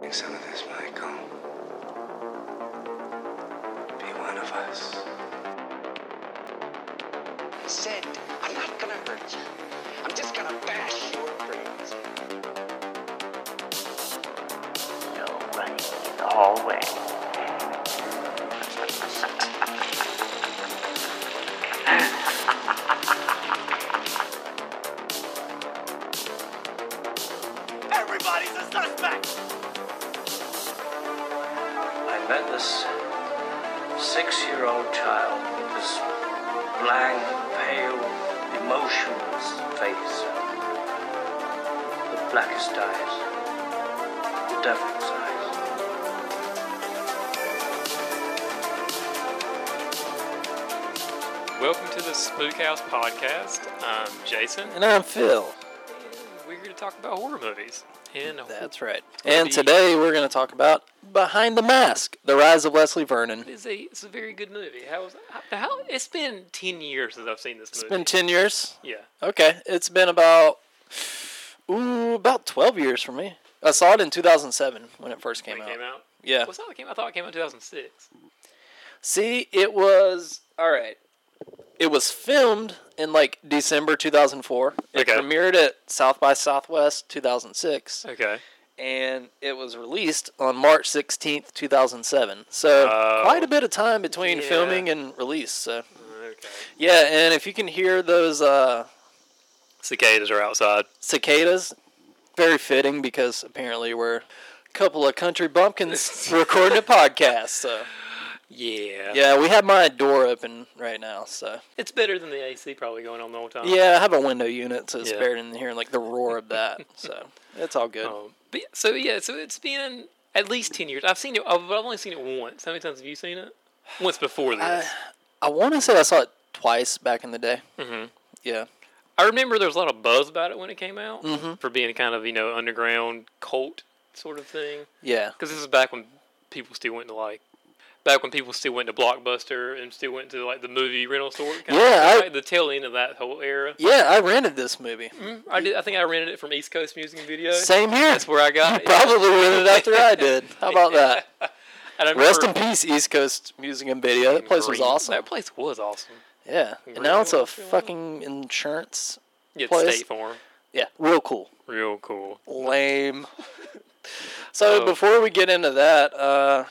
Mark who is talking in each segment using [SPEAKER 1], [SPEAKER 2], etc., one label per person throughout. [SPEAKER 1] Take some of this, Michael. Be one of us.
[SPEAKER 2] Sid, I'm not gonna hurt you. I'm just gonna bash your brains.
[SPEAKER 3] No running in the hallway.
[SPEAKER 4] Everybody's a suspect!
[SPEAKER 5] I met this six year old child with this blank, pale, emotionless face, the blackest eyes, the devil's eyes.
[SPEAKER 6] Welcome to the Spook House Podcast. I'm Jason, and
[SPEAKER 7] And I'm Phil.
[SPEAKER 6] we're here to talk about horror movies. And
[SPEAKER 7] That's right.
[SPEAKER 6] gonna
[SPEAKER 7] And
[SPEAKER 6] be-
[SPEAKER 7] today we're going to talk about Behind the Mask: The Rise of Leslie Vernon.
[SPEAKER 6] it is a it's a very good movie. How was how it's been ten years since I've seen this
[SPEAKER 7] It's
[SPEAKER 6] movie.
[SPEAKER 7] been 10 years.
[SPEAKER 6] yeah,
[SPEAKER 7] Okay, it's been about ooh, about 12 years for me. I saw it in 2007 when it first came,
[SPEAKER 6] when it
[SPEAKER 7] out.
[SPEAKER 6] came out.
[SPEAKER 7] Yeah.
[SPEAKER 6] What's that? It came. I thought it came out in 2006.
[SPEAKER 7] See, it was all right. It was filmed in like December 2004. It
[SPEAKER 6] Okay.
[SPEAKER 7] premiered at South by Southwest 2006
[SPEAKER 6] Okay.
[SPEAKER 7] and it was released on March 16th, 2007. So,
[SPEAKER 6] Oh.
[SPEAKER 7] quite a bit of time between
[SPEAKER 6] Yeah.
[SPEAKER 7] filming and release. So,
[SPEAKER 6] Okay.
[SPEAKER 7] yeah, and if you can hear those uh,
[SPEAKER 6] Cicadas are outside.
[SPEAKER 7] cicadas, very fitting because apparently we're a couple of country bumpkins recording a podcast. So,
[SPEAKER 6] Yeah.
[SPEAKER 7] yeah, we have my door open right now. So,
[SPEAKER 6] It's better than the AC probably going on the whole time.
[SPEAKER 7] yeah, I have a window unit, so it's
[SPEAKER 6] Yeah.
[SPEAKER 7] better than hearing like the roar of that. So, it's all good.
[SPEAKER 6] Um, but yeah, so yeah, so it's been at least ten years. I've seen it. I've I've only seen it once. How many times have you seen it? Once before this.
[SPEAKER 7] I want to say I saw it twice back in the day. Mm-hmm. Yeah.
[SPEAKER 6] I remember there was a lot of buzz about it when it came out
[SPEAKER 7] Mm-hmm.
[SPEAKER 6] for being kind of you know underground cult sort of thing.
[SPEAKER 7] Yeah.
[SPEAKER 6] Because this is back when people still went to like back when people still went to Blockbuster and still went to like the movie rental store. Kind of,
[SPEAKER 7] Yeah, I-
[SPEAKER 6] like the tail end of that whole era.
[SPEAKER 7] Yeah, I rented this movie.
[SPEAKER 6] I did. I think I rented it from East Coast Music and Video.
[SPEAKER 7] Same here.
[SPEAKER 6] That's where I got it.
[SPEAKER 7] Probably rented after I did. How about that?
[SPEAKER 6] And I
[SPEAKER 7] Rest in
[SPEAKER 6] remember-
[SPEAKER 7] peace, East Coast Music and Video. That place was
[SPEAKER 6] Green-
[SPEAKER 7] awesome.
[SPEAKER 6] That place was awesome.
[SPEAKER 7] Yeah, and now it's a fucking insurance.
[SPEAKER 6] Yeah, it's
[SPEAKER 7] Place.
[SPEAKER 6] State Farm.
[SPEAKER 7] Yeah, real cool.
[SPEAKER 6] Real cool.
[SPEAKER 7] Lame.
[SPEAKER 6] Oh.
[SPEAKER 7] so before we get into that, uh,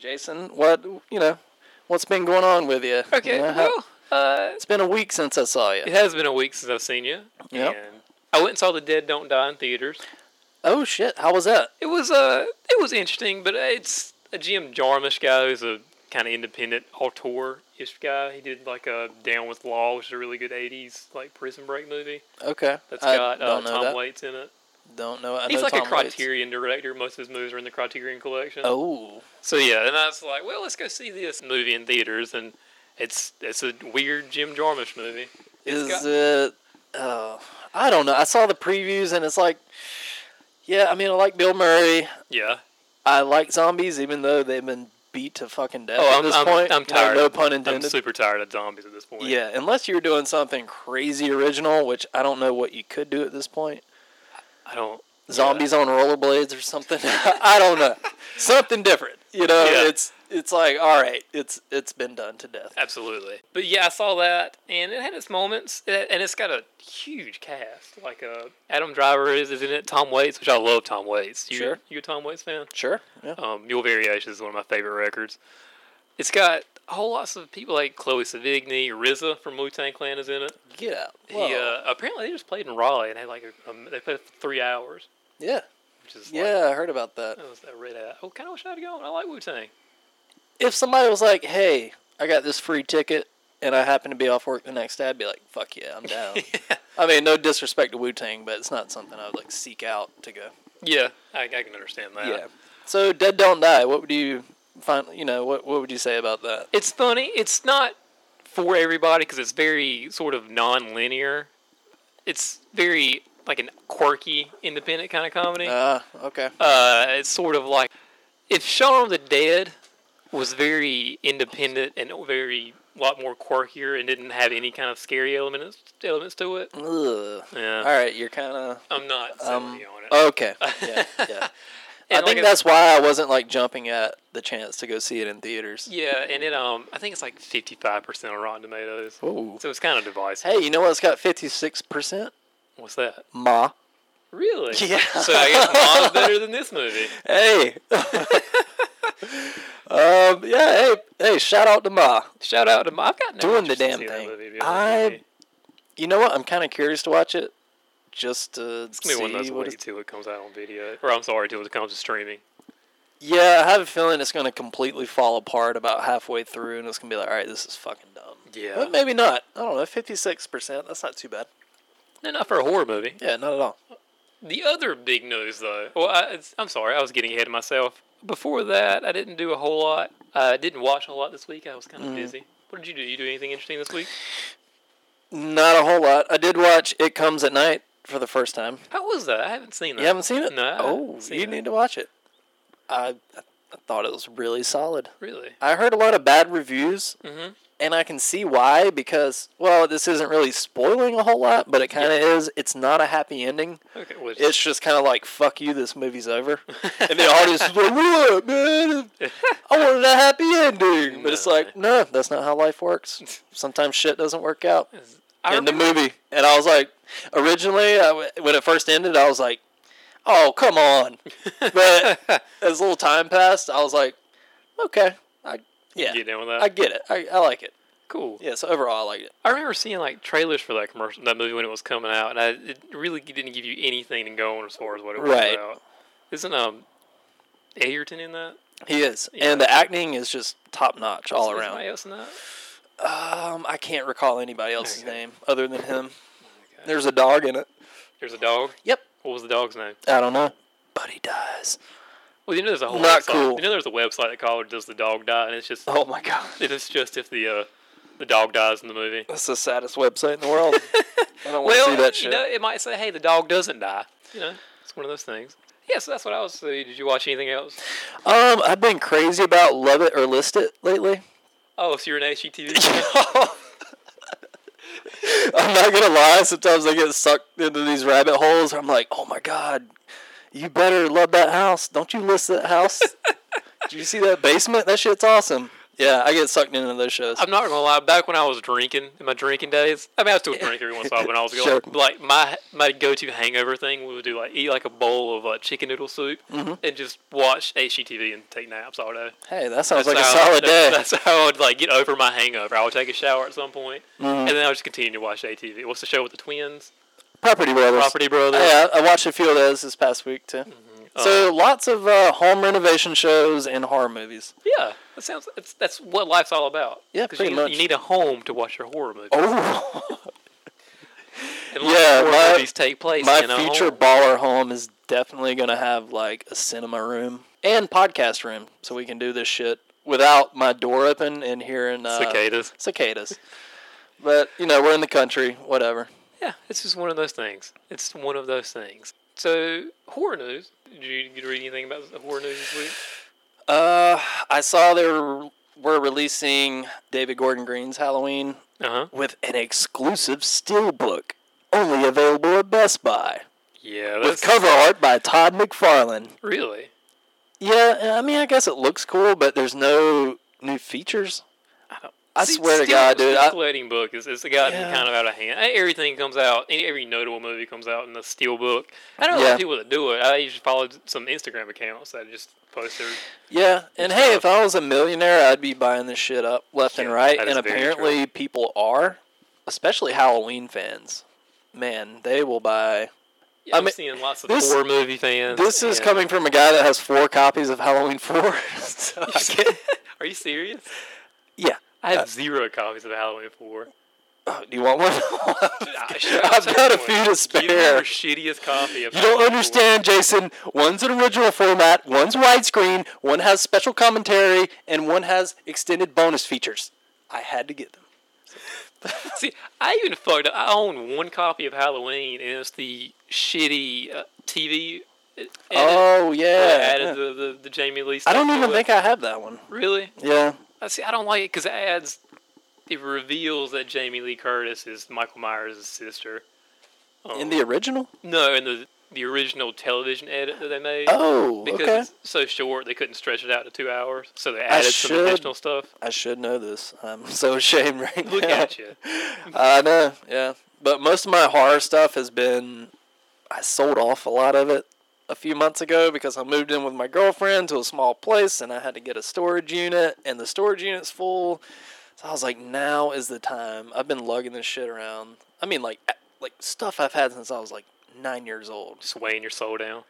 [SPEAKER 7] Jason, what you know, what's been going on with you?
[SPEAKER 6] Okay,
[SPEAKER 7] You know, how-
[SPEAKER 6] well, uh,
[SPEAKER 7] it's been a week since I saw
[SPEAKER 6] it
[SPEAKER 7] you.
[SPEAKER 6] has been a week since I've seen you.
[SPEAKER 7] Yep.
[SPEAKER 6] and I went and saw The Dead Don't Die in theaters.
[SPEAKER 7] Oh shit, how was that?
[SPEAKER 6] It was uh, it was interesting, but uh, it's a Jim Jarmusch guy who's a kind of independent auteur-ish guy. He did like a Down with Law, which is a really good '80s like prison break movie
[SPEAKER 7] Okay,
[SPEAKER 6] that's
[SPEAKER 7] I
[SPEAKER 6] got uh,
[SPEAKER 7] don't know
[SPEAKER 6] Tom
[SPEAKER 7] that.
[SPEAKER 6] Waits in it.
[SPEAKER 7] Don't know. I
[SPEAKER 6] He's
[SPEAKER 7] know
[SPEAKER 6] like a
[SPEAKER 7] Tom Waits.
[SPEAKER 6] Criterion director. Most of his movies are in the Criterion collection.
[SPEAKER 7] Oh,
[SPEAKER 6] So yeah, and I was like, well, let's go see this movie in theaters, and it's it's a weird Jim Jarmusch movie.
[SPEAKER 7] Is
[SPEAKER 6] got-
[SPEAKER 7] it? Oh, I don't know. I saw the previews and it's like, yeah. I mean, I like Bill Murray.
[SPEAKER 6] Yeah,
[SPEAKER 7] I like zombies, even though they've been beat to fucking death
[SPEAKER 6] Oh,
[SPEAKER 7] at
[SPEAKER 6] I'm,
[SPEAKER 7] this
[SPEAKER 6] I'm,
[SPEAKER 7] point.
[SPEAKER 6] I'm
[SPEAKER 7] You know,
[SPEAKER 6] tired.
[SPEAKER 7] No, pun
[SPEAKER 6] I'm
[SPEAKER 7] intended.
[SPEAKER 6] super tired of zombies at this point.
[SPEAKER 7] yeah, unless you're doing something crazy original, which I don't know what you could do at this point.
[SPEAKER 6] I don't.
[SPEAKER 7] Zombies on rollerblades or something. I don't know. Something different. You know,
[SPEAKER 6] Yeah.
[SPEAKER 7] it's it's like all right, it's it's been done to death.
[SPEAKER 6] Absolutely. But yeah, I saw that, and it had its moments, a- and it's got a huge cast. Like uh, Adam Driver is, is in it. Tom Waits, which I love. Tom Waits. You,
[SPEAKER 7] Sure.
[SPEAKER 6] You a Tom Waits fan?
[SPEAKER 7] Sure. Yeah.
[SPEAKER 6] Um, Mule Variations is one of my favorite records. It's got a whole lots of people like Chloe Sevigny, RZA from Wu Tang Clan is in it.
[SPEAKER 7] Get out.
[SPEAKER 6] He,
[SPEAKER 7] Whoa.
[SPEAKER 6] uh, apparently they just played in Raleigh and had like a, um, they played for three hours,
[SPEAKER 7] yeah.
[SPEAKER 6] which is like,
[SPEAKER 7] Yeah, I heard about that.
[SPEAKER 6] that was that red hat. Oh, kind of wish I'd gone. I like Wu Tang.
[SPEAKER 7] if somebody was like, "Hey, I got this free ticket," and I happen to be off work the next day, I'd be like, "Fuck yeah, I'm down." I mean, no disrespect to Wu Tang, but it's not something I would like seek out to go.
[SPEAKER 6] Yeah, I, I can understand that.
[SPEAKER 7] So, Dead Don't Die. What would you find? You know, what what would you say about that?
[SPEAKER 6] It's funny. It's not for everybody because it's very sort of non-linear. It's very like an quirky, independent kind of comedy. Uh,
[SPEAKER 7] Ah, okay.
[SPEAKER 6] it's sort of like if Shaun of the Dead was very independent and very lot more quirkier and didn't have any kind of scary elements elements to it.
[SPEAKER 7] Ugh.
[SPEAKER 6] Yeah,
[SPEAKER 7] All right, you're kind of Um, uh,
[SPEAKER 6] I'm not selling you on it.
[SPEAKER 7] okay. Yeah, yeah. I
[SPEAKER 6] And
[SPEAKER 7] think
[SPEAKER 6] like I-
[SPEAKER 7] that's why I wasn't like jumping at the chance to go see it in theaters.
[SPEAKER 6] Yeah, and it um I think it's like fifty five percent on Rotten Tomatoes.
[SPEAKER 7] Ooh.
[SPEAKER 6] So it's kind of divisive.
[SPEAKER 7] Hey, you know what's got fifty six percent?
[SPEAKER 6] What's that?
[SPEAKER 7] Ma.
[SPEAKER 6] Really?
[SPEAKER 7] Yeah.
[SPEAKER 6] So I guess Mom's better than this movie.
[SPEAKER 7] Hey. um. Yeah. Hey. Hey. Shout out to Ma.
[SPEAKER 6] Shout out to Mom. I've got no
[SPEAKER 7] Doing the
[SPEAKER 6] interest in
[SPEAKER 7] damn
[SPEAKER 6] seeing that
[SPEAKER 7] thing.
[SPEAKER 6] movie, to be honest with
[SPEAKER 7] I. You know what? I'm kind of curious to watch it, just to
[SPEAKER 6] you. It's gonna be
[SPEAKER 7] see
[SPEAKER 6] one of those
[SPEAKER 7] what
[SPEAKER 6] weeks
[SPEAKER 7] it's.
[SPEAKER 6] till it comes out on video, or I'm sorry, till it comes to streaming.
[SPEAKER 7] Yeah, I have a feeling it's going to completely fall apart about halfway through, and it's going to be like, all right, this is fucking dumb.
[SPEAKER 6] Yeah.
[SPEAKER 7] But maybe not. I don't know. Fifty six percent. That's not too bad.
[SPEAKER 6] No, not for a horror movie.
[SPEAKER 7] Yeah. Not at all.
[SPEAKER 6] The other big news, though. Well, I, it's- I'm sorry, I was getting ahead of myself. Before that, I didn't do a whole lot. I didn't watch a whole lot this week. I was kind of
[SPEAKER 7] Mm.
[SPEAKER 6] busy. What did you do? You do anything interesting this week?
[SPEAKER 7] Not a whole lot. I did watch It Comes at Night for the first time.
[SPEAKER 6] How was that? I haven't seen that.
[SPEAKER 7] You haven't seen it?
[SPEAKER 6] No. I haven't
[SPEAKER 7] Oh,
[SPEAKER 6] seen
[SPEAKER 7] you
[SPEAKER 6] it.
[SPEAKER 7] need to watch it. I, I thought it was really solid.
[SPEAKER 6] Really?
[SPEAKER 7] I heard a lot of bad reviews, and I can see why because, well, this isn't really spoiling a whole lot, but it kind of is. It's not a happy ending.
[SPEAKER 6] Okay. Which,
[SPEAKER 7] It's just kind of like, fuck you, this movie's over. and the audience is like, what, man? I wanted a happy ending. But it's
[SPEAKER 6] No.
[SPEAKER 7] like, no, that's not how life works. Sometimes shit doesn't work out
[SPEAKER 6] I
[SPEAKER 7] in the
[SPEAKER 6] remember-
[SPEAKER 7] movie. And I was like, originally, I w when it first ended, I was like, oh, come on. But as a little time passed, I was like, okay. I, yeah.
[SPEAKER 6] Get down with that?
[SPEAKER 7] I get it. I, I like it.
[SPEAKER 6] Cool.
[SPEAKER 7] Yeah, so overall, I liked it.
[SPEAKER 6] I remember seeing like trailers for that commercial, that movie when it was coming out, and I, it really didn't give you anything to go on as far as what it was
[SPEAKER 7] Right.
[SPEAKER 6] about. Isn't um, Egerton in that?
[SPEAKER 7] He is.
[SPEAKER 6] Yeah.
[SPEAKER 7] And the acting is just top notch all
[SPEAKER 6] Is
[SPEAKER 7] around.
[SPEAKER 6] Somebody else in that?
[SPEAKER 7] Um, I can't recall anybody else's
[SPEAKER 6] Okay.
[SPEAKER 7] name other than him. There's a dog in it.
[SPEAKER 6] There's a dog.
[SPEAKER 7] Yep.
[SPEAKER 6] What was the dog's name?
[SPEAKER 7] I don't know. But he dies.
[SPEAKER 6] Well, you know, there's a whole
[SPEAKER 7] Not
[SPEAKER 6] website.
[SPEAKER 7] cool.
[SPEAKER 6] You know, there's a website that called "Does the dog die?" and it's just
[SPEAKER 7] Oh my god.
[SPEAKER 6] it's just if the uh, the dog dies in the movie.
[SPEAKER 7] That's the saddest website in the world. I don't want to
[SPEAKER 6] Well,
[SPEAKER 7] see that shit.
[SPEAKER 6] you know, it might say, "Hey, the dog doesn't die." You know, it's one of those things. Yeah, so that's what I was. So did you watch anything else?
[SPEAKER 7] Um, I've been crazy about Love It or List It lately.
[SPEAKER 6] Oh, so you're an HGTV.
[SPEAKER 7] I'm not gonna lie, sometimes I get sucked into these rabbit holes where I'm like, oh my god, you better love that house. Don't you list that house? Do you see that basement? That shit's awesome. Yeah, I get sucked into those shows.
[SPEAKER 6] I'm not gonna lie. Back when I was drinking in my drinking days, I mean, I still drink every once in a while. When I was
[SPEAKER 7] Sure.
[SPEAKER 6] sure. like my my go-to hangover thing was do like eat like a bowl of uh, chicken noodle soup
[SPEAKER 7] Mm-hmm.
[SPEAKER 6] and just watch HGTV and take naps all day.
[SPEAKER 7] hey, that sounds like a
[SPEAKER 6] how-
[SPEAKER 7] solid day.
[SPEAKER 6] that- That's how I would like get over my hangover. I would take a shower at some point,
[SPEAKER 7] Mm-hmm.
[SPEAKER 6] and then I would just continue to watch ATV. What's the show with the twins?
[SPEAKER 7] Property Brothers.
[SPEAKER 6] Property Brothers. Mm-hmm. Uh-huh.
[SPEAKER 7] Yeah, I watched a few of those this past week too. So lots of uh, home renovation shows and horror movies.
[SPEAKER 6] Yeah, that sounds. It's, that's what life's all about.
[SPEAKER 7] Yeah,
[SPEAKER 6] 'Cause
[SPEAKER 7] pretty
[SPEAKER 6] you,
[SPEAKER 7] much.
[SPEAKER 6] You need a home to watch your horror movie.
[SPEAKER 7] Oh,
[SPEAKER 6] and lots of
[SPEAKER 7] yeah,
[SPEAKER 6] horror
[SPEAKER 7] my-
[SPEAKER 6] movies take place.
[SPEAKER 7] My
[SPEAKER 6] in a
[SPEAKER 7] future
[SPEAKER 6] home.
[SPEAKER 7] baller home is definitely going to have like a cinema room and podcast room so we can do this shit without my door open and hearing uh,
[SPEAKER 6] Cicadas.
[SPEAKER 7] Cicadas. But, you know, we're in the country, whatever.
[SPEAKER 6] Yeah, it's just one of those things. It's one of those things. So horror news. Did you get to read anything about the horror news this week?
[SPEAKER 7] Uh, I saw they were, were releasing David Gordon Green's Halloween
[SPEAKER 6] Uh huh.
[SPEAKER 7] with an exclusive steelbook only available at Best Buy
[SPEAKER 6] Yeah,
[SPEAKER 7] with
[SPEAKER 6] that's
[SPEAKER 7] cover art by Todd McFarlane.
[SPEAKER 6] really.
[SPEAKER 7] Yeah, I mean, I guess it looks cool, but there's no new features. I
[SPEAKER 6] See,
[SPEAKER 7] swear to
[SPEAKER 6] still-
[SPEAKER 7] God, dude. I-
[SPEAKER 6] Steelbook book is it's gotten
[SPEAKER 7] Yeah.
[SPEAKER 6] kind of out of hand. Eh, Everything comes out, any- every notable movie comes out in the steel book. I know a lot
[SPEAKER 7] Yeah.
[SPEAKER 6] of people that do it. I usually follow some Instagram accounts that just post their.
[SPEAKER 7] Yeah, and hey, if I was a millionaire, I'd be buying this shit up left and
[SPEAKER 6] Yeah,
[SPEAKER 7] right,
[SPEAKER 6] that
[SPEAKER 7] and
[SPEAKER 6] is very
[SPEAKER 7] apparently people are, especially Halloween fans. Man, they will buy.
[SPEAKER 6] Yeah, I am
[SPEAKER 7] mean,
[SPEAKER 6] seeing lots of
[SPEAKER 7] this-
[SPEAKER 6] horror movie fans.
[SPEAKER 7] This is
[SPEAKER 6] and-
[SPEAKER 7] coming from a guy that has four copies of Halloween 4. so I can't-
[SPEAKER 6] Are you serious?
[SPEAKER 7] yeah.
[SPEAKER 6] I have zero copies of Halloween Four.
[SPEAKER 7] Oh, do you want one?
[SPEAKER 6] I should-
[SPEAKER 7] I've
[SPEAKER 6] I'll
[SPEAKER 7] got a
[SPEAKER 6] take
[SPEAKER 7] few
[SPEAKER 6] one.
[SPEAKER 7] to
[SPEAKER 6] Give me your
[SPEAKER 7] spare.
[SPEAKER 6] shittiest copy of
[SPEAKER 7] You don't
[SPEAKER 6] Halloween 4.
[SPEAKER 7] understand, Jason. One's an original format, one's widescreen, one has special commentary, and one has extended bonus features. I had to get them.
[SPEAKER 6] See, I even fucked up. I own one copy of Halloween, and it's the shitty uh, TV. edit.
[SPEAKER 7] Oh
[SPEAKER 6] I
[SPEAKER 7] yeah.
[SPEAKER 6] added the, the, the Jamie Lee.
[SPEAKER 7] I
[SPEAKER 6] stuff
[SPEAKER 7] don't
[SPEAKER 6] to
[SPEAKER 7] even
[SPEAKER 6] it.
[SPEAKER 7] think I have that one.
[SPEAKER 6] Really?
[SPEAKER 7] Yeah.
[SPEAKER 6] I see. I don't like it because it adds, it reveals that Jamie Lee Curtis is Michael Myers' sister. Oh.
[SPEAKER 7] In the original?
[SPEAKER 6] No, in the the original television edit that they made.
[SPEAKER 7] Oh,
[SPEAKER 6] because
[SPEAKER 7] okay.
[SPEAKER 6] it's so short they couldn't stretch it out to two hours, so they
[SPEAKER 7] I
[SPEAKER 6] added some
[SPEAKER 7] should-
[SPEAKER 6] additional stuff.
[SPEAKER 7] I should know this. I'm so ashamed right
[SPEAKER 6] Look
[SPEAKER 7] now.
[SPEAKER 6] at you.
[SPEAKER 7] I know, yeah. But most of my horror stuff has been. I sold off a lot of it a few months ago because I moved in with my girlfriend to a small place and I had to get a storage unit, and the storage unit's full. So I was like, now is the time. I've been lugging this shit around. I mean, like, like stuff I've had since I was like nine years old
[SPEAKER 6] Just weighing your soul down.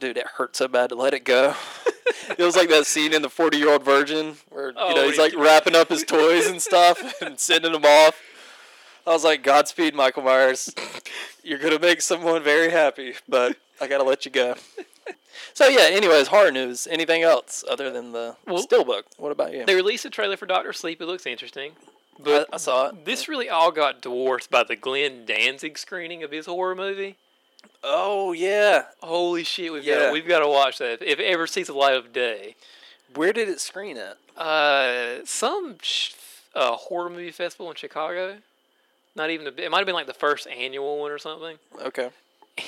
[SPEAKER 7] dude, it hurt so bad to let it go. it was like that scene in the Forty Year Old Virgin where
[SPEAKER 6] Oh,
[SPEAKER 7] you know
[SPEAKER 6] when
[SPEAKER 7] he's
[SPEAKER 6] he-
[SPEAKER 7] like wrapping up his toys and stuff and sending them off. I was like, Godspeed, Michael Myers. You're gonna make someone very happy, but I gotta let you go. So yeah. Anyways, horror news. Anything else other than the
[SPEAKER 6] Well,
[SPEAKER 7] stillbook? What about you?
[SPEAKER 6] They released a trailer for Doctor Sleep. It looks interesting.
[SPEAKER 7] I, I saw it.
[SPEAKER 6] This really all got dwarfed by the Glenn Danzig screening of his horror movie.
[SPEAKER 7] Oh yeah.
[SPEAKER 6] Holy shit, we've
[SPEAKER 7] Yeah.
[SPEAKER 6] got we've got to watch that if, if it ever sees the light of day.
[SPEAKER 7] Where did it screen at?
[SPEAKER 6] Uh, some sh- uh, horror movie festival in Chicago. Not even a, bi- it might have been like the first annual one or something.
[SPEAKER 7] Okay.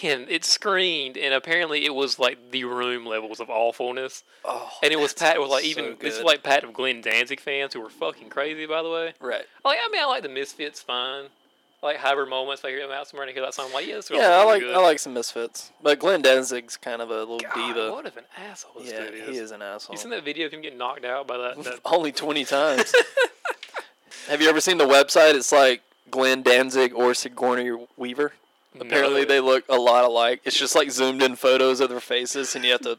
[SPEAKER 6] And it screened, and apparently it was like the room levels of awfulness.
[SPEAKER 7] Oh.
[SPEAKER 6] And it was
[SPEAKER 7] that
[SPEAKER 6] pat with
[SPEAKER 7] sounds
[SPEAKER 6] like
[SPEAKER 7] so
[SPEAKER 6] even this is
[SPEAKER 7] good.
[SPEAKER 6] like pat of Glenn Danzig fans who were fucking crazy by the way.
[SPEAKER 7] right.
[SPEAKER 6] Like I mean I like the Misfits fine. I like hyper moments. If I hear them out somewhere and I hear that song. I'm like yeah, this is
[SPEAKER 7] Yeah, I
[SPEAKER 6] really
[SPEAKER 7] like
[SPEAKER 6] good.
[SPEAKER 7] I like some misfits, but Glenn Danzig's kind of a little
[SPEAKER 6] God,
[SPEAKER 7] diva.
[SPEAKER 6] What if an asshole this
[SPEAKER 7] Yeah,
[SPEAKER 6] dude
[SPEAKER 7] he is an asshole.
[SPEAKER 6] You seen that video of him getting knocked out by that? that
[SPEAKER 7] Only twenty times. Have you ever seen the website? It's like Glenn Danzig or Sigourney Weaver. Apparently,
[SPEAKER 6] No.
[SPEAKER 7] they look a lot alike. It's just like zoomed in photos of their faces, and you have to.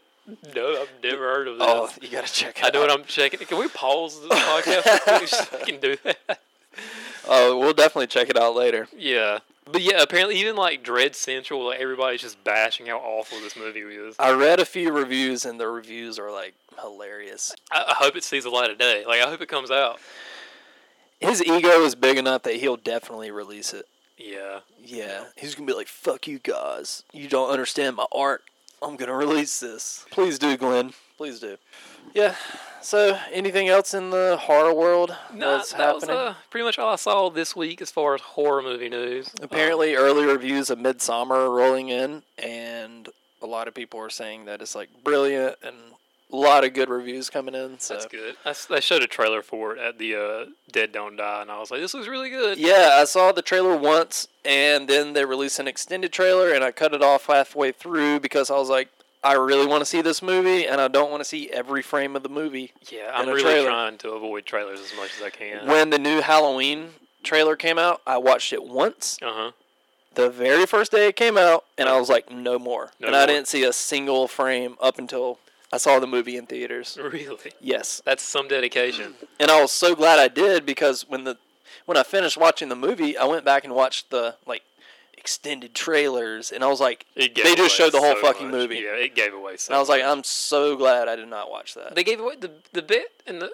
[SPEAKER 6] No, I've never heard of this.
[SPEAKER 7] Oh, you gotta check. It
[SPEAKER 6] I know what
[SPEAKER 7] out.
[SPEAKER 6] I'm checking. Can we pause this podcast? We just can do that.
[SPEAKER 7] Oh, we'll definitely check it out later.
[SPEAKER 6] Yeah. But yeah, apparently even like Dread Central, like everybody's just bashing how awful this movie is. I,
[SPEAKER 7] I read a few reviews, and the reviews are like hilarious.
[SPEAKER 6] I hope it sees the light of day. Like I hope it comes out.
[SPEAKER 7] His ego is big enough that he'll definitely release it.
[SPEAKER 6] Yeah.
[SPEAKER 7] Yeah, he's gonna be like, "Fuck you guys! You don't understand my art. I'm gonna release this. Please do, Glenn. Please do." Yeah. So, anything else in the horror world
[SPEAKER 6] No,
[SPEAKER 7] that's
[SPEAKER 6] that
[SPEAKER 7] happening?
[SPEAKER 6] was uh, pretty much all I saw this week as far as horror movie news.
[SPEAKER 7] Apparently, early reviews of Midsummer are rolling in, and a lot of people are saying that it's like brilliant and a lot of good reviews coming in. So.
[SPEAKER 6] That's good. I, s- they showed a trailer for it at the uh, Dead Don't Die, and I was like, this was really good.
[SPEAKER 7] Yeah, I saw the trailer once, and then they released an extended trailer, and I cut it off halfway through because I was like, I really want to see this movie, and I don't want to see every frame of the movie.
[SPEAKER 6] Yeah, I'm
[SPEAKER 7] And a
[SPEAKER 6] really
[SPEAKER 7] trailer.
[SPEAKER 6] trying to avoid trailers as much as I can.
[SPEAKER 7] When the new Halloween trailer came out, I watched it once,
[SPEAKER 6] uh huh.
[SPEAKER 7] the very first day it came out, and I was like, no more.
[SPEAKER 6] No
[SPEAKER 7] and
[SPEAKER 6] more.
[SPEAKER 7] I didn't see a single frame up until I saw the movie in theaters.
[SPEAKER 6] Really?
[SPEAKER 7] Yes.
[SPEAKER 6] That's some dedication.
[SPEAKER 7] and I was so glad I did because when the when I finished watching the movie, I went back and watched the like extended trailers, and I was like,
[SPEAKER 6] It gave
[SPEAKER 7] they just
[SPEAKER 6] away
[SPEAKER 7] showed the whole
[SPEAKER 6] so
[SPEAKER 7] fucking
[SPEAKER 6] much.
[SPEAKER 7] movie,
[SPEAKER 6] Yeah, it gave away. So
[SPEAKER 7] and I was like,
[SPEAKER 6] much.
[SPEAKER 7] I'm so glad I did not watch that.
[SPEAKER 6] they gave away the the bit and the.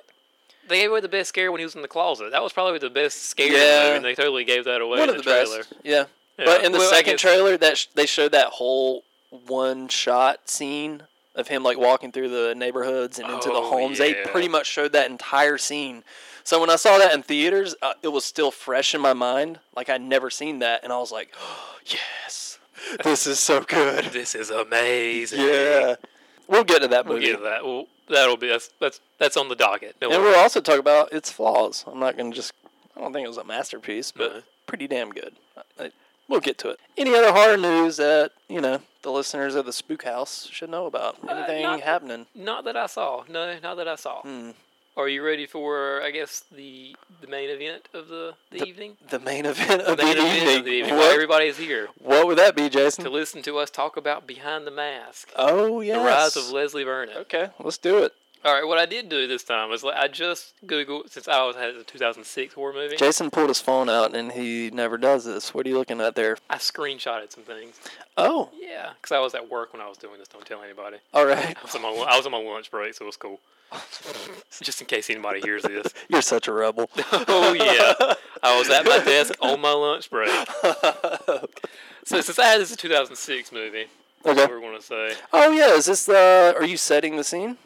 [SPEAKER 6] They gave away the best scare when he was in the closet. That was probably the best scare. in the
[SPEAKER 7] Yeah.
[SPEAKER 6] movie, and they totally gave that away.
[SPEAKER 7] One
[SPEAKER 6] in
[SPEAKER 7] of the
[SPEAKER 6] trailer.
[SPEAKER 7] best, yeah.
[SPEAKER 6] Yeah.
[SPEAKER 7] But in the
[SPEAKER 6] Well, I
[SPEAKER 7] second
[SPEAKER 6] guess-
[SPEAKER 7] trailer, that sh- they showed that whole one shot scene of him like walking through the neighborhoods and into the
[SPEAKER 6] Oh,
[SPEAKER 7] homes. They
[SPEAKER 6] yeah.
[SPEAKER 7] pretty much showed that entire scene. So when I saw that in theaters, uh, it was still fresh in my mind. Like I'd never seen that, and I was like, "Yes, this is so good."
[SPEAKER 6] This is amazing.
[SPEAKER 7] Yeah, we'll get to that
[SPEAKER 6] We'll
[SPEAKER 7] movie,
[SPEAKER 6] get to that. Well, that'll be that's that's that's on the docket. No
[SPEAKER 7] and
[SPEAKER 6] worries.
[SPEAKER 7] we'll also talk about its flaws. I'm not gonna just. I don't think it was a masterpiece, but
[SPEAKER 6] No.
[SPEAKER 7] pretty damn good. I- I- We'll get to it. Any other horror news that you know the listeners of the Spook House should know about? Anything
[SPEAKER 6] not-
[SPEAKER 7] happening?
[SPEAKER 6] Not that I saw. No, not that I saw.
[SPEAKER 7] Hmm.
[SPEAKER 6] Are you ready for? I guess the the main event of the, the, evening.
[SPEAKER 7] The main event of the,
[SPEAKER 6] Main
[SPEAKER 7] evening.
[SPEAKER 6] event of the evening.
[SPEAKER 7] What,
[SPEAKER 6] Everybody's here
[SPEAKER 7] what would that be, Jason?
[SPEAKER 6] to listen to us talk about behind the mask.
[SPEAKER 7] oh yes.
[SPEAKER 6] The rise of Leslie Vernon.
[SPEAKER 7] okay, let's do it.
[SPEAKER 6] All right, what I did do this time was like, I just Googled, since I was had the 2006 horror movie,
[SPEAKER 7] Jason pulled his phone out and he never does this. What are you looking at there?
[SPEAKER 6] I screenshotted some things.
[SPEAKER 7] Oh,
[SPEAKER 6] Yeah, because I was at work when I was doing this. Don't tell anybody.
[SPEAKER 7] all right.
[SPEAKER 6] I was on my, I was on my lunch break, so it was cool. just in case anybody hears this.
[SPEAKER 7] You're such a rebel.
[SPEAKER 6] Oh, yeah. I was at my desk on my lunch break. So since I had this is a 2006 movie, that's
[SPEAKER 7] Okay.
[SPEAKER 6] what we're going to say.
[SPEAKER 7] Oh yeah, is this the? Are you uh, setting the scene?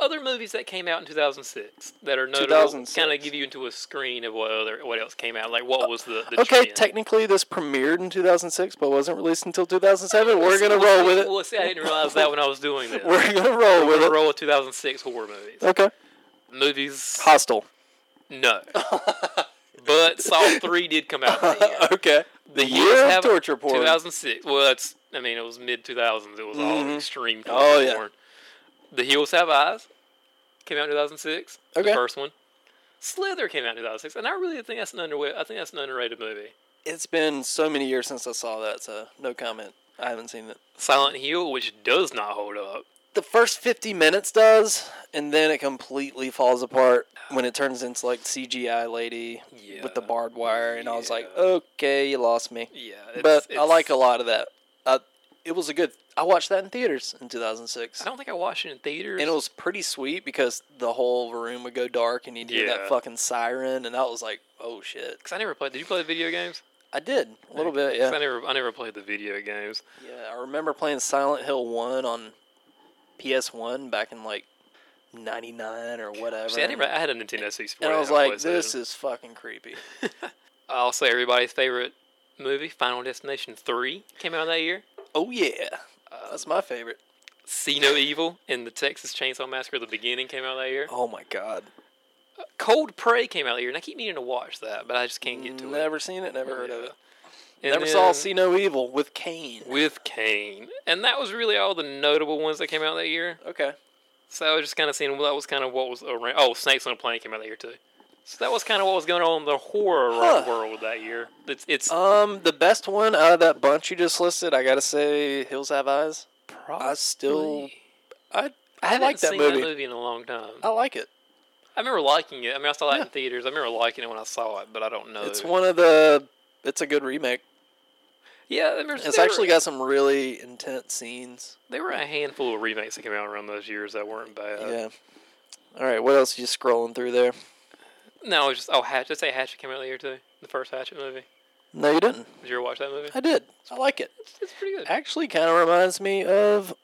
[SPEAKER 6] other movies that came out in 2006 that are notable
[SPEAKER 7] 2006.
[SPEAKER 6] kind of give you into a screen of what other what else came out. Like what was the, the
[SPEAKER 7] Okay,
[SPEAKER 6] trend.
[SPEAKER 7] technically this premiered in 2006, but wasn't released until 2007. We're
[SPEAKER 6] See,
[SPEAKER 7] gonna
[SPEAKER 6] well,
[SPEAKER 7] roll
[SPEAKER 6] see-
[SPEAKER 7] with it.
[SPEAKER 6] Well, see, I didn't realize that when I was doing this.
[SPEAKER 7] We're gonna roll
[SPEAKER 6] We're
[SPEAKER 7] with
[SPEAKER 6] gonna
[SPEAKER 7] it.
[SPEAKER 6] roll with 2006 horror movies.
[SPEAKER 7] Okay.
[SPEAKER 6] Movies,
[SPEAKER 7] Hostile.
[SPEAKER 6] no. but Saw three did come out. That year.
[SPEAKER 7] Okay. The
[SPEAKER 6] Let's
[SPEAKER 7] year of
[SPEAKER 6] have it-
[SPEAKER 7] torture porn.
[SPEAKER 6] 2006. Well, that's. I mean, it was mid 2000s. It was all extreme torture
[SPEAKER 7] Oh, yeah.
[SPEAKER 6] porn. The Hills Have Eyes came out in 2006.
[SPEAKER 7] Okay.
[SPEAKER 6] The first one. Slither came out in 2006, and I really think that's an underrated. I think that's an underrated movie.
[SPEAKER 7] It's been so many years since I saw that, so no comment. I haven't seen it.
[SPEAKER 6] Silent Hill, which does not hold up.
[SPEAKER 7] The first 50 minutes does, and then it completely falls apart when it turns into like CGI lady with the
[SPEAKER 6] Yeah.
[SPEAKER 7] barbed wire, and I was like, okay, you lost me.
[SPEAKER 6] Yeah,
[SPEAKER 7] but
[SPEAKER 6] it's-
[SPEAKER 7] I like a
[SPEAKER 6] it's-
[SPEAKER 7] lot of that. I, it was a good. I watched that in theaters in 2006.
[SPEAKER 6] I don't think I watched it in theaters.
[SPEAKER 7] And it was pretty sweet because the whole room would go dark and you'd hear that
[SPEAKER 6] Yeah.
[SPEAKER 7] fucking siren, and I was like, oh shit.
[SPEAKER 6] Cause I never played. Did you play video games?
[SPEAKER 7] I did a little bit,
[SPEAKER 6] 'Cause I
[SPEAKER 7] yeah.
[SPEAKER 6] never, I never played the video games.
[SPEAKER 7] Yeah, I remember playing Silent Hill 1 on PS1 back in like 99 or whatever.
[SPEAKER 6] See, I, never, I had a Nintendo 64.
[SPEAKER 7] and I
[SPEAKER 6] and
[SPEAKER 7] was
[SPEAKER 6] a
[SPEAKER 7] like,
[SPEAKER 6] PlayStation.
[SPEAKER 7] this is fucking creepy.
[SPEAKER 6] Also, everybody's favorite movie, Final Destination 3, came out that year.
[SPEAKER 7] oh, yeah. That's my favorite.
[SPEAKER 6] See No Evil and the Texas Chainsaw Massacre: The Beginning came out that year.
[SPEAKER 7] Oh, my God.
[SPEAKER 6] Cold Prey came out that year, and I keep meaning to watch that, but I just can't get to it.
[SPEAKER 7] Never seen it, never heard of it.
[SPEAKER 6] And
[SPEAKER 7] Mm, never saw
[SPEAKER 6] then
[SPEAKER 7] See No Evil with Kane.
[SPEAKER 6] with Kane, and that was really all the notable ones that came out that year.
[SPEAKER 7] Okay.
[SPEAKER 6] So I was just kind of seeing well, that was kind of what was around. Oh, Snakes on a Plane came out that year too. So that was kind of what was going on in the horror
[SPEAKER 7] Huh.
[SPEAKER 6] world that year. It's it's
[SPEAKER 7] Um, the best one out of that bunch you just listed, I gotta say, Hills Have Eyes. I still, I, I,
[SPEAKER 6] haven't
[SPEAKER 7] like that
[SPEAKER 6] seen
[SPEAKER 7] movie. Oh.
[SPEAKER 6] that movie in a long time.
[SPEAKER 7] I like it.
[SPEAKER 6] I remember liking it. I mean, I saw that in theaters. I remember liking it when I saw it, but I don't know.
[SPEAKER 7] It's one of the. It's a good remake.
[SPEAKER 6] Yeah, I remember-
[SPEAKER 7] It's
[SPEAKER 6] there
[SPEAKER 7] actually
[SPEAKER 6] were,
[SPEAKER 7] got some really intense scenes.
[SPEAKER 6] There were a handful of remakes that came out around those years that weren't bad.
[SPEAKER 7] yeah. All right, what else are you scrolling through there?
[SPEAKER 6] No, it was just oh, Hatchet. Did I say Hatchet came out that year too. The first Hatchet movie.
[SPEAKER 7] No, you didn't.
[SPEAKER 6] Did you ever watch that movie?
[SPEAKER 7] I did. I like it.
[SPEAKER 6] It's pretty good.
[SPEAKER 7] Actually, kind of reminds me of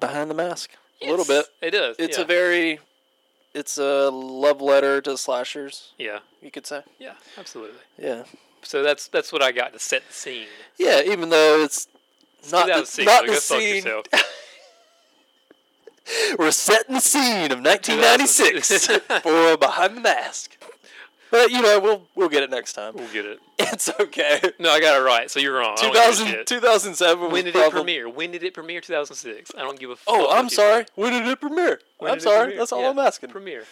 [SPEAKER 7] Behind the Mask a little bit.
[SPEAKER 6] Yes, It does.
[SPEAKER 7] It's
[SPEAKER 6] yeah.
[SPEAKER 7] a very, it's a love letter to slashers.
[SPEAKER 6] yeah,
[SPEAKER 7] You could say.
[SPEAKER 6] yeah, absolutely.
[SPEAKER 7] Yeah.
[SPEAKER 6] So that's that's what I got to set the scene.
[SPEAKER 7] Yeah, even though it's not the,
[SPEAKER 6] 2006,
[SPEAKER 7] Uh, not
[SPEAKER 6] like, go
[SPEAKER 7] the
[SPEAKER 6] fuck
[SPEAKER 7] scene.
[SPEAKER 6] yourself.
[SPEAKER 7] We're setting the scene of 1996 for Behind the Mask. But you know, we'll we'll get it next time.
[SPEAKER 6] We'll get it.
[SPEAKER 7] It's okay.
[SPEAKER 6] No, I got it right. So you're wrong. I don't give a
[SPEAKER 7] 2000,
[SPEAKER 6] shit.
[SPEAKER 7] 2007
[SPEAKER 6] When did it
[SPEAKER 7] probably-
[SPEAKER 6] premiere? When did it premiere? 2006. I don't give a. fuck
[SPEAKER 7] Oh,
[SPEAKER 6] what
[SPEAKER 7] I'm
[SPEAKER 6] you say.
[SPEAKER 7] sorry. When did it premiere?
[SPEAKER 6] When
[SPEAKER 7] I'm
[SPEAKER 6] did it
[SPEAKER 7] sorry.
[SPEAKER 6] premiere?
[SPEAKER 7] That's all
[SPEAKER 6] Yeah,
[SPEAKER 7] I'm asking.
[SPEAKER 6] Premiere.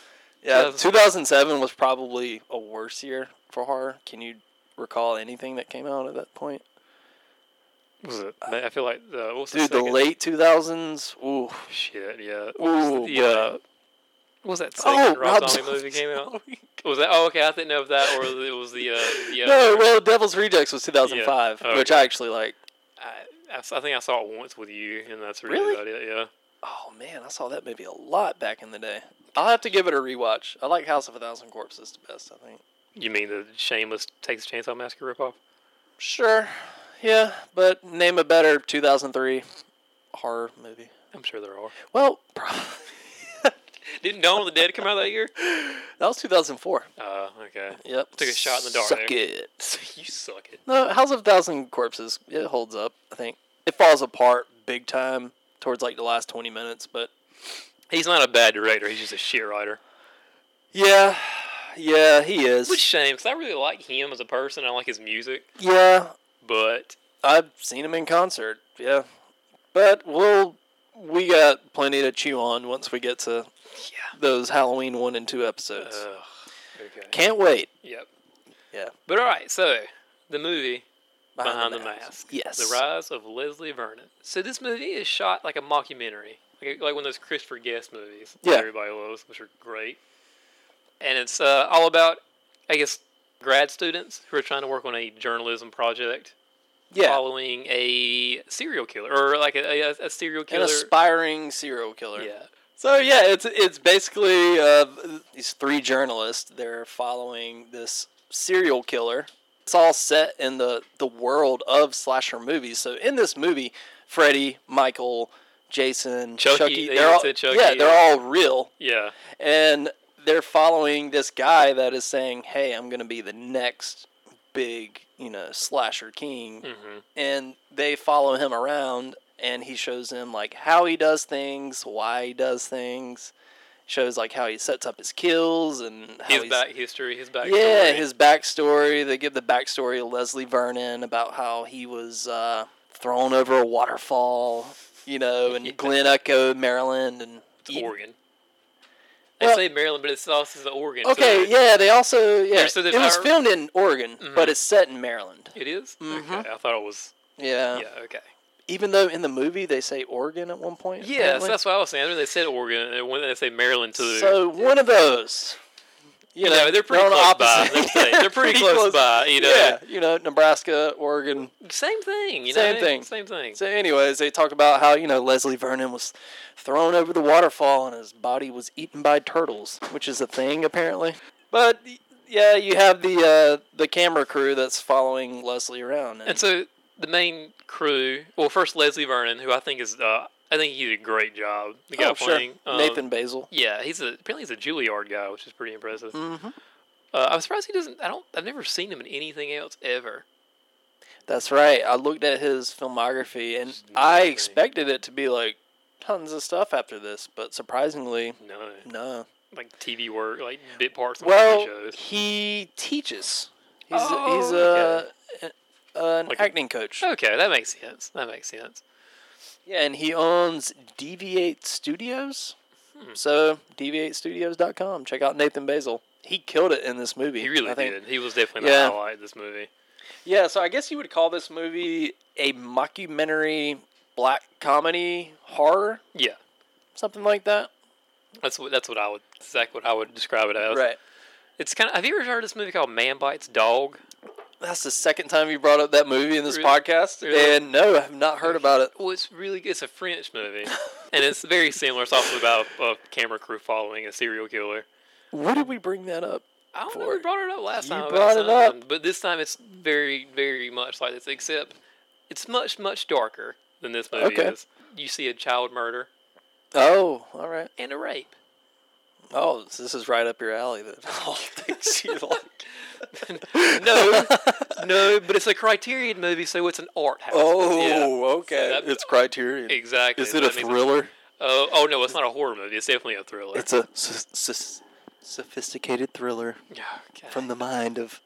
[SPEAKER 7] yeah,
[SPEAKER 6] 2007.
[SPEAKER 7] 2007 was probably a worse year for horror. Can you recall anything that came out at that point?
[SPEAKER 6] Was it? I feel like the what was
[SPEAKER 7] Dude,
[SPEAKER 6] the,
[SPEAKER 7] the
[SPEAKER 6] second-
[SPEAKER 7] late 2000s. Ooh.
[SPEAKER 6] Shit, yeah. What
[SPEAKER 7] Ooh,
[SPEAKER 6] was the, uh,
[SPEAKER 7] boy.
[SPEAKER 6] what was that
[SPEAKER 7] Oh,
[SPEAKER 6] second Rob
[SPEAKER 7] Rob
[SPEAKER 6] Zombie movie came out? Was that? Oh, okay. I didn't know if that or it was the. Uh, the uh,
[SPEAKER 7] No, well, Devil's Rejects was 2005,
[SPEAKER 6] Yeah. Oh,
[SPEAKER 7] which
[SPEAKER 6] okay.
[SPEAKER 7] I actually like.
[SPEAKER 6] I, I s- I think I saw it once with you, and that's really,
[SPEAKER 7] Really?
[SPEAKER 6] about it. Yeah.
[SPEAKER 7] Oh man, I saw that movie a lot back in the day. I'll have to give it a rewatch. I like House of a Thousand Corpses the best, I think.
[SPEAKER 6] You mean the Shameless Texas Chainsaw Massacre ripoff?
[SPEAKER 7] Sure, yeah, but name a better 2003 horror movie.
[SPEAKER 6] I'm sure there are.
[SPEAKER 7] Well, pro-
[SPEAKER 6] Didn't Dawn of the Dead come out that year?
[SPEAKER 7] that was 2004.
[SPEAKER 6] Uh, okay.
[SPEAKER 7] Yep,
[SPEAKER 6] Took a shot in the dark eh?
[SPEAKER 7] Suck
[SPEAKER 6] there.
[SPEAKER 7] it.
[SPEAKER 6] You suck it.
[SPEAKER 7] No, House of a Thousand Corpses. It holds up. I think it falls apart big time towards like the last 20 minutes, but
[SPEAKER 6] He's not a bad director. He's just a shit writer.
[SPEAKER 7] yeah, yeah, he is.
[SPEAKER 6] Which shame, because I really like him as a person. I like his music,
[SPEAKER 7] yeah,
[SPEAKER 6] but
[SPEAKER 7] I've seen him in concert, yeah. But we'll we got plenty to chew on once we get to those Halloween one and two episodes.
[SPEAKER 6] Ugh, okay.
[SPEAKER 7] Can't wait.
[SPEAKER 6] Yep.
[SPEAKER 7] Yeah.
[SPEAKER 6] But all right, so the movie Behind, the, mask.
[SPEAKER 7] Yes.
[SPEAKER 6] The Rise of Leslie Vernon. So this movie is shot like a mockumentary, like, like one of those Christopher Guest movies
[SPEAKER 7] Yeah.
[SPEAKER 6] that everybody loves, which are great. And it's uh, all about, I guess, grad students who are trying to work on a journalism project
[SPEAKER 7] Yeah.
[SPEAKER 6] following a serial killer or like a, a, a serial
[SPEAKER 7] An
[SPEAKER 6] killer.
[SPEAKER 7] aspiring serial killer.
[SPEAKER 6] yeah.
[SPEAKER 7] So yeah, it's it's basically uh, these three journalists. They're following this serial killer. It's all set in the the world of slasher movies. So in this movie, Freddy, Michael, Jason,
[SPEAKER 6] Chucky,
[SPEAKER 7] Chucky.
[SPEAKER 6] they
[SPEAKER 7] they're
[SPEAKER 6] even
[SPEAKER 7] all,
[SPEAKER 6] said Chucky,
[SPEAKER 7] yeah,
[SPEAKER 6] yeah.
[SPEAKER 7] they're all real,
[SPEAKER 6] Yeah.
[SPEAKER 7] and they're following this guy that is saying, "Hey, I'm going to be the next big, you know, slasher king,"
[SPEAKER 6] Mm-hmm.
[SPEAKER 7] and they follow him around, and he shows them like how he does things, why he does things, shows like how he sets up his kills and how
[SPEAKER 6] His
[SPEAKER 7] he's,
[SPEAKER 6] back history, his back.
[SPEAKER 7] yeah, his backstory. They give the backstory of Leslie Vernon about how he was uh, thrown over a waterfall, you know, in Glen Echo, Maryland, and eaten-
[SPEAKER 6] Oregon. They
[SPEAKER 7] Well-
[SPEAKER 6] say Maryland, but it's also the Oregon. so
[SPEAKER 7] Okay,
[SPEAKER 6] it-
[SPEAKER 7] yeah, they also yeah,
[SPEAKER 6] so
[SPEAKER 7] it
[SPEAKER 6] there's Mm-hmm.
[SPEAKER 7] was
[SPEAKER 6] our-
[SPEAKER 7] filmed in Oregon, but it's set in Maryland.
[SPEAKER 6] It is?
[SPEAKER 7] Mm-hmm.
[SPEAKER 6] Okay, I thought it was.
[SPEAKER 7] Yeah.
[SPEAKER 6] Yeah, okay.
[SPEAKER 7] even though in the movie they say Oregon at one point.
[SPEAKER 6] Yeah, so
[SPEAKER 7] apparently.
[SPEAKER 6] that's what I was saying. I remember they said Oregon, and when they say Maryland too.
[SPEAKER 7] so one of those. You
[SPEAKER 6] you
[SPEAKER 7] know,
[SPEAKER 6] know, they're pretty
[SPEAKER 7] on the
[SPEAKER 6] close by.
[SPEAKER 7] opposite-
[SPEAKER 6] They're, pretty- they're pretty close, by. You know,
[SPEAKER 7] yeah, you know, Nebraska, Oregon.
[SPEAKER 6] same thing. You
[SPEAKER 7] Same
[SPEAKER 6] know,
[SPEAKER 7] thing.
[SPEAKER 6] Same thing.
[SPEAKER 7] So, anyways, they talk about how you know Leslie Vernon was thrown over the waterfall and his body was eaten by turtles, which is a thing apparently. But yeah, you have the uh, the camera crew that's following Leslie around, and,
[SPEAKER 6] And so the main crew, well, first Leslie Vernon, who I think is, uh, I think he did a great job. The guy
[SPEAKER 7] oh, sure,
[SPEAKER 6] playing um,
[SPEAKER 7] Nathan Basil.
[SPEAKER 6] Yeah, he's a apparently he's a Juilliard guy, which is pretty impressive. Mm-hmm. Uh, I'm surprised he doesn't. I don't. I've never seen him in anything else ever.
[SPEAKER 7] That's right. I looked at his filmography, and I expected it to be like tons of stuff after this, but surprisingly,
[SPEAKER 6] No,
[SPEAKER 7] no.
[SPEAKER 6] like TV work, like bit parts on TV
[SPEAKER 7] Well,
[SPEAKER 6] shows.
[SPEAKER 7] he teaches. He's
[SPEAKER 6] Oh,
[SPEAKER 7] he's
[SPEAKER 6] okay.
[SPEAKER 7] a, an
[SPEAKER 6] Like a-
[SPEAKER 7] acting coach.
[SPEAKER 6] Okay, that makes sense. That makes sense.
[SPEAKER 7] Yeah, and he owns Deviate Studios.
[SPEAKER 6] Hmm.
[SPEAKER 7] So deviatestudios.com. Check out Nathan Basil. He killed it in this movie.
[SPEAKER 6] He really
[SPEAKER 7] I think.
[SPEAKER 6] did. He was definitely the
[SPEAKER 7] Yeah.
[SPEAKER 6] highlight of this movie.
[SPEAKER 7] Yeah, so I guess you would call this movie a mockumentary black comedy horror,
[SPEAKER 6] Yeah,
[SPEAKER 7] something like that.
[SPEAKER 6] that's what that's what I would exactly what I would describe it as.
[SPEAKER 7] Right.
[SPEAKER 6] It's kind of. Have you ever heard of this movie called Man Bites Dog?
[SPEAKER 7] That's the second time you brought up that movie in this
[SPEAKER 6] Really?
[SPEAKER 7] podcast.
[SPEAKER 6] Really?
[SPEAKER 7] And no, I have not heard about it.
[SPEAKER 6] Well, it's really it's a French movie, and it's very similar. It's also about a, a camera crew following a serial killer.
[SPEAKER 7] Why did we bring that up?
[SPEAKER 6] I don't know.
[SPEAKER 7] for
[SPEAKER 6] We
[SPEAKER 7] it.
[SPEAKER 6] brought it up last
[SPEAKER 7] You
[SPEAKER 6] time. about
[SPEAKER 7] brought it
[SPEAKER 6] something,
[SPEAKER 7] up.
[SPEAKER 6] but this time it's very, very much like this, except it's much, much darker than this movie
[SPEAKER 7] Okay.
[SPEAKER 6] is. You see a child murder
[SPEAKER 7] Oh, all right.
[SPEAKER 6] and a rape.
[SPEAKER 7] Oh, so this is right up your alley then. All things you like.
[SPEAKER 6] No, no, but it's a Criterion movie, so it's an art house.
[SPEAKER 7] Oh,
[SPEAKER 6] Yeah.
[SPEAKER 7] okay.
[SPEAKER 6] that-
[SPEAKER 7] it's Criterion.
[SPEAKER 6] Exactly.
[SPEAKER 7] Is it
[SPEAKER 6] so
[SPEAKER 7] a
[SPEAKER 6] that means-
[SPEAKER 7] thriller?
[SPEAKER 6] Oh, oh no, it's not a horror movie. It's definitely a thriller.
[SPEAKER 7] It's a s- s- sophisticated thriller
[SPEAKER 6] Okay.
[SPEAKER 7] from the mind of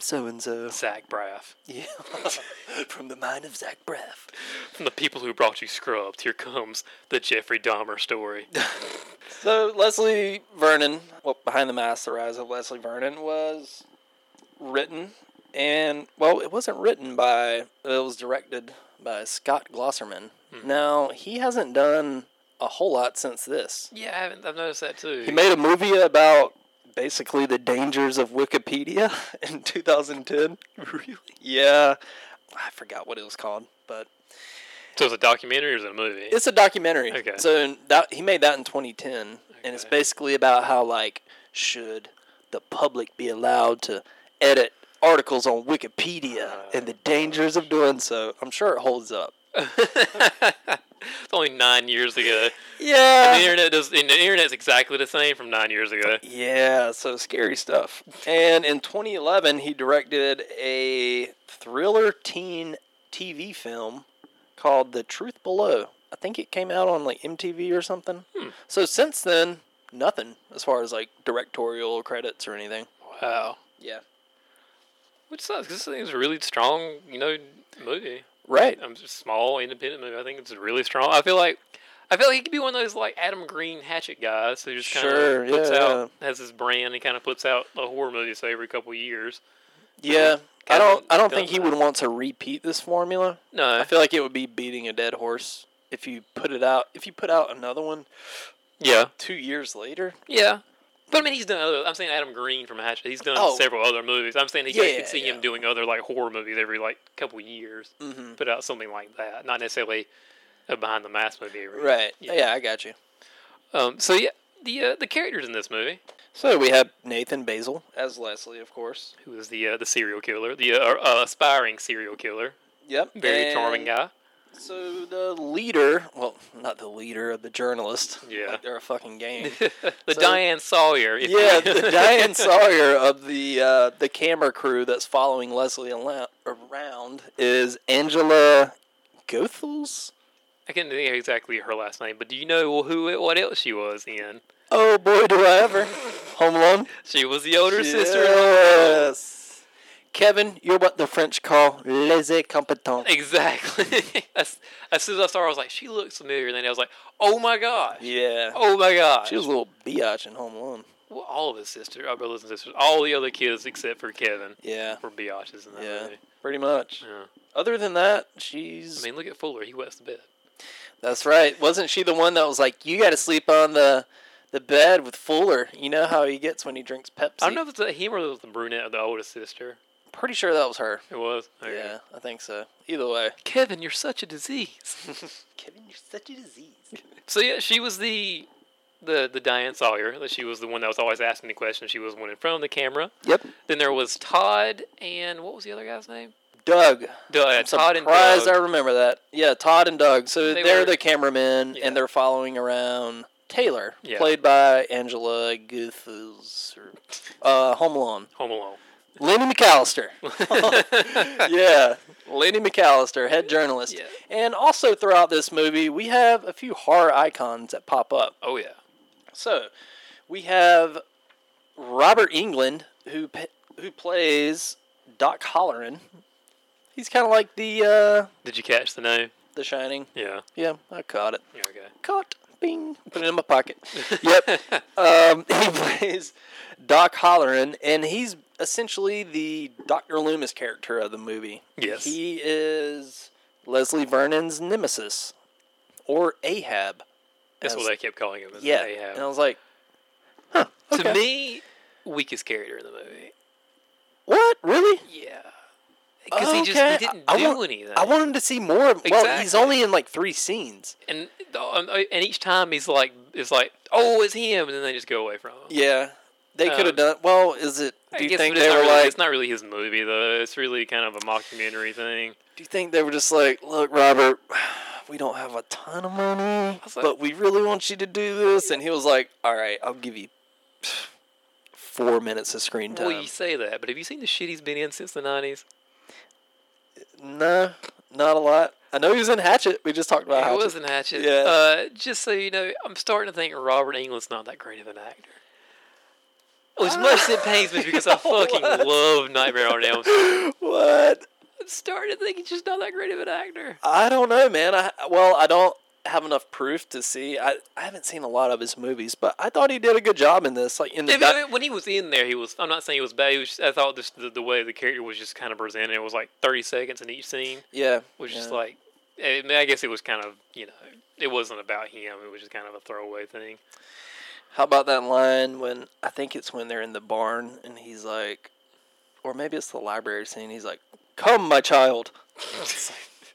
[SPEAKER 7] so and so.
[SPEAKER 6] Zach Braff,
[SPEAKER 7] Yeah. from the mind of Zach Braff.
[SPEAKER 6] from the people who brought you Scrubs. Here comes the Jeffrey Dahmer story.
[SPEAKER 7] So Leslie Vernon, well, behind the mask, the rise of Leslie Vernon was written, and well, it wasn't written by. It was directed by Scott Glosserman. Now he hasn't done a whole lot since this.
[SPEAKER 6] yeah, I haven't, I've noticed that too.
[SPEAKER 7] He made a movie about basically the dangers of Wikipedia in 2010. Really? Yeah, I forgot what it was called, but
[SPEAKER 6] so it's a documentary or is it a movie?
[SPEAKER 7] it's a documentary.
[SPEAKER 6] Okay.
[SPEAKER 7] So in that he made that in 2010, and it's basically about how like should the public be allowed to edit articles on Wikipedia and the dangers of doing so. I'm sure it holds up.
[SPEAKER 6] It's only nine years ago.
[SPEAKER 7] Yeah.
[SPEAKER 6] the internet does. And the internet's exactly the same from nine years ago.
[SPEAKER 7] Yeah, so scary stuff. And in 2011, he directed a thriller teen TV film called The Truth Below. I think it came out on like MTV or something. So since then, nothing as far as like directorial credits or anything.
[SPEAKER 6] Wow.
[SPEAKER 7] Yeah.
[SPEAKER 6] Which sucks. 'cause This thing's a really strong, you know, movie.
[SPEAKER 7] Right.
[SPEAKER 6] I'm just small independent movie. I think it's really strong. I feel like, I feel like he could be one of those like Adam Green Hatchet guys who just kind of
[SPEAKER 7] Sure,
[SPEAKER 6] puts
[SPEAKER 7] yeah,
[SPEAKER 6] out has his brand and kind of puts out a horror movie say every couple of years.
[SPEAKER 7] Yeah. I don't I don't think
[SPEAKER 6] Kinda-
[SPEAKER 7] he would want to repeat this formula.
[SPEAKER 6] No,
[SPEAKER 7] I feel like it would be beating a dead horse if you put it out if you put out another one
[SPEAKER 6] yeah,
[SPEAKER 7] 2 years later.
[SPEAKER 6] yeah. But I mean, he's done other. I'm saying Adam Green from Hatchet. He's done
[SPEAKER 7] Oh.
[SPEAKER 6] several other movies. I'm saying he
[SPEAKER 7] Yeah,
[SPEAKER 6] I
[SPEAKER 7] yeah,
[SPEAKER 6] could see
[SPEAKER 7] yeah.
[SPEAKER 6] him doing other like horror movies every like couple of years. Mm-hmm. Put out something like that, not necessarily a behind the mask movie. Every
[SPEAKER 7] Right.
[SPEAKER 6] Yeah.
[SPEAKER 7] yeah I got you.
[SPEAKER 6] Um. So yeah, the uh, the characters in this movie,
[SPEAKER 7] So we have Nathan Basil as Leslie, of course.
[SPEAKER 6] who is the uh, the serial killer, the uh, uh, aspiring serial killer,
[SPEAKER 7] Yep.
[SPEAKER 6] very
[SPEAKER 7] and
[SPEAKER 6] charming guy.
[SPEAKER 7] So the leader, well, not the leader, the journalist.
[SPEAKER 6] Yeah.
[SPEAKER 7] like they're a fucking game.
[SPEAKER 6] The
[SPEAKER 7] So-
[SPEAKER 6] Diane Sawyer. if you-
[SPEAKER 7] yeah, the Diane Sawyer of the uh, the camera crew that's following Leslie ala- around is Angela Goethals.
[SPEAKER 6] I can't think of exactly her last name, but do you know who what else she was in?
[SPEAKER 7] Oh boy, do I ever! Home Alone.
[SPEAKER 6] She was the older sister. in Home Alone.
[SPEAKER 7] Yes. Kevin, you're what the French call les incompetents.
[SPEAKER 6] Exactly. as, as soon as I saw her, I was like, she looks familiar. And then I was like, oh my gosh.
[SPEAKER 7] Yeah.
[SPEAKER 6] Oh my gosh.
[SPEAKER 7] She was a little biatch in Home Alone.
[SPEAKER 6] Well, all of his sisters, our brothers and sisters, all the other kids except for Kevin
[SPEAKER 7] Yeah.
[SPEAKER 6] were biatches in that
[SPEAKER 7] Yeah.
[SPEAKER 6] movie.
[SPEAKER 7] Pretty much.
[SPEAKER 6] Yeah.
[SPEAKER 7] Other than that, she's
[SPEAKER 6] I mean, look at Fuller. He wets the bed.
[SPEAKER 7] That's right. Wasn't she the one that was like, "You got to sleep on the the bed with Fuller"? You know how he gets when he drinks Pepsi.
[SPEAKER 6] I don't know if it's a, him or it was the brunette or the oldest sister.
[SPEAKER 7] Pretty sure that was her.
[SPEAKER 6] It was. Okay.
[SPEAKER 7] Yeah, I think so. Either way,
[SPEAKER 6] Kevin, you're such a disease.
[SPEAKER 7] Kevin, you're such a disease.
[SPEAKER 6] so yeah, she was the the the Diane Sawyer. That She was the one that was always asking the questions. She was the one in front of the camera.
[SPEAKER 7] Yep.
[SPEAKER 6] Then there was Todd and what was the other guy's name?
[SPEAKER 7] Doug.
[SPEAKER 6] Duh,
[SPEAKER 7] I'm
[SPEAKER 6] Todd and
[SPEAKER 7] surprised
[SPEAKER 6] Doug.
[SPEAKER 7] I remember that. Yeah, Todd and Doug. So
[SPEAKER 6] They
[SPEAKER 7] they are
[SPEAKER 6] were-
[SPEAKER 7] the cameramen,
[SPEAKER 6] Yeah.
[SPEAKER 7] and they're following around Taylor,
[SPEAKER 6] Yeah.
[SPEAKER 7] played by Angela Goethals, or, uh, Home Alone.
[SPEAKER 6] Home Alone.
[SPEAKER 7] Lenny McAllister. yeah, Lenny McAllister, head journalist.
[SPEAKER 6] Yeah.
[SPEAKER 7] And also throughout this movie, we have a few horror icons that pop up.
[SPEAKER 6] Oh yeah.
[SPEAKER 7] So we have Robert England, who p- who plays Doc Holleran. He's kind of like the uh,
[SPEAKER 6] Did you catch the name?
[SPEAKER 7] The Shining.
[SPEAKER 6] Yeah.
[SPEAKER 7] Yeah, I caught it.
[SPEAKER 6] Yeah. Okay.
[SPEAKER 7] Caught. Bing. Put it in my pocket. yep. Um, he plays Doc Holleran, and he's essentially the Dr. Loomis character of the movie.
[SPEAKER 6] Yes.
[SPEAKER 7] He is Leslie Vernon's nemesis, or Ahab.
[SPEAKER 6] That's
[SPEAKER 7] as-
[SPEAKER 6] what they kept calling him. is
[SPEAKER 7] Yeah.
[SPEAKER 6] Ahab.
[SPEAKER 7] And I was like,
[SPEAKER 6] To me, weakest character in the movie.
[SPEAKER 7] what? Really?
[SPEAKER 6] Yeah. Because he
[SPEAKER 7] Okay,
[SPEAKER 6] just he didn't
[SPEAKER 7] I- I
[SPEAKER 6] do
[SPEAKER 7] want-
[SPEAKER 6] anything.
[SPEAKER 7] I wanted to see more. of- Well, he's
[SPEAKER 6] Exactly.
[SPEAKER 7] only in like three scenes.
[SPEAKER 6] and the- um, uh, and each time he's like, it's like, oh, it's him, and then they just go away from him.
[SPEAKER 7] Yeah. They
[SPEAKER 6] Uh,
[SPEAKER 7] could have done. Well, is Um, it.
[SPEAKER 6] I
[SPEAKER 7] Do you
[SPEAKER 6] guess
[SPEAKER 7] think
[SPEAKER 6] it's
[SPEAKER 7] they
[SPEAKER 6] not
[SPEAKER 7] were
[SPEAKER 6] really,
[SPEAKER 7] like.
[SPEAKER 6] it's not really his movie though. It's really kind of a mockumentary thing.
[SPEAKER 7] Do you think they were just like, look, Robert, we don't have a ton of money,
[SPEAKER 6] was like-
[SPEAKER 7] but we really want you to do this? And he was like, all right, I'll give you four minutes of screen time.
[SPEAKER 6] Well, you say that, but have you seen the shit he's been in since the nineties?
[SPEAKER 7] no, not a lot. I know he was in Hatchet. We just talked about
[SPEAKER 6] It
[SPEAKER 7] Hatchet.
[SPEAKER 6] wasn't Hatchet.
[SPEAKER 7] Yeah.
[SPEAKER 6] Uh, just so you know, I'm starting to think Robert England's not that great of an actor. Well, as much as it pains me because I fucking love Nightmare on Elm Street,
[SPEAKER 7] What?
[SPEAKER 6] I'm starting to think he's just not that great of an actor.
[SPEAKER 7] I don't know, man. I Well, I don't have enough proof to see. I, I haven't seen a lot of his movies, but I thought he did a good job in this. Like in the
[SPEAKER 6] Yeah,
[SPEAKER 7] doc-
[SPEAKER 6] but when he was in there, he was. I'm not saying he was bad. He was, I thought just the, the way the character was just kind of presented. It was like 30 seconds in each scene,
[SPEAKER 7] yeah,
[SPEAKER 6] which is
[SPEAKER 7] yeah.
[SPEAKER 6] like, I, mean, I guess it was kind of you know, it wasn't about him. It was just kind of a throwaway thing.
[SPEAKER 7] How about that line when I think it's when they're in the barn and he's like, or maybe it's the library scene. He's like, "Come, my child." it's,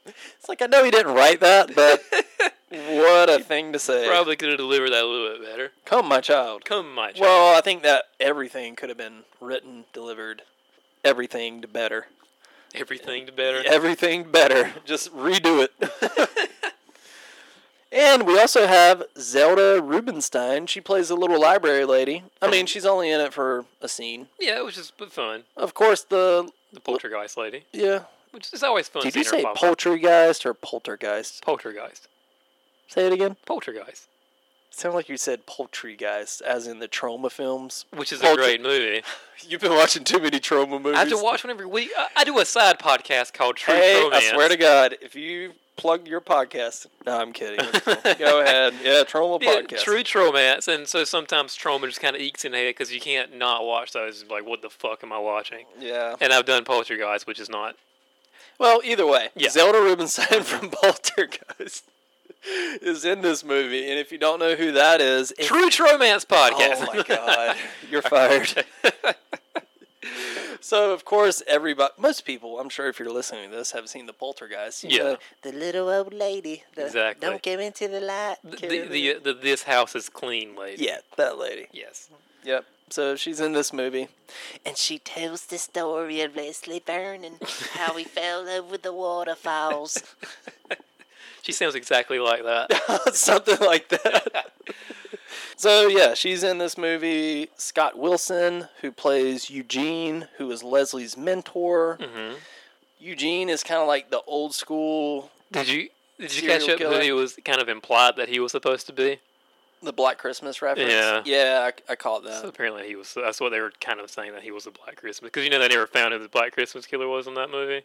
[SPEAKER 7] like, it's like, I know he didn't write that, but what a thing to say.
[SPEAKER 6] Probably could have delivered that a little bit better.
[SPEAKER 7] Come, my child.
[SPEAKER 6] Come, my child.
[SPEAKER 7] Well, I think that everything could have been written, delivered, everything to better,
[SPEAKER 6] everything to better.
[SPEAKER 7] everything better. Just redo it. And we also have Zelda Rubinstein. She plays a little library lady. I mean, she's only in it for a scene.
[SPEAKER 6] Yeah, it was just but fun.
[SPEAKER 7] Of course, the
[SPEAKER 6] The poltergeist lady,
[SPEAKER 7] yeah.
[SPEAKER 6] which is always fun.
[SPEAKER 7] Did
[SPEAKER 6] seeing
[SPEAKER 7] you
[SPEAKER 6] her
[SPEAKER 7] say
[SPEAKER 6] pop up.
[SPEAKER 7] poltergeist or poltergeist?
[SPEAKER 6] poltergeist?
[SPEAKER 7] Say it again.
[SPEAKER 6] Poltergeist,
[SPEAKER 7] Sound like you said poultrygeist, as in the trauma films.
[SPEAKER 6] which is
[SPEAKER 7] Polter-
[SPEAKER 6] a great movie.
[SPEAKER 7] You've been watching too many trauma movies.
[SPEAKER 6] I have to watch one every week. I, I do a side podcast called True
[SPEAKER 7] Hey,
[SPEAKER 6] Romance.
[SPEAKER 7] I swear to God, if you plug your podcast, no, I'm kidding. It's cool. Go ahead. Yeah, trauma
[SPEAKER 6] Yeah,
[SPEAKER 7] podcast.
[SPEAKER 6] true tromance, and so sometimes trauma just kind of ekes in because you can't not watch those. It's Like, what the fuck am I watching?
[SPEAKER 7] Yeah.
[SPEAKER 6] And I've done Poltergeist, which is not.
[SPEAKER 7] Well, either way,
[SPEAKER 6] Yeah.
[SPEAKER 7] Zelda Rubinstein from Poltergeist is in this movie, and if you don't know who that is, if-
[SPEAKER 6] True Tromance podcast.
[SPEAKER 7] Oh my god, you're fired. so of course, everybody, most people, I'm sure, if you're listening to this, have seen the Poltergeist. You
[SPEAKER 6] Yeah.
[SPEAKER 7] know, the little old lady. The,
[SPEAKER 6] Exactly.
[SPEAKER 7] Don't give in to the light.
[SPEAKER 6] the,
[SPEAKER 7] Carrie."
[SPEAKER 6] the, uh, the this house is clean, lady.
[SPEAKER 7] yeah, that lady.
[SPEAKER 6] Yes.
[SPEAKER 7] Yep. So she's in this movie.
[SPEAKER 8] and she tells the story of Leslie Vernon, how he fell over the waterfalls.
[SPEAKER 6] She sounds exactly like that.
[SPEAKER 7] something like that. so yeah, she's in this movie. Scott Wilson, who plays Eugene, who is Leslie's mentor.
[SPEAKER 6] Mm-hmm.
[SPEAKER 7] Eugene is kind of like the old school,
[SPEAKER 6] Did you did you
[SPEAKER 7] Serial
[SPEAKER 6] catch up
[SPEAKER 7] killer.
[SPEAKER 6] that he was kind of implied that he was supposed to be?
[SPEAKER 7] the Black Christmas reference.
[SPEAKER 6] Yeah.
[SPEAKER 7] yeah, I, I caught that.
[SPEAKER 6] So apparently he was. That's what they were kind of saying that he was a Black Christmas because you know they never found who the Black Christmas killer was in that movie.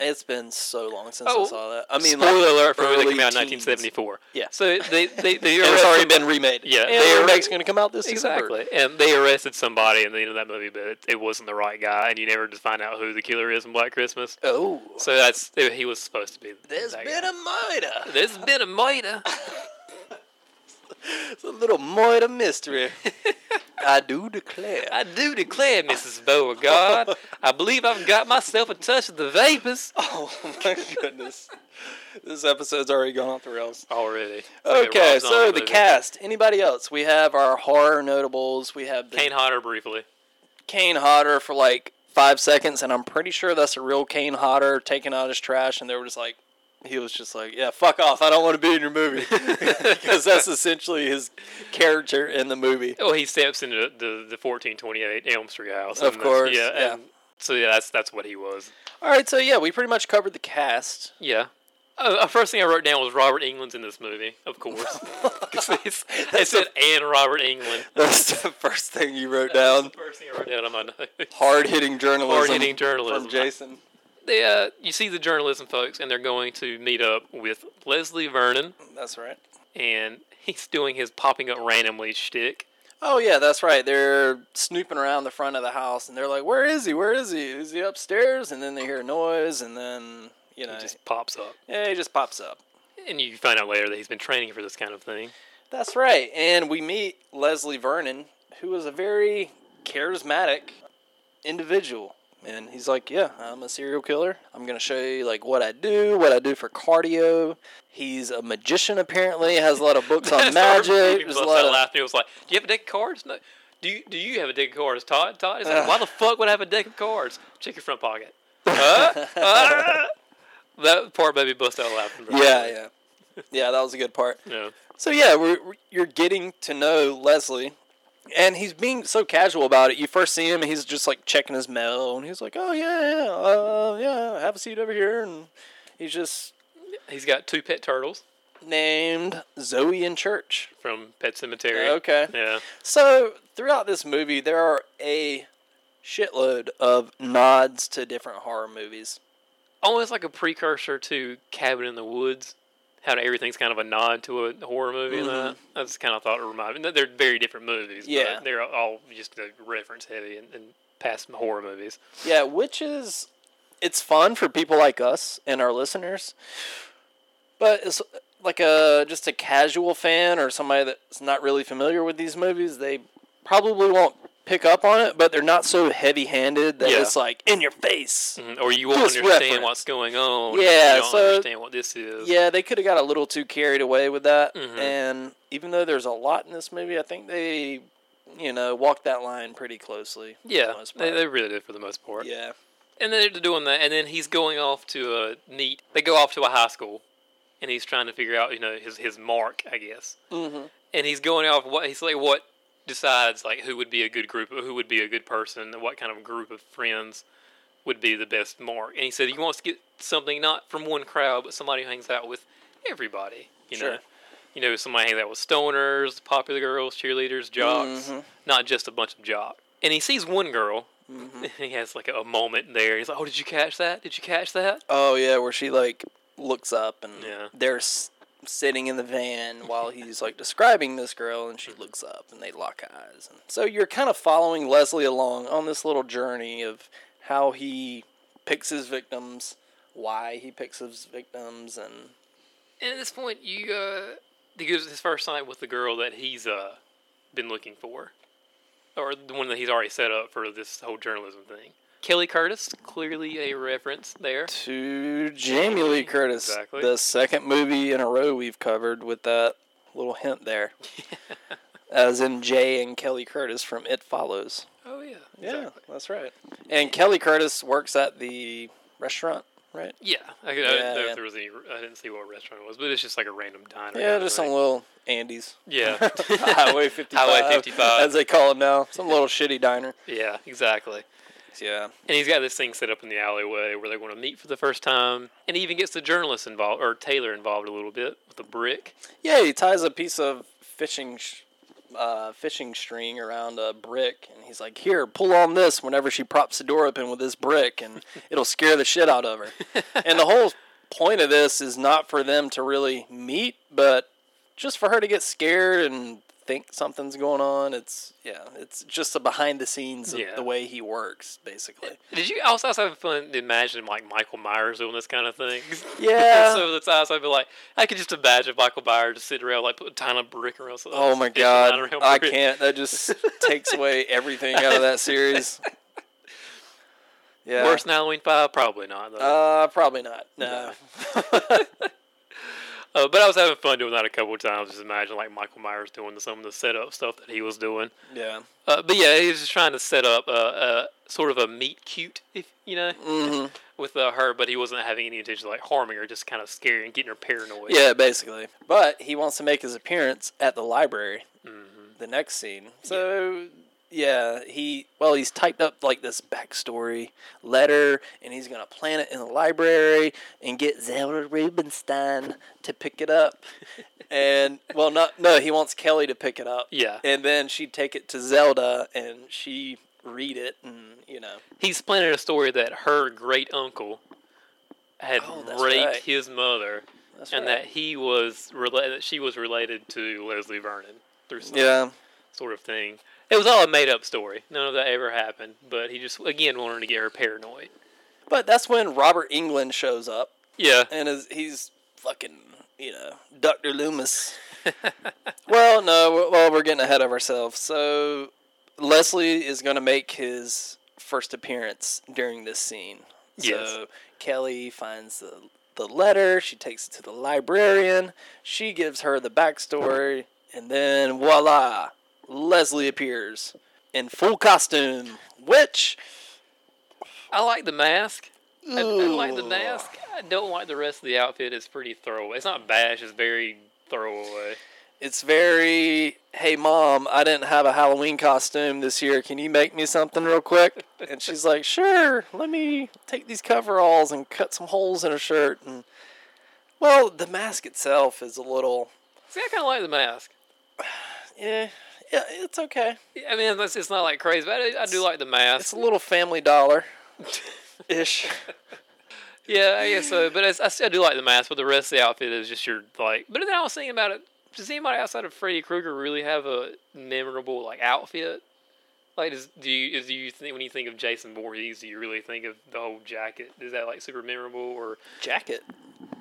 [SPEAKER 7] it's been so long since
[SPEAKER 6] Oh,
[SPEAKER 7] I saw that. I mean, like,
[SPEAKER 6] spoiler alert for a movie that
[SPEAKER 7] early
[SPEAKER 6] came out in
[SPEAKER 7] teens.
[SPEAKER 6] 1974.
[SPEAKER 7] Yeah.
[SPEAKER 6] So they they they
[SPEAKER 7] And it's
[SPEAKER 6] arrested-
[SPEAKER 7] already been remade.
[SPEAKER 6] Yeah,
[SPEAKER 7] and
[SPEAKER 6] they
[SPEAKER 7] the
[SPEAKER 6] were-
[SPEAKER 7] remake's going to come out this December.
[SPEAKER 6] Exactly, and they arrested somebody in the end of that movie, but it, it wasn't the right guy, and you never just find out who the killer is in Black Christmas.
[SPEAKER 7] Oh,
[SPEAKER 6] So that's eh, he was supposed to be.
[SPEAKER 7] there's
[SPEAKER 6] that
[SPEAKER 7] been
[SPEAKER 6] guy.
[SPEAKER 7] a murder.
[SPEAKER 6] there's been a murder.
[SPEAKER 7] It's a little murder mystery. I do declare.
[SPEAKER 6] I do declare, Mrs. Beauregard, I believe I've got myself a touch of the vapors
[SPEAKER 7] Oh my goodness. this episode's already gone off the rails.
[SPEAKER 6] already.
[SPEAKER 7] Okay, Oh, so the cast. Anybody else? We have our horror notables. We have the
[SPEAKER 6] Kane Hodder briefly.
[SPEAKER 7] Kane Hodder for like five seconds, and I'm pretty sure that's a real Kane Hodder taking out his trash, and they were just like, he was just like, yeah, fuck off. I don't want to be in your movie. Because that's essentially his character in the movie.
[SPEAKER 6] Oh, he steps into the the fourteen twenty eight Elm Street house.
[SPEAKER 7] Of
[SPEAKER 6] and that's-
[SPEAKER 7] course,
[SPEAKER 6] yeah.
[SPEAKER 7] yeah.
[SPEAKER 6] And so yeah, that's that's what he was.
[SPEAKER 7] All right, so yeah, we pretty much covered the cast.
[SPEAKER 6] Yeah. Uh, uh, first thing I wrote down was Robert England's in this movie, of course. 'Cause it's- I said and Robert England.
[SPEAKER 7] That's the first thing you wrote down.
[SPEAKER 6] First thing I wrote down on my notes.
[SPEAKER 7] Hard hitting journalism.
[SPEAKER 6] Hard-hitting
[SPEAKER 7] From
[SPEAKER 6] journalism.
[SPEAKER 7] Jason.
[SPEAKER 6] They, uh, you see the journalism folks, and they're going to meet up with Leslie Vernon,
[SPEAKER 7] That's right.
[SPEAKER 6] and he's doing his popping up randomly shtick.
[SPEAKER 7] Oh yeah, that's right. They're snooping around the front of the house, and they're like, "Where is he? Where is he? Is he upstairs?" And then they hear a noise, and then you know,
[SPEAKER 6] It just pops up.
[SPEAKER 7] yeah, he just pops up.
[SPEAKER 6] And you find out later that he's been training for this kind of thing.
[SPEAKER 7] That's right. And we meet Leslie Vernon, who is a very charismatic individual. And he's like, Yeah, I'm a serial killer. I'm going to show you like what I do, what I do for cardio. He's a magician apparently, has a lot of books on magic.
[SPEAKER 6] He
[SPEAKER 7] There's
[SPEAKER 6] busts
[SPEAKER 7] a
[SPEAKER 6] out
[SPEAKER 7] lot of
[SPEAKER 6] laughing. He was like, "Do you have a deck of cards? No. Do you, do you have a deck of cards, Todd? Todd? He's
[SPEAKER 7] Uh.
[SPEAKER 6] like, why the fuck would I have a deck of cards? Check your front pocket. Huh? Huh? that part made me bust out laughing. very
[SPEAKER 7] Yeah,
[SPEAKER 6] hard.
[SPEAKER 7] yeah. Yeah, that was a good part.
[SPEAKER 6] Yeah.
[SPEAKER 7] So yeah, we're, we're- you're getting to know Leslie, and he's being so casual about it. You first see him, and he's just like checking his mail, and he's like, "Oh yeah, yeah, uh, yeah, have a seat over here," and he's just
[SPEAKER 6] He's got two pet turtles
[SPEAKER 7] named Zoe in church.
[SPEAKER 6] from Pet Cemetery.
[SPEAKER 7] Okay.
[SPEAKER 6] Yeah.
[SPEAKER 7] So throughout this movie, there are a shitload of nods to different horror movies.
[SPEAKER 6] Almost Oh, like a precursor to Cabin in the Woods. How everything's kind of a nod to a horror movie. and that. I just kind of thought it reminded me. They're very different movies.
[SPEAKER 7] Mm-hmm. Yeah.
[SPEAKER 6] But they're all just uh, reference heavy and, and past horror movies.
[SPEAKER 7] Yeah, which is it's fun for people like us and our listeners, but it's like a just a casual fan or somebody that's not really familiar with these movies. They probably won't pick up on it, but they're not so heavy-handed that
[SPEAKER 6] Yeah.
[SPEAKER 7] it's like in your face.
[SPEAKER 6] Mm, or you won't
[SPEAKER 7] Just
[SPEAKER 6] understand
[SPEAKER 7] reference.
[SPEAKER 6] what's going on.
[SPEAKER 7] Yeah,
[SPEAKER 6] you don't
[SPEAKER 7] so-
[SPEAKER 6] understand what this is.
[SPEAKER 7] Yeah, they could have got a little too carried away with that,
[SPEAKER 6] Mm-hmm.
[SPEAKER 7] and even though there's a lot in this movie, I think they, you know, walked that line pretty closely. for the
[SPEAKER 6] yeah,
[SPEAKER 7] most
[SPEAKER 6] they,
[SPEAKER 7] part.
[SPEAKER 6] they really did for the most part.
[SPEAKER 7] yeah.
[SPEAKER 6] and then they're doing that, and then he's going off to a neat. They go off to a high school, and he's trying to figure out, you know, his his mark, I guess. Mm-hmm. And he's going off what he's like, what decides like who would be a good group, who would be a good person, and what kind of group of friends would be the best mark. And he said he wants to get something not from one crowd, but somebody who hangs out with everybody. You know,
[SPEAKER 7] Sure.
[SPEAKER 6] you know, somebody hangs out with stoners, popular girls, cheerleaders, jocks, not just a bunch of jock. And he sees one girl. He has like a moment there. He's like, "Oh, did you catch that? Did you catch that?"
[SPEAKER 7] Oh yeah, where she like looks up and
[SPEAKER 6] Yeah.
[SPEAKER 7] they're s- sitting in the van while he's like describing this girl, and she looks up and they lock eyes. And so you're kind of following Leslie along on this little journey of how he picks his victims, why he picks his victims, and
[SPEAKER 6] And at this point, you uh, he gives his first night with the girl that he's uh been looking for, or the one that he's already set up for this whole journalism thing. Kelly Curtis, clearly a reference there.
[SPEAKER 7] to Jamie Lee Curtis,
[SPEAKER 6] Exactly.
[SPEAKER 7] the second movie in a row we've covered with that little hint there. As in Jay and Kelly Curtis from It Follows.
[SPEAKER 6] Oh yeah,
[SPEAKER 7] Yeah, that's right. And Kelly Curtis works at the restaurant, right?
[SPEAKER 6] Yeah, I, I didn't know
[SPEAKER 7] yeah.
[SPEAKER 6] if there was any. I didn't see what restaurant it was, but it's just like a random diner.
[SPEAKER 7] Yeah,
[SPEAKER 6] down
[SPEAKER 7] just
[SPEAKER 6] the
[SPEAKER 7] some
[SPEAKER 6] road.
[SPEAKER 7] little Andes.
[SPEAKER 6] Yeah,
[SPEAKER 7] Highway 55.
[SPEAKER 6] Highway 55.
[SPEAKER 7] As they call it now. Some little shitty diner.
[SPEAKER 6] yeah, exactly.
[SPEAKER 7] Yeah.
[SPEAKER 6] And he's got this thing set up in the alleyway where they're going to meet for the first time, and he even gets the journalist involved or Taylor involved a little bit with the brick.
[SPEAKER 7] Yeah, he ties a piece of fishing sh- uh, fishing string around a brick, and he's like, "Here, pull on this." Whenever she props the door open with this brick, and it'll scare the shit out of her. and the whole point of this is not for them to really meet, but just for her to get scared and think something's going on. It's yeah, it's just the behind the scenes of
[SPEAKER 6] Yeah.
[SPEAKER 7] the way he works, basically.
[SPEAKER 6] Did you? I was, I was having fun imagining like Michael Myers doing this kind of thing.
[SPEAKER 7] Yeah.
[SPEAKER 6] so that's I was I'd be like, I could just imagine Michael Myers just sitting around like putting a ton of brick around. something,
[SPEAKER 7] Oh
[SPEAKER 6] just
[SPEAKER 7] my
[SPEAKER 6] dicking around
[SPEAKER 7] god,
[SPEAKER 6] around
[SPEAKER 7] I
[SPEAKER 6] brick.
[SPEAKER 7] can't. That just takes away everything out of that series. Yeah,
[SPEAKER 6] Worse than Halloween Five, probably not. Though.
[SPEAKER 7] Uh, probably not. No.
[SPEAKER 6] Uh, but I was having fun doing that a couple of times. Just imagine like Michael Myers doing some of the setup stuff that he was doing.
[SPEAKER 7] yeah.
[SPEAKER 6] Uh, but yeah, he was just trying to set up a, a sort of a meet cute, if you know,
[SPEAKER 7] Mm-hmm.
[SPEAKER 6] with uh, her. But he wasn't having any intention of like harming her, just kind of scary and getting her paranoid.
[SPEAKER 7] Yeah, basically. But he wants to make his appearance at the library.
[SPEAKER 6] Mm-hmm.
[SPEAKER 7] The next scene. So yeah, he well he's typed up like this backstory letter, and he's gonna plant it in the library and get Zelda Rubinstein to pick it up. and well, not no, he wants Kelly to pick it up.
[SPEAKER 6] Yeah.
[SPEAKER 7] and then she'd take it to Zelda, and she read it, and you know.
[SPEAKER 6] he's planning a story that her great uncle had
[SPEAKER 7] Oh, that's
[SPEAKER 6] raped
[SPEAKER 7] right.
[SPEAKER 6] his mother, and
[SPEAKER 7] right.
[SPEAKER 6] that he was related. That she was related to Leslie Vernon through some
[SPEAKER 7] Yeah.
[SPEAKER 6] sort of thing. It was all a made up story. None of that ever happened. But he just again wanted to get her paranoid.
[SPEAKER 7] But that's when Robert England shows up
[SPEAKER 6] Yeah,
[SPEAKER 7] and is, he's fucking, you know, Dr. Loomis. well, no, w- well, we're getting ahead of ourselves. So Leslie is going to make his first appearance during this scene. So
[SPEAKER 6] Yes.
[SPEAKER 7] Kelly finds the, the letter, she takes it to the librarian, she gives her the backstory, and then voila, Leslie appears in full costume, which.
[SPEAKER 6] I like the mask. I, I like the mask. I don't like the rest of the outfit. It's pretty throwaway. It's not bad. It's just very throwaway.
[SPEAKER 7] it's very hey mom i didn't have a halloween costume this year can you make me something real quick and she's like sure let me take these coveralls and cut some holes in her shirt and well the mask itself is a little
[SPEAKER 6] See, I kind of like the mask.
[SPEAKER 7] eh, yeah it's okay
[SPEAKER 6] I mean, it's, it's not like crazy, but I, I do like the mask.
[SPEAKER 7] it's a little family dollar ish
[SPEAKER 6] Yeah, I guess so. But it's, I still do like the mask, but the rest of the outfit is just your like. But then I was thinking about it. Does anybody outside of Freddy Krueger really have a memorable like outfit? Like, does do you is, do you think when you think of Jason Voorhees, do you really think of the whole jacket? Is that like super memorable or
[SPEAKER 7] jacket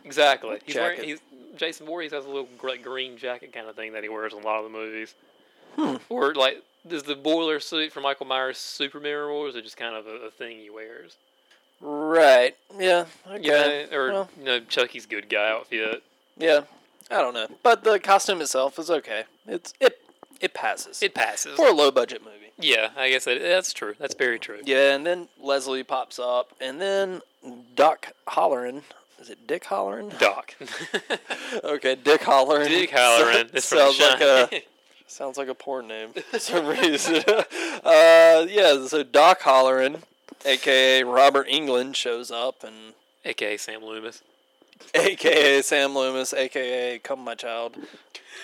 [SPEAKER 6] exactly? He's wearing,
[SPEAKER 7] Jacket.
[SPEAKER 6] he's, Jason Voorhees has a little gr- like, green jacket kind of thing that he wears in a lot of the movies. Or like, is the boiler suit for Michael Myers super memorable, or is it just kind of a, a thing he wears?
[SPEAKER 7] right yeah okay.
[SPEAKER 6] Yeah, or
[SPEAKER 7] Well,
[SPEAKER 6] you know, Chucky's good guy outfit.
[SPEAKER 7] yeah i don't know but the costume itself is okay it's it it passes
[SPEAKER 6] It passes.
[SPEAKER 7] for a low budget movie
[SPEAKER 6] yeah, I guess that, that's true. That's very true.
[SPEAKER 7] Yeah, and then Leslie pops up, and then Doc Hollerin. Is it Dick Hollerin?
[SPEAKER 6] Doc.
[SPEAKER 7] Okay, Dick Hollerin.
[SPEAKER 6] Dick Halloran. It's from
[SPEAKER 7] sounds like a
[SPEAKER 6] Shine.
[SPEAKER 7] sounds like a porn name for some reason. uh, yeah, so Doc Hollerin, aka Robert England, shows up, and
[SPEAKER 6] AKA Sam Loomis.
[SPEAKER 7] aka Sam Loomis, aka Come My Child,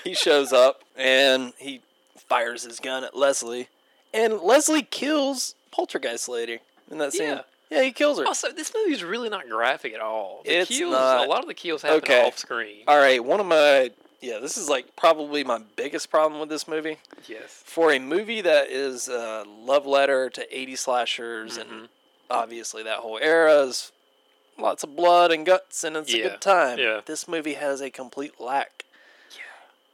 [SPEAKER 7] he shows up and he fires his gun at Leslie, and Leslie kills Poltergeist Lady in that scene.
[SPEAKER 6] Yeah. Oh,
[SPEAKER 7] Yeah, he kills her.
[SPEAKER 6] Also, this movie is really not graphic at all. The
[SPEAKER 7] It's
[SPEAKER 6] kills,
[SPEAKER 7] not.
[SPEAKER 6] A lot of the kills happen
[SPEAKER 7] Okay.
[SPEAKER 6] off screen.
[SPEAKER 7] All right, one of my yeah, this is like probably my biggest problem with this movie.
[SPEAKER 6] yes.
[SPEAKER 7] For a movie that is a love letter to 80 slashers
[SPEAKER 6] Mm-hmm.
[SPEAKER 7] and obviously that whole era is lots of blood and guts and it's a
[SPEAKER 6] Yeah,
[SPEAKER 7] good time.
[SPEAKER 6] yeah.
[SPEAKER 7] This movie has a complete lack.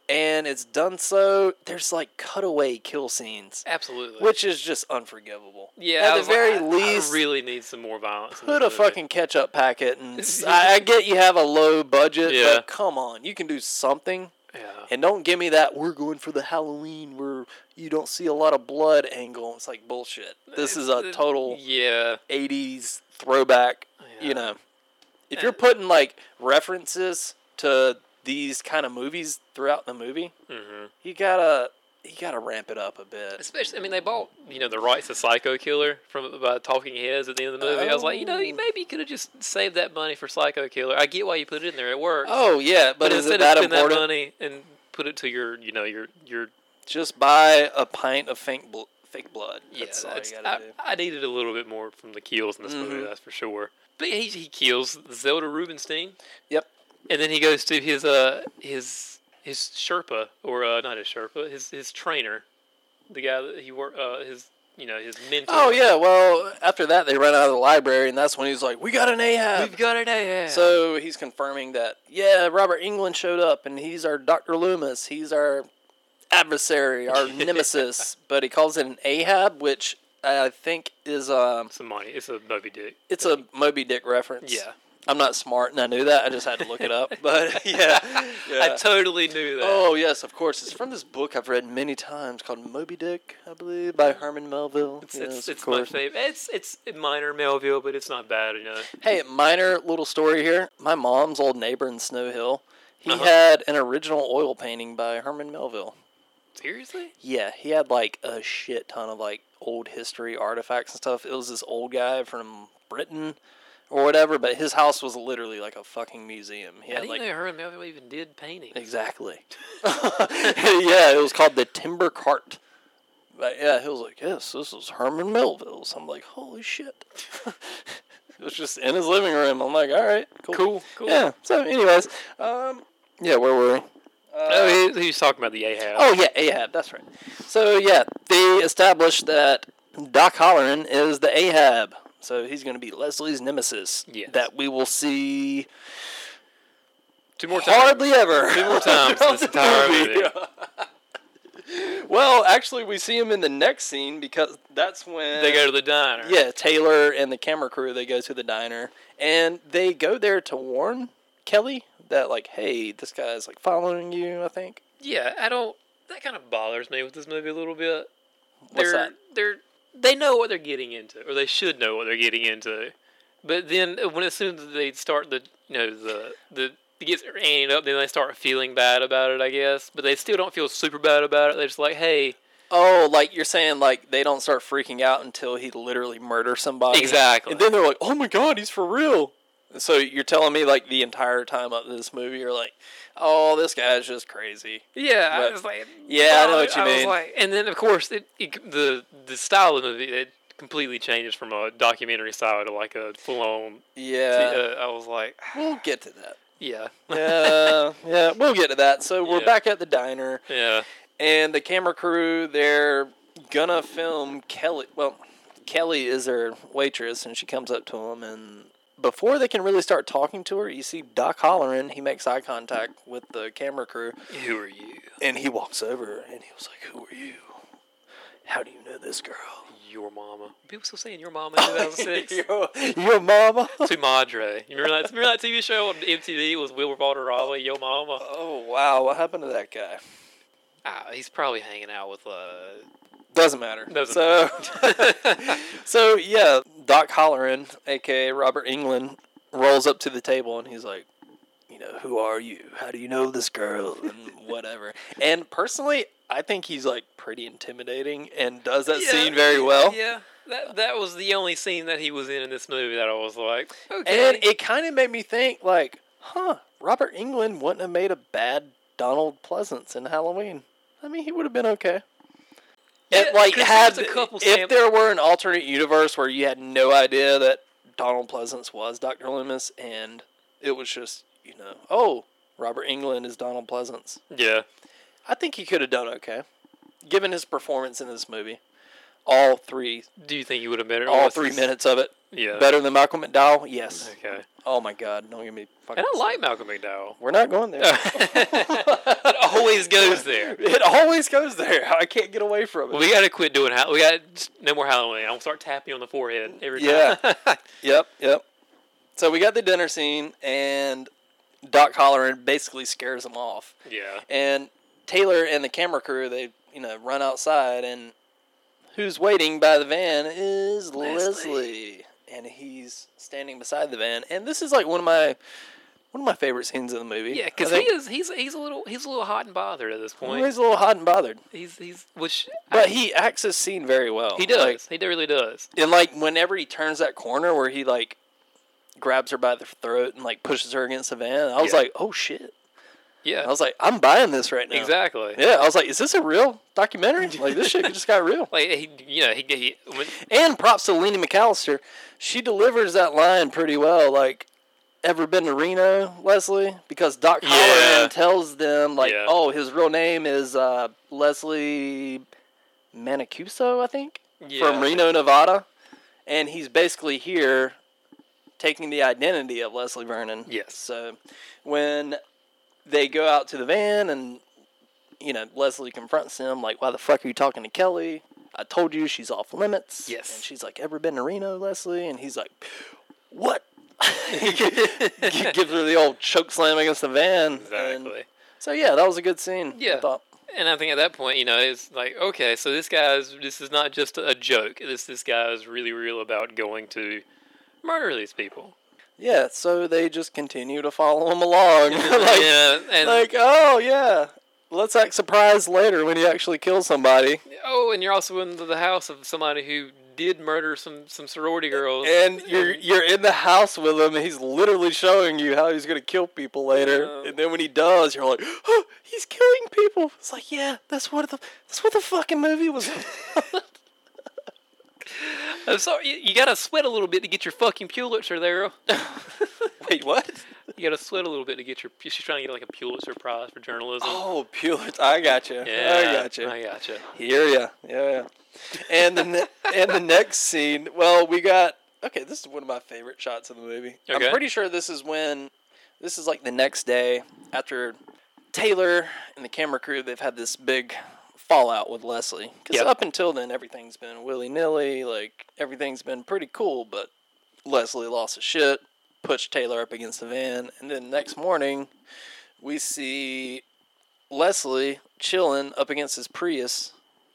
[SPEAKER 7] And it's done so there's like cutaway kill scenes,
[SPEAKER 6] Absolutely.
[SPEAKER 7] which is just unforgivable.
[SPEAKER 6] yeah, I
[SPEAKER 7] at the
[SPEAKER 6] was like,
[SPEAKER 7] very
[SPEAKER 6] I-
[SPEAKER 7] least
[SPEAKER 6] I really need some more violence. in
[SPEAKER 7] put a
[SPEAKER 6] this movie.
[SPEAKER 7] fucking ketchup packet and s- I, I get you have a low budget,
[SPEAKER 6] Yeah.
[SPEAKER 7] but come on, you can do something.
[SPEAKER 6] Yeah.
[SPEAKER 7] And don't give me that we're going for the Halloween where you don't see a lot of blood angle. It's like bullshit. This is a total
[SPEAKER 6] Yeah.
[SPEAKER 7] '80s throwback.
[SPEAKER 6] Yeah.
[SPEAKER 7] You know, If you're putting like references to these kind of movies throughout the movie,
[SPEAKER 6] Mm-hmm.
[SPEAKER 7] you gotta you gotta ramp it up a bit.
[SPEAKER 6] Especially, I mean, they bought you know the rights to Psycho Killer from by Talking Heads at the end of the movie. I was like, you know, you maybe you could have just saved that money for Psycho Killer. I get why you put it in there; it works.
[SPEAKER 7] Oh yeah, but,
[SPEAKER 6] but
[SPEAKER 7] is it
[SPEAKER 6] instead
[SPEAKER 7] that
[SPEAKER 6] of spending
[SPEAKER 7] important?
[SPEAKER 6] that money and put it to your, you know, your your
[SPEAKER 7] Just buy a pint of fake, bl- fake blood.
[SPEAKER 6] yeah,
[SPEAKER 7] that's all
[SPEAKER 6] that's-
[SPEAKER 7] you gotta
[SPEAKER 6] I,
[SPEAKER 7] do.
[SPEAKER 6] I needed a little bit more from the kills in this movie, that's for sure. Mm-hmm. But he he kills Zelda Rubinstein,
[SPEAKER 7] Yep.
[SPEAKER 6] and then he goes to his uh his his Sherpa or uh, not his Sherpa, his his trainer, the guy that he worked uh his you know his mentor.
[SPEAKER 7] Oh yeah. Well, after that, they ran out of the library, and that's when he's like, "We got an Ahab."
[SPEAKER 6] we've got it. Yeah.
[SPEAKER 7] So he's confirming that, yeah, Robert England showed up and he's our Dr. Loomis. He's our adversary, our nemesis. But he calls it an Ahab, which I think is um
[SPEAKER 6] it's a money. It's a Moby Dick.
[SPEAKER 7] it's a Moby Dick reference.
[SPEAKER 6] Yeah.
[SPEAKER 7] I'm not smart and I knew that. I just had to look it up. But yeah.
[SPEAKER 6] I
[SPEAKER 7] yeah.
[SPEAKER 6] totally knew that.
[SPEAKER 7] oh yes, of course. It's from this book I've read many times called Moby Dick, I believe, by Herman Melville.
[SPEAKER 6] it's
[SPEAKER 7] yes,
[SPEAKER 6] it's,
[SPEAKER 7] of
[SPEAKER 6] it's my
[SPEAKER 7] course.
[SPEAKER 6] favorite. It's it's minor Melville, but it's not bad, you know.
[SPEAKER 7] Hey, minor little story here. My mom's old neighbor in Snow Hill, he
[SPEAKER 6] Uh-huh.
[SPEAKER 7] had an original oil painting by Herman Melville.
[SPEAKER 6] Seriously?
[SPEAKER 7] Yeah, he had like a shit ton of like old history artifacts and stuff. It was this old guy from Britain or whatever, but his house was literally like a fucking museum. He
[SPEAKER 6] I
[SPEAKER 7] had
[SPEAKER 6] didn't
[SPEAKER 7] like
[SPEAKER 6] know Herman Melville even did painting.
[SPEAKER 7] exactly. yeah, it was called the Timber Cart. But yeah, he was like, "Yes, this is Herman Melville's." I'm like, "Holy shit!" it was just in his living room. I'm like, "All right, cool,
[SPEAKER 6] Cool, cool.
[SPEAKER 7] Yeah. So, anyways, um, yeah, where were we?
[SPEAKER 6] Oh, he, he was talking about the Ahab.
[SPEAKER 7] Oh yeah, Ahab. That's right. So yeah, they established that Doc Holleran is the Ahab. So he's going to be Leslie's nemesis.
[SPEAKER 6] Yes.
[SPEAKER 7] That we will see
[SPEAKER 6] two more times.
[SPEAKER 7] hardly ever.
[SPEAKER 6] two more times in this entire movie.
[SPEAKER 7] well, actually, we see him in the next scene because that's when
[SPEAKER 6] They go to the diner.
[SPEAKER 7] Yeah, Taylor and the camera crew they go to the diner and they go there to warn Kelly that like, hey, this guy's like following you. I think.
[SPEAKER 6] yeah. I don't. That kind of bothers me with this movie a little bit.
[SPEAKER 7] What's
[SPEAKER 6] they're,
[SPEAKER 7] that?
[SPEAKER 6] They're they know what they're getting into, or they should know what they're getting into. But then, uh, when as soon as they start the you know the the it gets amped up, then they start feeling bad about it, I guess. But they still don't feel super bad about it. They're just like, hey,
[SPEAKER 7] Oh, like you're saying, like they don't start freaking out until he literally murders somebody.
[SPEAKER 6] Exactly.
[SPEAKER 7] And then they're like, "Oh my god, he's for real." So you're telling me, like the entire time up to this movie, you're like, "Oh, this guy's just crazy."
[SPEAKER 6] yeah,
[SPEAKER 7] But-
[SPEAKER 6] I was like,
[SPEAKER 7] Yeah, I know what you
[SPEAKER 6] was
[SPEAKER 7] mean.
[SPEAKER 6] like- and then of course it, it the the style of the movie it completely changes from a documentary style to like a full on.
[SPEAKER 7] Yeah,
[SPEAKER 6] I was like,
[SPEAKER 7] we'll get to that.
[SPEAKER 6] yeah,
[SPEAKER 7] Yeah, yeah, we'll get to that. So we're
[SPEAKER 6] Yeah.
[SPEAKER 7] back at the diner,
[SPEAKER 6] yeah.
[SPEAKER 7] and the camera crew they're gonna film Kelly. Well, Kelly is their waitress, and she comes up to him, and before they can really start talking to her, you see Doc Holleran. He makes eye contact with the camera crew,
[SPEAKER 6] Who are you?
[SPEAKER 7] and he walks over, and he was like, "Who are you? How do you know this girl?
[SPEAKER 6] Your mama. People still saying your mama in 2006.
[SPEAKER 7] your, your mama."
[SPEAKER 6] to Madre. You remember that, remember that TV show on MTV was Will Valderrama, Yo Mama?
[SPEAKER 7] Oh wow, what happened to that guy?
[SPEAKER 6] Ah, he's probably hanging out with, uh...
[SPEAKER 7] Doesn't matter.
[SPEAKER 6] Doesn't
[SPEAKER 7] so, so yeah, Doc Holleran, aka Robert England, rolls up to the table and he's like, you know, who are you? How do you know this girl? And whatever. and personally, I think he's like pretty intimidating and does that
[SPEAKER 6] Yeah.
[SPEAKER 7] scene very well.
[SPEAKER 6] Yeah, that, that was the only scene that he was in in this movie that I was like, okay.
[SPEAKER 7] And it kind of made me think, like, huh, Robert England wouldn't have made a bad Donald Pleasance in Halloween. I mean, he would have been okay.
[SPEAKER 6] Yeah,
[SPEAKER 7] it like
[SPEAKER 6] 'cause
[SPEAKER 7] had
[SPEAKER 6] there's a couple
[SPEAKER 7] if
[SPEAKER 6] sample-
[SPEAKER 7] there were an alternate universe where you had no idea that Donald Pleasance was Doctor Loomis, and it was just you know, oh, Robert England is Donald Pleasance.
[SPEAKER 6] yeah.
[SPEAKER 7] I think he could have done okay, given his performance in this movie. All three,
[SPEAKER 6] Do you think you would have been
[SPEAKER 7] all three minutes of it.
[SPEAKER 6] Yeah.
[SPEAKER 7] Better than Michael McDowell? Yes.
[SPEAKER 6] Okay.
[SPEAKER 7] Oh my God! Don't give me. Fucking
[SPEAKER 6] And I like Malcolm McDowell.
[SPEAKER 7] We're not going there.
[SPEAKER 6] It always goes there.
[SPEAKER 7] it always goes there. I can't get away from it.
[SPEAKER 6] We gotta quit doing Halloween. We got no more Halloween. I'm gonna start tapping you on the forehead every
[SPEAKER 7] Yeah.
[SPEAKER 6] time.
[SPEAKER 7] Yep, yep. So we got the dinner scene, and Doc Holleran basically scares them off.
[SPEAKER 6] yeah.
[SPEAKER 7] And Taylor and the camera crew, they you know run outside, and who's waiting by the van is Leslie. and he's standing beside the van. And this is like one of my one of my favorite scenes in the movie.
[SPEAKER 6] Yeah,
[SPEAKER 7] I
[SPEAKER 6] because he
[SPEAKER 7] think-
[SPEAKER 6] is he's he's a little he's a little hot and bothered at this point.
[SPEAKER 7] He's a little hot and bothered,
[SPEAKER 6] He's he's which
[SPEAKER 7] but he acts this scene very well.
[SPEAKER 6] he does
[SPEAKER 7] Like,
[SPEAKER 6] he really does.
[SPEAKER 7] and like whenever he turns that corner where he like grabs her by the throat and like pushes her against the van, I was
[SPEAKER 6] Yeah.
[SPEAKER 7] like, oh shit.
[SPEAKER 6] Yeah,
[SPEAKER 7] I was like, I'm buying this right now.
[SPEAKER 6] exactly.
[SPEAKER 7] Yeah, I was like, is this a real documentary? Like this shit just got real.
[SPEAKER 6] Like he, you know, he, he when-
[SPEAKER 7] And props to Lenny McAllister. She delivers that line pretty well. Like, ever been to Reno, Leslie? Because Doc
[SPEAKER 6] Yeah.
[SPEAKER 7] Holliman tells them, like,
[SPEAKER 6] Yeah.
[SPEAKER 7] oh, his real name is uh, Leslie Manicuso, I think,
[SPEAKER 6] Yeah.
[SPEAKER 7] from Reno, Nevada. And he's basically here taking the identity of Leslie Vernon.
[SPEAKER 6] Yes.
[SPEAKER 7] So when they go out to the van and you know, Leslie confronts him, like, why the fuck are you talking to Kelly? I told you she's off limits.
[SPEAKER 6] Yes.
[SPEAKER 7] And she's like, ever been to Reno, Leslie? And he's like, what? he gi- gives her the old choke slam against the van. and-
[SPEAKER 6] exactly.
[SPEAKER 7] so, yeah, that was a good scene.
[SPEAKER 6] Yeah.
[SPEAKER 7] I thought.
[SPEAKER 6] And I think at that point, you know, it's like, okay, so this guy's this is not just a joke. This this guy is really real about going to murder these people.
[SPEAKER 7] Yeah, so they just continue to follow him along. like,
[SPEAKER 6] yeah, and
[SPEAKER 7] like, oh, yeah. Let's act surprised later when he actually kills somebody.
[SPEAKER 6] oh, and you're also in the- the house of somebody who did murder some some sorority girls.
[SPEAKER 7] and you're you're in the house with him, and he's literally showing you how he's gonna kill people later.
[SPEAKER 6] Yeah.
[SPEAKER 7] And then when he does, you're like, oh, he's killing people. It's like, yeah, that's what the that's what the fucking movie was.
[SPEAKER 6] I'm sorry, you, you gotta sweat a little bit to get your fucking Pulitzer there.
[SPEAKER 7] Wait, what?
[SPEAKER 6] You gotta sweat a little bit to get your. She's trying to get like a Pulitzer Prize for journalism.
[SPEAKER 7] Oh, Pulitzer. I got you.
[SPEAKER 6] yeah,
[SPEAKER 7] I got you.
[SPEAKER 6] I gotcha.
[SPEAKER 7] Hear ya. Yeah. yeah. And the ne- and the next scene. Well, we got okay. This is one of my favorite shots in the movie.
[SPEAKER 6] Okay.
[SPEAKER 7] I'm pretty sure this is when this is like the next day after Taylor and the camera crew. They've had this big fallout with Leslie because
[SPEAKER 6] Yep.
[SPEAKER 7] up until then everything's been willy nilly. Like everything's been pretty cool, but Leslie lost his shit, pushed Taylor up against the van, and then next morning we see Leslie chilling up against his Prius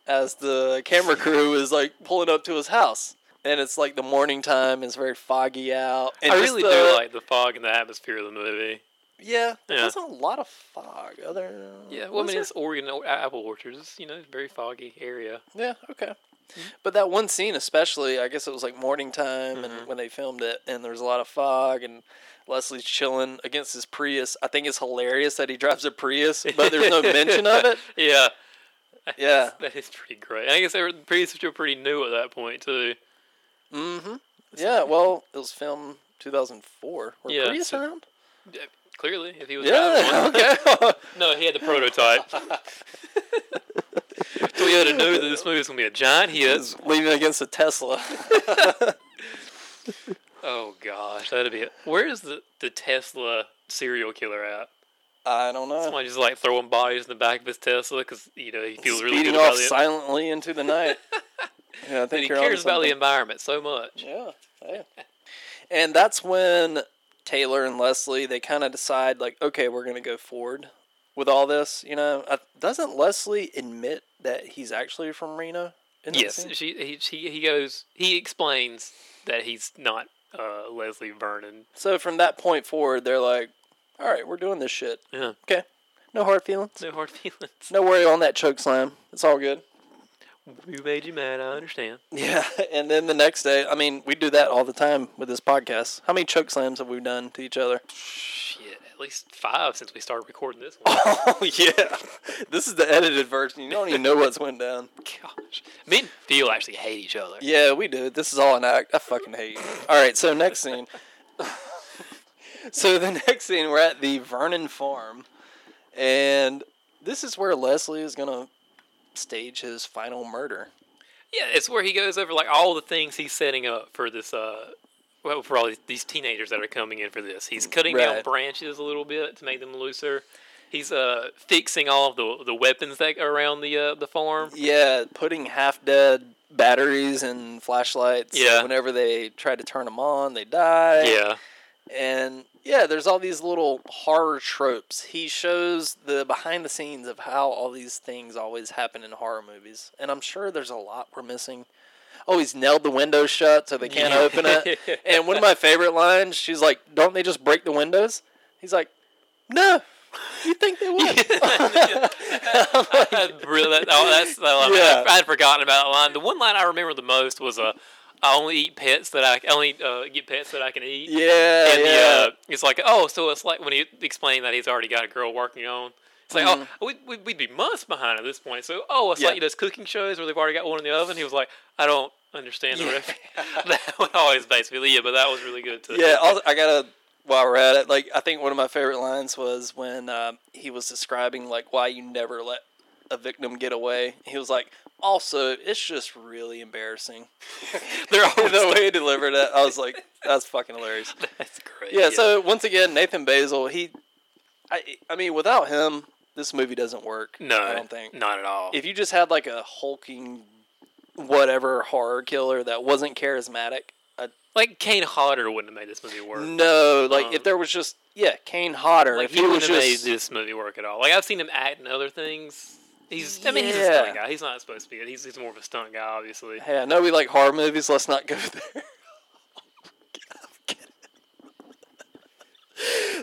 [SPEAKER 7] as the camera crew is like pulling up to his house. And it's like the morning time, it's very foggy out. And
[SPEAKER 6] I
[SPEAKER 7] just
[SPEAKER 6] really
[SPEAKER 7] the-
[SPEAKER 6] do like the fog and the atmosphere of the movie.
[SPEAKER 7] Yeah, there
[SPEAKER 6] Yeah.
[SPEAKER 7] wasn't a lot of fog other than
[SPEAKER 6] Yeah, well, I
[SPEAKER 7] was
[SPEAKER 6] mean,
[SPEAKER 7] there?
[SPEAKER 6] it's Oregon o- apple orchards. It's, You know, it's a very foggy area.
[SPEAKER 7] Yeah, okay.
[SPEAKER 6] Mm-hmm.
[SPEAKER 7] But that one scene, especially, I guess it was like morning time,
[SPEAKER 6] Mm-hmm.
[SPEAKER 7] and when they filmed it, and there was a lot of fog, and Leslie's chilling against his Prius. I think it's hilarious that he drives a Prius, but there's no mention of it.
[SPEAKER 6] Yeah,
[SPEAKER 7] Yeah,
[SPEAKER 6] that is pretty great. I guess they were pretty still pretty new at that point too.
[SPEAKER 7] yeah. Well, it was filmed 2004. Were
[SPEAKER 6] Yeah,
[SPEAKER 7] Prius
[SPEAKER 6] so-
[SPEAKER 7] around?
[SPEAKER 6] Yeah, Clearly, if he was driving
[SPEAKER 7] Yeah.
[SPEAKER 6] one.
[SPEAKER 7] Okay.
[SPEAKER 6] no, he had the prototype. Toyota knew that this movie was gonna be a giant hit.
[SPEAKER 7] It's leaning against a Tesla.
[SPEAKER 6] Oh gosh, that'd be it. Where is the the Tesla serial killer at?
[SPEAKER 7] I don't know.
[SPEAKER 6] Why just like throwing bodies in the back of his Tesla because you know he feels really
[SPEAKER 7] Speeding
[SPEAKER 6] good
[SPEAKER 7] off
[SPEAKER 6] about it.
[SPEAKER 7] silently into the night. yeah, I
[SPEAKER 6] But
[SPEAKER 7] think
[SPEAKER 6] he
[SPEAKER 7] you're onto
[SPEAKER 6] cares about
[SPEAKER 7] something.
[SPEAKER 6] the environment so much.
[SPEAKER 7] Yeah, yeah. And that's when Taylor and Leslie they kind of decide like, okay, we're gonna go forward with all this. You know, Uh, doesn't Leslie admit that he's actually from Reno? in that
[SPEAKER 6] Yes,
[SPEAKER 7] scene?
[SPEAKER 6] she he she, he goes. He explains that he's not uh, Leslie Vernon.
[SPEAKER 7] So from that point forward, they're like, all right, we're doing this shit.
[SPEAKER 6] Yeah,
[SPEAKER 7] Okay, no hard feelings.
[SPEAKER 6] no hard feelings.
[SPEAKER 7] No worry on that choke slam. It's all good.
[SPEAKER 6] Who made you mad? I understand.
[SPEAKER 7] Yeah, and then the next day, I mean, we do that all the time with this podcast. How many choke slams have we done to each other?
[SPEAKER 6] Shit, at least five since we started recording this one.
[SPEAKER 7] Oh yeah, this is the edited version. You don't even know what's went down.
[SPEAKER 6] Gosh, me and Phil actually hate each other.
[SPEAKER 7] Yeah, we do. This is all an act. I fucking hate you. All right, so next scene. so the next scene, we're at the Vernon Farm, and this is where Leslie is gonna stage his final murder.
[SPEAKER 6] Yeah, it's where he goes over like all the things he's setting up for this. Uh, well, for all these, these teenagers that are coming in for this, he's cutting down
[SPEAKER 7] Right.
[SPEAKER 6] branches a little bit to make them looser. He's uh fixing all of the the weapons that are around the uh, the farm.
[SPEAKER 7] Yeah, putting half dead batteries and flashlights.
[SPEAKER 6] Yeah.
[SPEAKER 7] Whenever they try to turn them on, they die.
[SPEAKER 6] Yeah,
[SPEAKER 7] And yeah, there's all these little horror tropes. He shows the behind the scenes of how all these things always happen in horror movies. And I'm sure there's a lot we're missing. oh, he's nailed the window shut so they can't
[SPEAKER 6] Yeah.
[SPEAKER 7] open it. And one of my favorite lines, she's like, don't they just break the windows? He's like, no. You think they would?
[SPEAKER 6] That's brilliant. Oh, that's that line.
[SPEAKER 7] Yeah.
[SPEAKER 6] I had forgotten about that line. The one line I remember the most was uh, "I only eat pets that I, I only uh, get pets that I can eat."
[SPEAKER 7] yeah,
[SPEAKER 6] and
[SPEAKER 7] yeah.
[SPEAKER 6] the, uh, it's like, oh, so it's like when he explained that he's already got a girl working on. It's like, oh, we'd, we'd- we'd be months behind at this point. So, oh, it's
[SPEAKER 7] Mm-hmm. Yeah.
[SPEAKER 6] like those cooking shows where they've already got one in the oven. He was like, I don't understand the reference. that one always basically, yeah, but that was really good too.
[SPEAKER 7] yeah, also, I gotta. While we're at it, like I think one of my favorite lines was when um, he was describing like why you never let a victim get away. He was like, "Also, it's just really embarrassing." They're all the way he delivered it. I was like, "That's fucking hilarious."
[SPEAKER 6] that's great.
[SPEAKER 7] Yeah. So once again, Nathan Basil. He, I, I mean, without him, this movie doesn't work.
[SPEAKER 6] no,
[SPEAKER 7] I don't think.
[SPEAKER 6] not at all.
[SPEAKER 7] If you just had like a hulking, whatever horror killer that wasn't charismatic, I
[SPEAKER 6] like Kane Hodder wouldn't have made this movie work.
[SPEAKER 7] no, like
[SPEAKER 6] Um,
[SPEAKER 7] if there was just yeah, Kane Hodder.
[SPEAKER 6] Like
[SPEAKER 7] if
[SPEAKER 6] he,
[SPEAKER 7] he was
[SPEAKER 6] wouldn't have made
[SPEAKER 7] just
[SPEAKER 6] this movie work at all. Like I've seen him act in other things. He's, I mean, he's a
[SPEAKER 7] Yeah.
[SPEAKER 6] stunt guy. He's not supposed to be. it. He's, he's more of a stunt guy, obviously.
[SPEAKER 7] hey, I know we like horror movies. Let's not go there.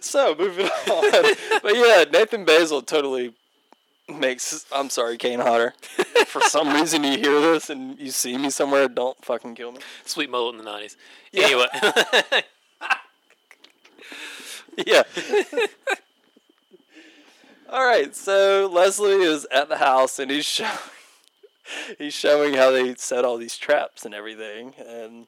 [SPEAKER 7] so moving on, but yeah, Nathan Basil totally makes. I'm sorry, Kane Hodder. For some reason, you hear this and you see me somewhere. Don't fucking kill me.
[SPEAKER 6] Sweet mullet in the nineties. Anyway,
[SPEAKER 7] Yeah. All right, so Leslie is at the house and he's showing he's showing how they set all these traps and everything, and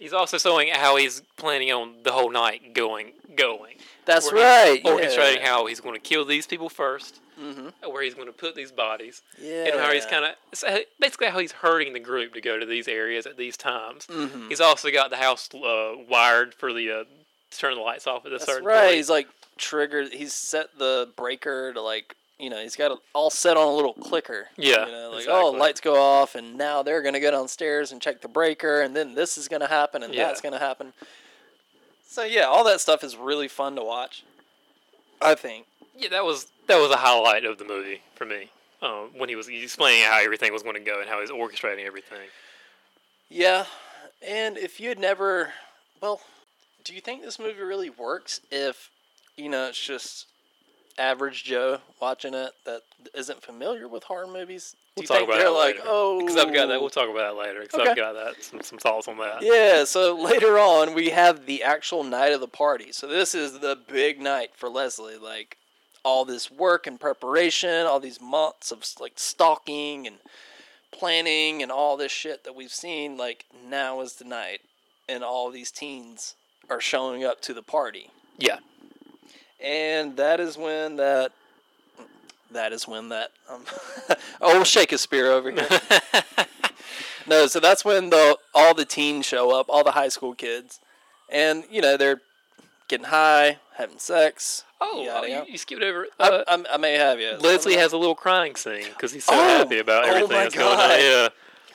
[SPEAKER 6] He's also showing how he's planning on the whole night going, going.
[SPEAKER 7] that's
[SPEAKER 6] Where oh,
[SPEAKER 7] right.
[SPEAKER 6] he's Orchestrating how he's going to kill these people 1st mm-hmm. where he's going to put these bodies, and how he's
[SPEAKER 7] Yeah.
[SPEAKER 6] kind of basically how he's herding the group to go to these areas at these times. Mm-hmm. He's also got the house uh, wired for the uh, turn the lights off at a
[SPEAKER 7] That's
[SPEAKER 6] certain
[SPEAKER 7] right.
[SPEAKER 6] point.
[SPEAKER 7] He's like triggered. He's set the breaker to like you know he's got it all set on a little clicker.
[SPEAKER 6] Yeah,
[SPEAKER 7] you know, like oh
[SPEAKER 6] exactly.
[SPEAKER 7] lights go off and now they're gonna go downstairs and check the breaker and then this is gonna happen and
[SPEAKER 6] Yeah.
[SPEAKER 7] that's gonna happen. So yeah, all that stuff is really fun to watch. I think.
[SPEAKER 6] Yeah, that was that was a highlight of the movie for me. Um, when he was explaining how everything was going to go and how he's orchestrating everything.
[SPEAKER 7] Yeah, and if you had never, well, do you think this movie really works if you know it's just average Joe watching it that isn't familiar with horror movies? Do
[SPEAKER 6] We'll
[SPEAKER 7] you
[SPEAKER 6] talk
[SPEAKER 7] think
[SPEAKER 6] about
[SPEAKER 7] they're
[SPEAKER 6] that
[SPEAKER 7] like,
[SPEAKER 6] later.
[SPEAKER 7] oh,
[SPEAKER 6] Because I've got that. We'll talk about that later. Because I've
[SPEAKER 7] Okay.
[SPEAKER 6] got that some, some thoughts on that.
[SPEAKER 7] Yeah, so later on we have the actual night of the party. So this is the big night for Leslie. Like all this work and preparation, all these months of like stalking and planning and all this shit that we've seen. Like now is the night, and all these teens are showing up to the party,
[SPEAKER 6] yeah.
[SPEAKER 7] and that is when that. That is when that. Um, oh, we'll shake a spear over here. No, so that's when the all the teens show up, all the high school kids, and you know they're getting high, having sex.
[SPEAKER 6] Oh,
[SPEAKER 7] yada,
[SPEAKER 6] oh, you,
[SPEAKER 7] yada.
[SPEAKER 6] you skipped over.
[SPEAKER 7] I-
[SPEAKER 6] Uh,
[SPEAKER 7] I'm- I, may have you.
[SPEAKER 6] Leslie has a little crying scene because he's so
[SPEAKER 7] Oh!
[SPEAKER 6] happy about
[SPEAKER 7] Oh
[SPEAKER 6] everything
[SPEAKER 7] my
[SPEAKER 6] that's going on.
[SPEAKER 7] God.
[SPEAKER 6] Yeah,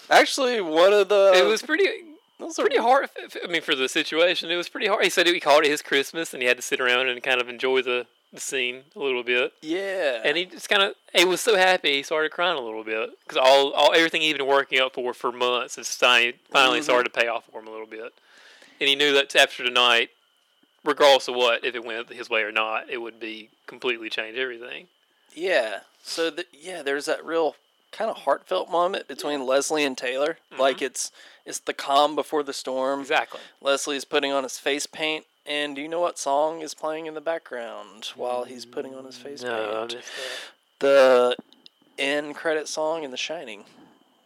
[SPEAKER 7] actually one of the.
[SPEAKER 6] it was pretty.
[SPEAKER 7] Uh, those are-
[SPEAKER 6] Pretty hard. f- f- I mean, for the situation, it was pretty hard. He said he called it his Christmas, and he had to sit around and kind of enjoy the, the scene a little bit.
[SPEAKER 7] Yeah,
[SPEAKER 6] And he just kind of he was so happy he started crying a little bit because all, all everything he'd been working up for for months is finally finally
[SPEAKER 7] Mm-hmm.
[SPEAKER 6] started to pay off for him a little bit. And he knew that after tonight, regardless of what, if it went his way or not, it would be completely change everything.
[SPEAKER 7] yeah. So the, yeah, there's that real kind of heartfelt moment between Leslie and Taylor. Like it's it's the calm before the storm.
[SPEAKER 6] Mm-hmm. Exactly.
[SPEAKER 7] Leslie's putting on his face paint, and do you know what song is playing in the background while he's putting on his face
[SPEAKER 6] No, I
[SPEAKER 7] paint?
[SPEAKER 6] missed that.
[SPEAKER 7] The end credit song in The Shining.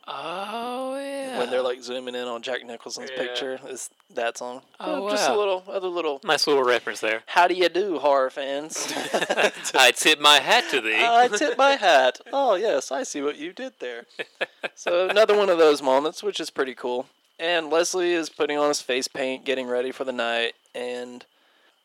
[SPEAKER 6] Oh yeah.
[SPEAKER 7] when they're like zooming in on Jack Nicholson's
[SPEAKER 6] Yeah.
[SPEAKER 7] picture is that song.
[SPEAKER 6] Oh,
[SPEAKER 7] Uh, just a
[SPEAKER 6] wow.
[SPEAKER 7] little other little
[SPEAKER 6] nice little reference there.
[SPEAKER 7] how do you do horror fans?
[SPEAKER 6] I tip my hat to thee.
[SPEAKER 7] I tip my hat. Oh yes, I see what you did there. So another one of those moments, which is pretty cool. And Leslie is putting on his face paint, getting ready for the night, and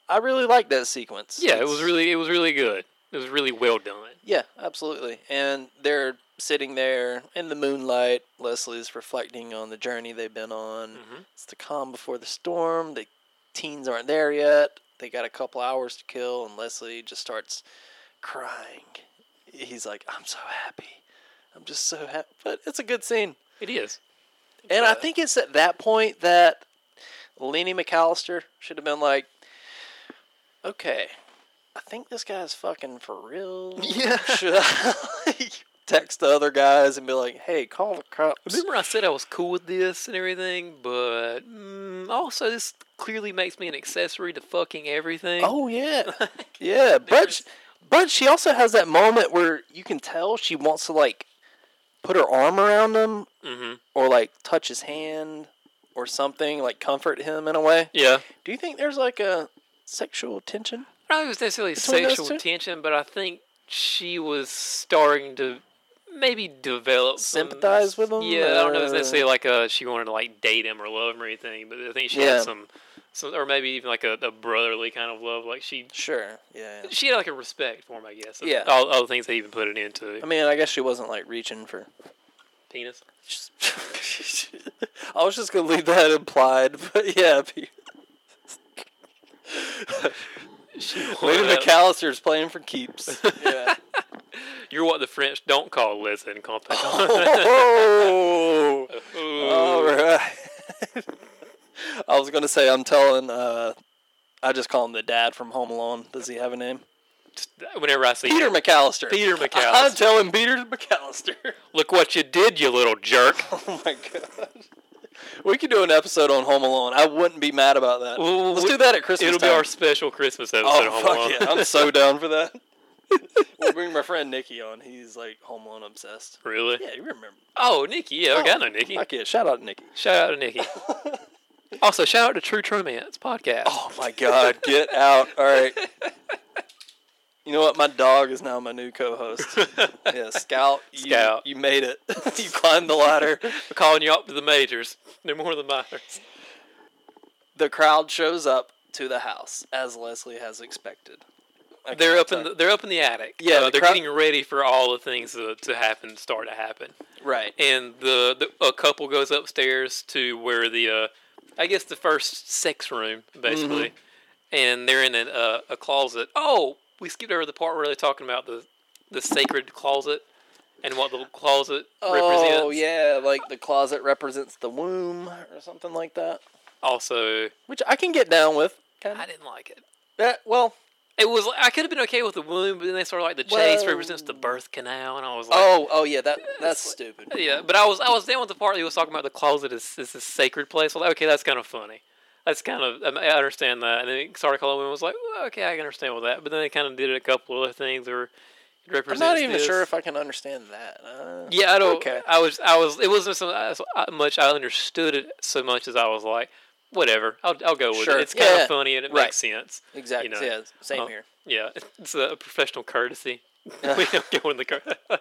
[SPEAKER 7] I really like that sequence.
[SPEAKER 6] yeah, it was
[SPEAKER 7] It's-
[SPEAKER 6] really it was really good. It was really well done.
[SPEAKER 7] Yeah, absolutely. And they're sitting there in the moonlight. Leslie's reflecting on the journey they've been on. It's the calm before the storm. The teens aren't there yet. They got a couple hours to kill, and Leslie just starts crying. He's like, I'm so happy. I'm just so happy. But it's a good scene.
[SPEAKER 6] It is.
[SPEAKER 7] And I think it's at that point that Lenny McAllister should have been like, okay, I think this guy's fucking for real.
[SPEAKER 9] Yeah.
[SPEAKER 7] Should I like, text the other guys and be like, hey, call the cops?
[SPEAKER 6] Remember, I said I was cool with this and everything, but mm, also this clearly makes me an accessory to fucking everything.
[SPEAKER 7] Oh, yeah. yeah. But, sh- but she also has that moment where you can tell she wants to, like, put her arm around him
[SPEAKER 6] hmm
[SPEAKER 7] or, like, touch his hand or something, like, comfort him in a way.
[SPEAKER 6] yeah.
[SPEAKER 7] Do you think there's like a sexual tension?
[SPEAKER 6] I don't know if it was necessarily
[SPEAKER 7] one of those
[SPEAKER 6] sexual
[SPEAKER 7] two?
[SPEAKER 6] tension, but I think she was starting to maybe develop some-
[SPEAKER 7] Sympathize with him,
[SPEAKER 6] Yeah, I don't know if it's
[SPEAKER 7] uh,
[SPEAKER 6] necessarily like uh she wanted to like date him or love him or anything, but I think she
[SPEAKER 7] Yeah.
[SPEAKER 6] had some, some, or maybe even like a, a brotherly kind of love. Like she,
[SPEAKER 7] Sure. Yeah.
[SPEAKER 6] she had like a respect for him, I guess. of
[SPEAKER 7] Yeah.
[SPEAKER 6] all, all the things they even put it into
[SPEAKER 7] I mean, I guess she wasn't like reaching for.
[SPEAKER 6] penis.
[SPEAKER 7] I was just gonna leave that implied, but yeah. P- Lady
[SPEAKER 6] Well,
[SPEAKER 7] McAllister's playing for keeps. yeah.
[SPEAKER 6] You're what the French don't call listen compagnon.
[SPEAKER 7] Oh,
[SPEAKER 6] Ooh.
[SPEAKER 7] all right. I was gonna say I'm telling. uh I just call him the dad from Home Alone. Does he have a name?
[SPEAKER 6] Whenever I see
[SPEAKER 7] Peter
[SPEAKER 6] him,
[SPEAKER 7] McAllister.
[SPEAKER 6] Peter
[SPEAKER 7] I'm
[SPEAKER 6] McAllister.
[SPEAKER 7] telling Peter McAllister.
[SPEAKER 6] Look what you did, you little jerk.
[SPEAKER 7] Oh my god. We could do an episode on Home Alone. I wouldn't be mad about that.
[SPEAKER 6] Well,
[SPEAKER 7] Let's
[SPEAKER 6] we-
[SPEAKER 7] do that at Christmas
[SPEAKER 6] It'll
[SPEAKER 7] time.
[SPEAKER 6] be our special Christmas episode.
[SPEAKER 7] oh
[SPEAKER 6] of Home
[SPEAKER 7] fuck
[SPEAKER 6] Alone.
[SPEAKER 7] yeah! I'm so down for that. we'll bring my friend Nikki on. He's like Home Alone obsessed.
[SPEAKER 6] Really?
[SPEAKER 7] Yeah, you remember?
[SPEAKER 6] Oh, Nikki. Yeah, I got no Nikki.
[SPEAKER 7] Fuck yeah! Shout out to Nikki.
[SPEAKER 6] Shout out to Nikki. also, shout out to True Tromance podcast.
[SPEAKER 7] Oh my god! Get out! All right. You know what? My dog is now my new co-host. Yeah, Scout. You,
[SPEAKER 6] Scout.
[SPEAKER 7] you made it. you climbed the ladder.
[SPEAKER 6] We're calling you up to the majors. No more than minors.
[SPEAKER 7] The crowd shows up to the house as Leslie has expected. I
[SPEAKER 6] They're
[SPEAKER 7] can't
[SPEAKER 6] up in
[SPEAKER 7] tell-
[SPEAKER 6] the, they're up in the attic.
[SPEAKER 7] Yeah,
[SPEAKER 6] Uh,
[SPEAKER 7] the
[SPEAKER 6] they're
[SPEAKER 7] crowd-
[SPEAKER 6] getting ready for all the things to, to happen, start to happen.
[SPEAKER 7] right.
[SPEAKER 6] And the, the a couple goes upstairs to where the uh, I guess the first sex room basically,
[SPEAKER 7] Mm-hmm.
[SPEAKER 6] and they're in a, uh, a closet. Oh, we skipped over the part where they're talking about the the sacred closet and what the closet represents.
[SPEAKER 7] Oh yeah, like the closet represents the womb or something like that,
[SPEAKER 6] Also,
[SPEAKER 7] which I can get down with. Kind
[SPEAKER 6] I
[SPEAKER 7] of.
[SPEAKER 6] didn't like it.
[SPEAKER 7] That, well,
[SPEAKER 6] It was I could have been okay with the womb, but then they started like the chase
[SPEAKER 7] Well-
[SPEAKER 6] represents the birth canal, and I was like,
[SPEAKER 7] oh oh yeah, that that's stupid.
[SPEAKER 6] yeah. But I was I was down with the part that was talking about the closet is is this sacred place. I was like, okay, that's kind of funny. That's kind of um, I mean, I understand that. And then it started calling was like, well, okay, I can understand with that. But then they kind of did a couple other things or it
[SPEAKER 7] I'm
[SPEAKER 6] represents.
[SPEAKER 7] not even
[SPEAKER 6] this.
[SPEAKER 7] sure if I can understand that. Uh,
[SPEAKER 6] Yeah, I don't.
[SPEAKER 7] Okay.
[SPEAKER 6] I was I was it wasn't so as much I understood it so much as I was like, whatever, I'll I'll go with
[SPEAKER 7] Sure.
[SPEAKER 6] it. It's kind
[SPEAKER 7] Yeah.
[SPEAKER 6] of funny and it
[SPEAKER 7] Right.
[SPEAKER 6] makes sense.
[SPEAKER 7] exactly.
[SPEAKER 6] know,
[SPEAKER 7] yeah, uh-huh. same
[SPEAKER 6] uh,
[SPEAKER 7] here.
[SPEAKER 6] Yeah, it's a professional courtesy. we don't go in the car.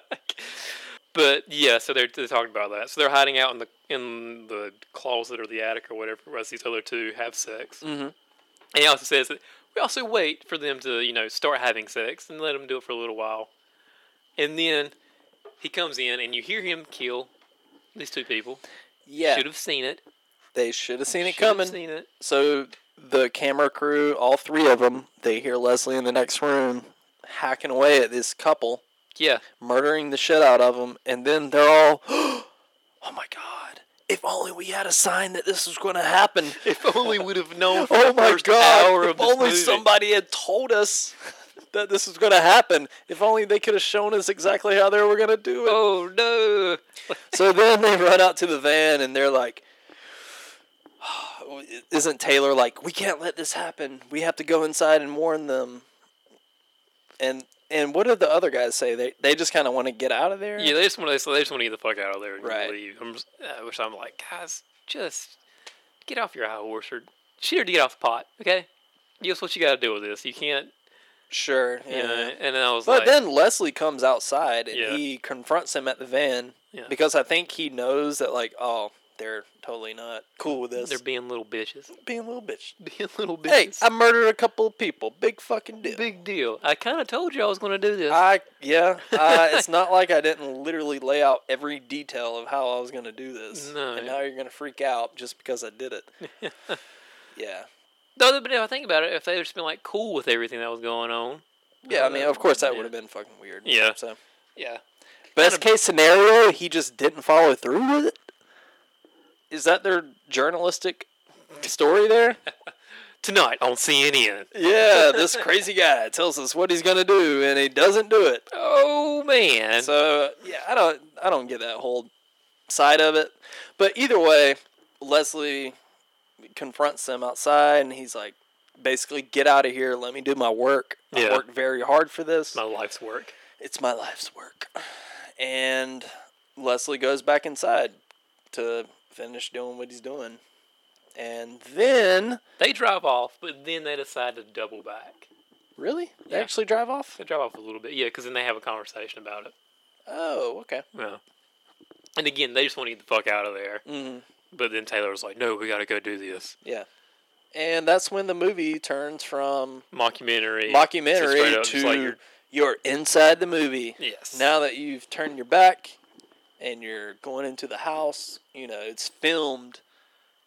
[SPEAKER 6] but yeah, so they're, they're talking about that. So they're hiding out in the in the closet or the attic or whatever. Whereas these other two have sex. Mm-hmm. And he also says that we also wait for them to you know start having sex and let them do it for a little while, and then he comes in and you hear him kill these two people.
[SPEAKER 7] Yeah,
[SPEAKER 6] Should have seen it.
[SPEAKER 7] they should have seen it
[SPEAKER 6] Should have
[SPEAKER 7] coming.
[SPEAKER 6] Seen it.
[SPEAKER 7] So the camera crew, all three of them, they hear Leslie in the next room hacking away at this couple,
[SPEAKER 6] Yeah.
[SPEAKER 7] murdering the shit out of them, and then they're all, oh my god. If only we had a sign that this was going to happen.
[SPEAKER 6] If only we'd have known. For
[SPEAKER 7] Oh
[SPEAKER 6] the
[SPEAKER 7] my
[SPEAKER 6] first Hour of
[SPEAKER 7] god! If
[SPEAKER 6] this
[SPEAKER 7] only
[SPEAKER 6] movie.
[SPEAKER 7] somebody had told us that this was going to happen. If only they could have shown us exactly how they were going to do it.
[SPEAKER 6] Oh no.
[SPEAKER 7] So then they run out to the van and they're like, "Isn't Taylor like we can't let this happen? We have to go inside and warn them." And and what did the other guys say? They they just kind of want to get out of there.
[SPEAKER 6] Yeah, they just want to. They just want to get the fuck out of there and
[SPEAKER 7] Right.
[SPEAKER 6] leave. I'm just, uh, which I'm like, guys, just get off your high horse or shit or get off the pot, okay? Guess what you got to do with this? You can't.
[SPEAKER 7] sure. Yeah.
[SPEAKER 6] You know, and then I was
[SPEAKER 7] But
[SPEAKER 6] like,
[SPEAKER 7] then Leslie comes outside and
[SPEAKER 6] Yeah.
[SPEAKER 7] he confronts him at the van
[SPEAKER 6] Yeah.
[SPEAKER 7] because I think he knows that like oh they're totally not cool with this.
[SPEAKER 6] they're being little bitches.
[SPEAKER 7] being little bitch.
[SPEAKER 6] Being little
[SPEAKER 7] Hey,
[SPEAKER 6] bitches.
[SPEAKER 7] I murdered a couple of people. Big fucking deal.
[SPEAKER 6] big deal. I kind of told you I was going to do this.
[SPEAKER 7] I yeah. Uh, it's not like I didn't literally lay out every detail of how I was going to do this.
[SPEAKER 6] No.
[SPEAKER 7] And now you're going to freak out just because I did it. yeah.
[SPEAKER 6] Though, but if I think about it, if they had just been like cool with everything that was going on,
[SPEAKER 7] Yeah. I mean, of course that would have been fucking weird.
[SPEAKER 6] Yeah.
[SPEAKER 7] So
[SPEAKER 6] yeah,
[SPEAKER 7] best case scenario, he just didn't follow through with it. Is that their journalistic story there?
[SPEAKER 6] Tonight on CNN.
[SPEAKER 7] yeah, this crazy guy tells us what he's gonna do, and he doesn't do it.
[SPEAKER 6] Oh man.
[SPEAKER 7] So yeah, I don't I don't get that whole side of it. But either way, Leslie confronts them outside and he's like basically get out of here, let me do my work. I
[SPEAKER 6] Yeah.
[SPEAKER 7] worked very hard for this.
[SPEAKER 6] my life's work.
[SPEAKER 7] It's my life's work. And Leslie goes back inside to finish doing what he's doing. And then
[SPEAKER 6] They drive off, but then they decide to double back.
[SPEAKER 7] really? They
[SPEAKER 6] Yeah.
[SPEAKER 7] actually drive off?
[SPEAKER 6] They drive off a little bit, yeah, because then they have a conversation about it.
[SPEAKER 7] Oh, okay.
[SPEAKER 6] Yeah. And again, they just want to get the fuck out of there. Mm-hmm. But then Taylor was like, "No, we got to go do this
[SPEAKER 7] Yeah. And that's when the movie turns from
[SPEAKER 6] mockumentary." to straight
[SPEAKER 7] mockumentary
[SPEAKER 6] up,
[SPEAKER 7] to
[SPEAKER 6] it's like you're-
[SPEAKER 7] you're inside the movie.
[SPEAKER 6] Yes.
[SPEAKER 7] Now that you've turned your back and you're going into the house, you know, it's filmed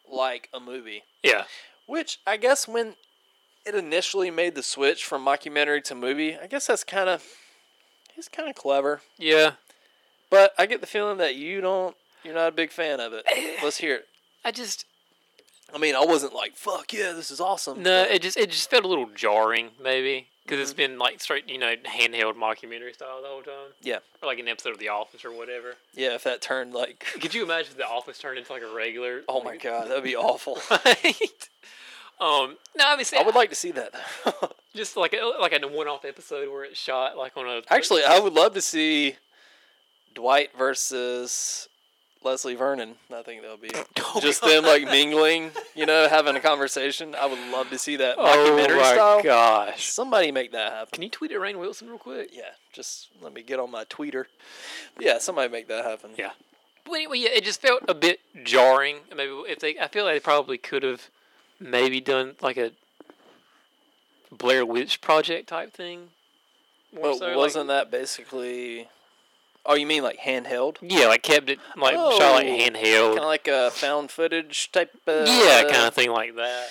[SPEAKER 7] like a movie.
[SPEAKER 6] yeah,
[SPEAKER 7] Which I guess when it initially made the switch from mockumentary to movie, I guess that's kind of it's kind of clever.
[SPEAKER 6] yeah.
[SPEAKER 7] But I get the feeling that you don't you're not a big fan of it. Let's hear it.
[SPEAKER 6] I just
[SPEAKER 7] I mean, I wasn't like, "Fuck yeah, this is awesome."
[SPEAKER 6] no,
[SPEAKER 7] but-
[SPEAKER 6] it just it just felt a little jarring, maybe, because
[SPEAKER 7] Mm-hmm.
[SPEAKER 6] it's been like straight, you know, handheld mockumentary style the whole time,
[SPEAKER 7] yeah.
[SPEAKER 6] or like an episode of The Office or whatever.
[SPEAKER 7] Yeah, if that turned like
[SPEAKER 6] Could you imagine if The Office turned into like a regular?
[SPEAKER 7] Oh my god, that'd be awful.
[SPEAKER 6] right? Um, no, I mean, see,
[SPEAKER 7] I would like to see that. though.
[SPEAKER 6] just like a, like a one-off episode where it's shot like on a
[SPEAKER 7] Actually, I would love to see Dwight versus Leslie Vernon. I think that'll be
[SPEAKER 6] Oh
[SPEAKER 7] just them like mingling, you know, having a conversation. I would love to see that documentary style.
[SPEAKER 6] Oh gosh!
[SPEAKER 7] Somebody make that happen.
[SPEAKER 6] Can you tweet at Rain Wilson real quick?
[SPEAKER 7] Yeah, just let me get on my tweeter. Yeah, somebody make that happen.
[SPEAKER 6] Yeah. But anyway, yeah, it just felt a bit jarring. Maybe if they, I feel like they probably could have maybe done like a Blair Witch Project type thing. More
[SPEAKER 7] But
[SPEAKER 6] so, like-
[SPEAKER 7] wasn't that basically? Oh, you mean like handheld?
[SPEAKER 6] yeah, like kept it like shot like
[SPEAKER 7] Oh.
[SPEAKER 6] handheld.
[SPEAKER 7] Kind of like a found footage type. Uh,
[SPEAKER 6] yeah, kind of thing like that.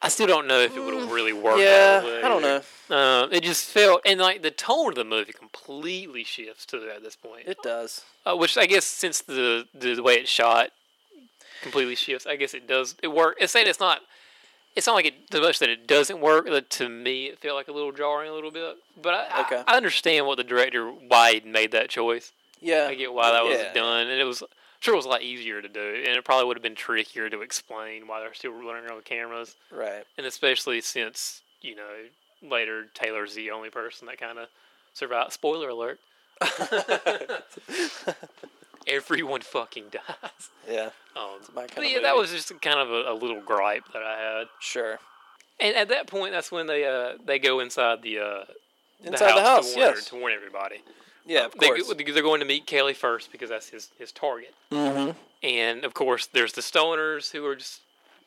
[SPEAKER 6] I still don't know if it would have really worked.
[SPEAKER 7] Yeah,
[SPEAKER 6] that way.
[SPEAKER 7] I don't know.
[SPEAKER 6] Um, it just felt and like the tone of the movie completely shifts to that at this point.
[SPEAKER 7] It does.
[SPEAKER 6] Uh, which I guess since the the way it's shot completely shifts, I guess it does it work. It's saying it's not. It's not like it so much that it doesn't work. But to me, it felt like a little jarring a little bit. But I,
[SPEAKER 7] Okay.
[SPEAKER 6] I, I understand what the director why he made that choice.
[SPEAKER 7] Yeah,
[SPEAKER 6] I get why that was
[SPEAKER 7] yeah.
[SPEAKER 6] done, and it was sure it was a lot easier to do, and it probably would have been trickier to explain why they're still running around with cameras,
[SPEAKER 7] Right.
[SPEAKER 6] and especially since you know later Taylor's the only person that kind of survived. Spoiler alert. Everyone fucking dies.
[SPEAKER 7] Yeah.
[SPEAKER 6] Um, but
[SPEAKER 7] my Oh, kinda
[SPEAKER 6] yeah, that
[SPEAKER 7] movie.
[SPEAKER 6] was just kind of a, a little gripe that I had.
[SPEAKER 7] Sure.
[SPEAKER 6] And at that point, that's when they uh, they go inside the uh,
[SPEAKER 7] Inside the house,
[SPEAKER 6] to warn,
[SPEAKER 7] yes.
[SPEAKER 6] to warn everybody.
[SPEAKER 7] Yeah, of
[SPEAKER 6] uh, They,
[SPEAKER 7] course.
[SPEAKER 6] they're going to meet Kelly first because that's his his target. Mm-hmm. And of course, there's the stoners who are just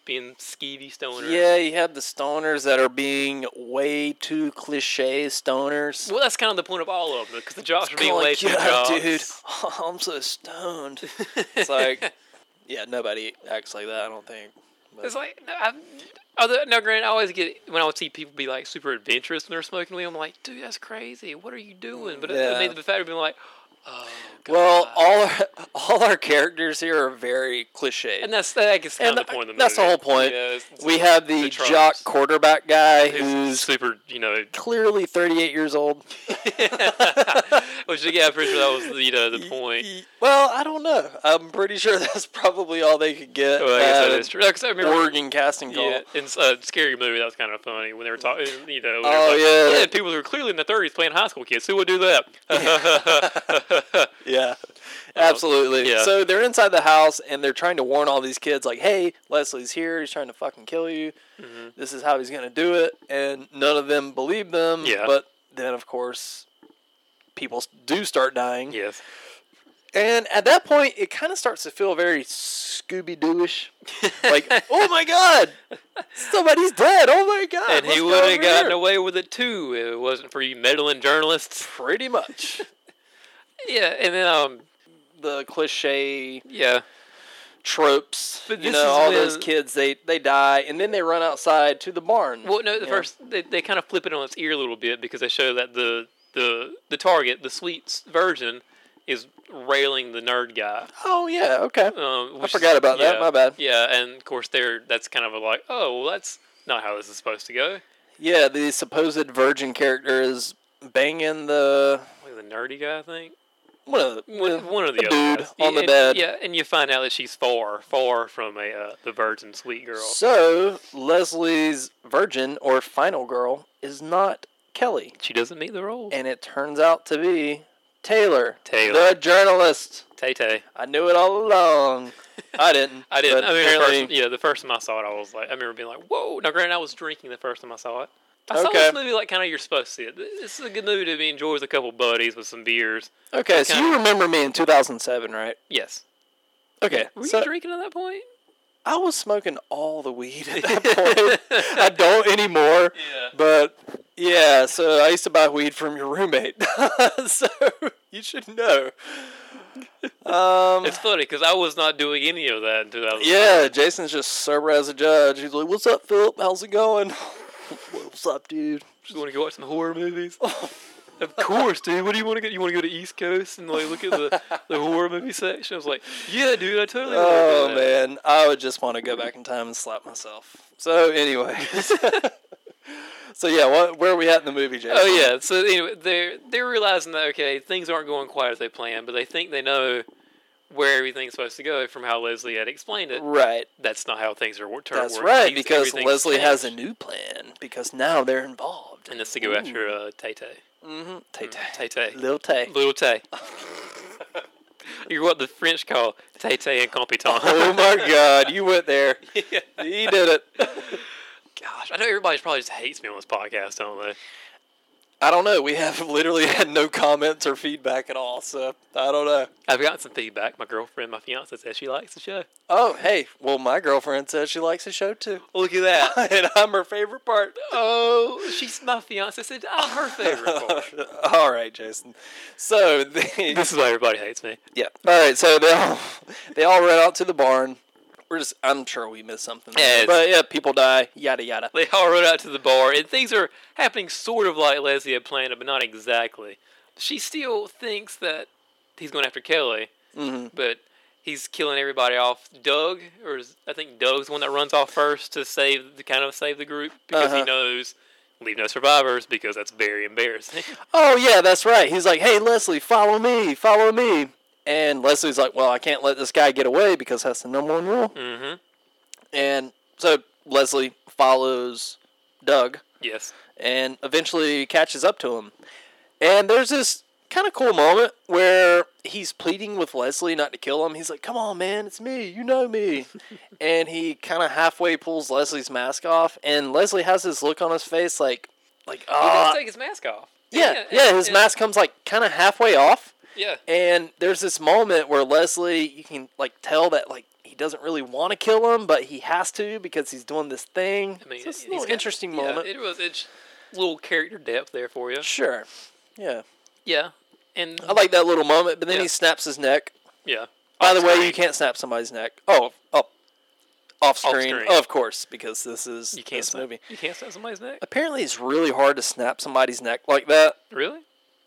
[SPEAKER 6] being skeevy stoners.
[SPEAKER 7] Yeah, you have the stoners that are being way too cliche stoners.
[SPEAKER 6] Well, that's kind of the point of all of them because the jobs are being
[SPEAKER 7] Kinda
[SPEAKER 6] way
[SPEAKER 7] like,
[SPEAKER 6] too
[SPEAKER 7] "Yeah,
[SPEAKER 6] jobs.
[SPEAKER 7] dude, I'm so stoned. it's like, yeah, nobody acts like that. I don't think.
[SPEAKER 6] It's like, no, I, other, no, granted, I always get when I would see people be like super adventurous when they're smoking weed. I'm like, dude, that's crazy. What are you doing? But
[SPEAKER 7] Yeah.
[SPEAKER 6] I mean, the fact of being like,
[SPEAKER 7] Well, all our, all our characters here are very cliche.
[SPEAKER 6] and that's that is kind
[SPEAKER 7] And
[SPEAKER 6] of the point of the
[SPEAKER 7] that's the
[SPEAKER 6] movie.
[SPEAKER 7] whole point.
[SPEAKER 6] Yeah, it's- it's
[SPEAKER 7] we have the,
[SPEAKER 6] the tropes.
[SPEAKER 7] jock quarterback guy who's
[SPEAKER 6] super, you know,
[SPEAKER 7] clearly 38 years old.
[SPEAKER 6] which yeah, I'm pretty sure that was you know the point.
[SPEAKER 7] Well, I don't know. I'm pretty sure that's probably all they could get.
[SPEAKER 6] Well, I guess
[SPEAKER 7] at
[SPEAKER 6] that is true. Because I remember
[SPEAKER 7] uh, Oregon casting call.
[SPEAKER 6] Yeah, in a scary movie, that was kind of funny when they were talking. You know, when they were
[SPEAKER 7] Oh,
[SPEAKER 6] like,
[SPEAKER 7] yeah.
[SPEAKER 6] people who are clearly in the thirties playing high school kids. Who would do that?
[SPEAKER 7] Yeah, absolutely.
[SPEAKER 6] yeah.
[SPEAKER 7] So they're inside the house and they're trying to warn all these kids, like, "Hey, Leslie's here. He's trying to fucking kill you.
[SPEAKER 6] Mm-hmm.
[SPEAKER 7] This is how he's gonna do it." And none of them believe them.
[SPEAKER 6] Yeah.
[SPEAKER 7] But then, of course, people s- do start dying.
[SPEAKER 6] yes.
[SPEAKER 7] And at that point, it kind of starts to feel very Scooby Dooish. like, oh my god, somebody's dead. Oh my god.
[SPEAKER 6] And he
[SPEAKER 7] let's go
[SPEAKER 6] would have
[SPEAKER 7] over
[SPEAKER 6] gotten
[SPEAKER 7] here."
[SPEAKER 6] away with it too if it wasn't for you meddling journalists.
[SPEAKER 7] Pretty much.
[SPEAKER 6] Yeah, and then um,
[SPEAKER 7] The cliche
[SPEAKER 6] yeah,
[SPEAKER 7] tropes.
[SPEAKER 6] But
[SPEAKER 7] you
[SPEAKER 6] this
[SPEAKER 7] know,
[SPEAKER 6] is
[SPEAKER 7] all those
[SPEAKER 6] when-
[SPEAKER 7] kids they they die and then they run outside to the barn.
[SPEAKER 6] Well, no, the
[SPEAKER 7] Yeah.
[SPEAKER 6] first they, they kind of flip it on its ear a little bit because they show that the the the target, the sweets virgin, is railing the nerd guy.
[SPEAKER 7] Oh yeah, okay.
[SPEAKER 6] Um, which is-
[SPEAKER 7] forgot about that,
[SPEAKER 6] yeah,
[SPEAKER 7] my bad.
[SPEAKER 6] Yeah, and of course they're that's kind of a like, oh, well, that's not how this is supposed to go.
[SPEAKER 7] Yeah, the supposed virgin character is banging the
[SPEAKER 6] Like the nerdy guy, I think.
[SPEAKER 7] one of the,
[SPEAKER 6] One, one of the,
[SPEAKER 7] the
[SPEAKER 6] other
[SPEAKER 7] dude
[SPEAKER 6] guys.
[SPEAKER 7] on the
[SPEAKER 6] and,
[SPEAKER 7] bed.
[SPEAKER 6] Yeah, and you find out that she's far, far from a uh, the virgin sweet girl.
[SPEAKER 7] So Leslie's virgin or final girl is not Kelly,
[SPEAKER 6] she doesn't meet the role.
[SPEAKER 7] and it turns out to be Taylor,
[SPEAKER 6] Taylor.
[SPEAKER 7] the journalist.
[SPEAKER 6] Tay Tay.
[SPEAKER 7] I knew it all along. I didn't.
[SPEAKER 6] I didn't.
[SPEAKER 7] but
[SPEAKER 6] I mean, the first-
[SPEAKER 7] apparently-
[SPEAKER 6] yeah, the first time I saw it, I was like, I remember being like, "Whoa!" Now, granted, I was drinking the first time I saw it. I saw
[SPEAKER 7] Okay.
[SPEAKER 6] this movie like kind of you're supposed to see it. This is a good movie to be enjoyed with a couple buddies with some beers.
[SPEAKER 7] Okay, so
[SPEAKER 6] kinda-
[SPEAKER 7] you remember me in 2007, right?
[SPEAKER 6] Yes.
[SPEAKER 7] Okay,
[SPEAKER 6] Were
[SPEAKER 7] so
[SPEAKER 6] you drinking at that point?
[SPEAKER 7] I was smoking all the weed at that point. I don't anymore.
[SPEAKER 6] Yeah.
[SPEAKER 7] But yeah, so I used to buy weed from your roommate. so you should know. Um,
[SPEAKER 6] It's funny because I was not doing any of that in 2000.
[SPEAKER 7] yeah, Jason's just sober as a judge. He's like, "What's up, Philip? How's it going?" "What's up, dude?"
[SPEAKER 6] Just want to go watch some horror movies. of course, dude. What do you want to go? You want to go to East Coast and like look at the, the horror movie section? I was like, yeah, dude. I totally. wanna do
[SPEAKER 7] Oh
[SPEAKER 6] that."
[SPEAKER 7] man, I would just want to go back in time and slap myself. So anyway, so yeah, what, where are we at in the movie, Jason?
[SPEAKER 6] Oh yeah. So anyway, they're they're realizing that okay, things aren't going quite as they planned, but they think they know where everything's supposed to go from how Leslie had explained it.
[SPEAKER 7] right.
[SPEAKER 6] That's not how things are wor- turned.
[SPEAKER 7] That's
[SPEAKER 6] work.
[SPEAKER 7] right,
[SPEAKER 6] Things-
[SPEAKER 7] because
[SPEAKER 6] everything's
[SPEAKER 7] Leslie has a
[SPEAKER 6] changed.
[SPEAKER 7] new plan because now they're involved.
[SPEAKER 6] and it's to go after uh, Tay Tay,
[SPEAKER 7] Tay Tay,
[SPEAKER 6] Tay Tay,
[SPEAKER 7] Lil Tay.
[SPEAKER 6] little Tay. You're what the French call Tay Tay and Compitant.
[SPEAKER 7] Oh my God, you went there. He did it.
[SPEAKER 6] Gosh, I know everybody probably just hates me on this podcast, don't they?
[SPEAKER 7] I don't know. We have literally had no comments or feedback at all, so I don't know.
[SPEAKER 6] I've gotten some feedback. My girlfriend, my fiance says she likes the show.
[SPEAKER 7] Oh, hey. Well, my girlfriend says she likes the show too,
[SPEAKER 6] Look at that.
[SPEAKER 7] and I'm her favorite part.
[SPEAKER 6] Oh, she's my fiance. Said I'm her favorite. part.
[SPEAKER 7] all right, Jason. So they,
[SPEAKER 6] This is why everybody hates me.
[SPEAKER 7] yeah. All right. So they all they all ran out to the barn. We're just. I'm sure we missed something.
[SPEAKER 6] Yeah, it's-
[SPEAKER 7] but yeah, people die. Yada yada.
[SPEAKER 6] They all rode out to the bar, and things are happening sort of like Leslie had planned it, but not exactly. She still thinks that he's going after Kelly,
[SPEAKER 7] Mm-hmm.
[SPEAKER 6] but he's killing everybody off. Doug, or is, I think Doug's the one that runs off first to save the kind of save the group because he
[SPEAKER 7] Uh-huh.
[SPEAKER 6] knows leave no survivors because that's very embarrassing.
[SPEAKER 7] Oh yeah, that's right. He's like, "Hey Leslie, follow me, follow me." And Leslie's like, "Well, I can't let this guy get away because that's the number one rule." Mm-hmm. And so Leslie follows Doug
[SPEAKER 6] yes,
[SPEAKER 7] and eventually catches up to him. And there's this kind of cool moment where he's pleading with Leslie not to kill him. He's like, "Come on, man, it's me. You know me." and he kind of halfway pulls Leslie's mask off, and Leslie has this look on his face like, like,
[SPEAKER 6] he
[SPEAKER 7] "Ah,
[SPEAKER 6] does take his mask off.
[SPEAKER 7] yeah,
[SPEAKER 6] and-
[SPEAKER 7] yeah, his
[SPEAKER 6] and-
[SPEAKER 7] mask comes like kind of halfway off,
[SPEAKER 6] Yeah,
[SPEAKER 7] and there's this moment where Leslie, you can like tell that like he doesn't really want to kill him, but he has to because he's doing this thing.
[SPEAKER 6] I mean,
[SPEAKER 7] so
[SPEAKER 6] it-
[SPEAKER 7] it's a
[SPEAKER 6] he's
[SPEAKER 7] little
[SPEAKER 6] got-
[SPEAKER 7] interesting
[SPEAKER 6] yeah,
[SPEAKER 7] moment.
[SPEAKER 6] it was it's little character depth there for you.
[SPEAKER 7] sure, yeah,
[SPEAKER 6] Yeah, and
[SPEAKER 7] I like that little moment, but then
[SPEAKER 6] Yeah.
[SPEAKER 7] he snaps his neck.
[SPEAKER 6] yeah.
[SPEAKER 7] By the way,
[SPEAKER 6] Off-screen.
[SPEAKER 7] you can't snap somebody's neck. Oh, oh, off screen,
[SPEAKER 6] Off-screen.
[SPEAKER 7] of course, because this is
[SPEAKER 6] You can't
[SPEAKER 7] this
[SPEAKER 6] snap.
[SPEAKER 7] movie.
[SPEAKER 6] You can't snap somebody's neck.
[SPEAKER 7] Apparently, it's really hard to snap somebody's neck like that.
[SPEAKER 6] Really?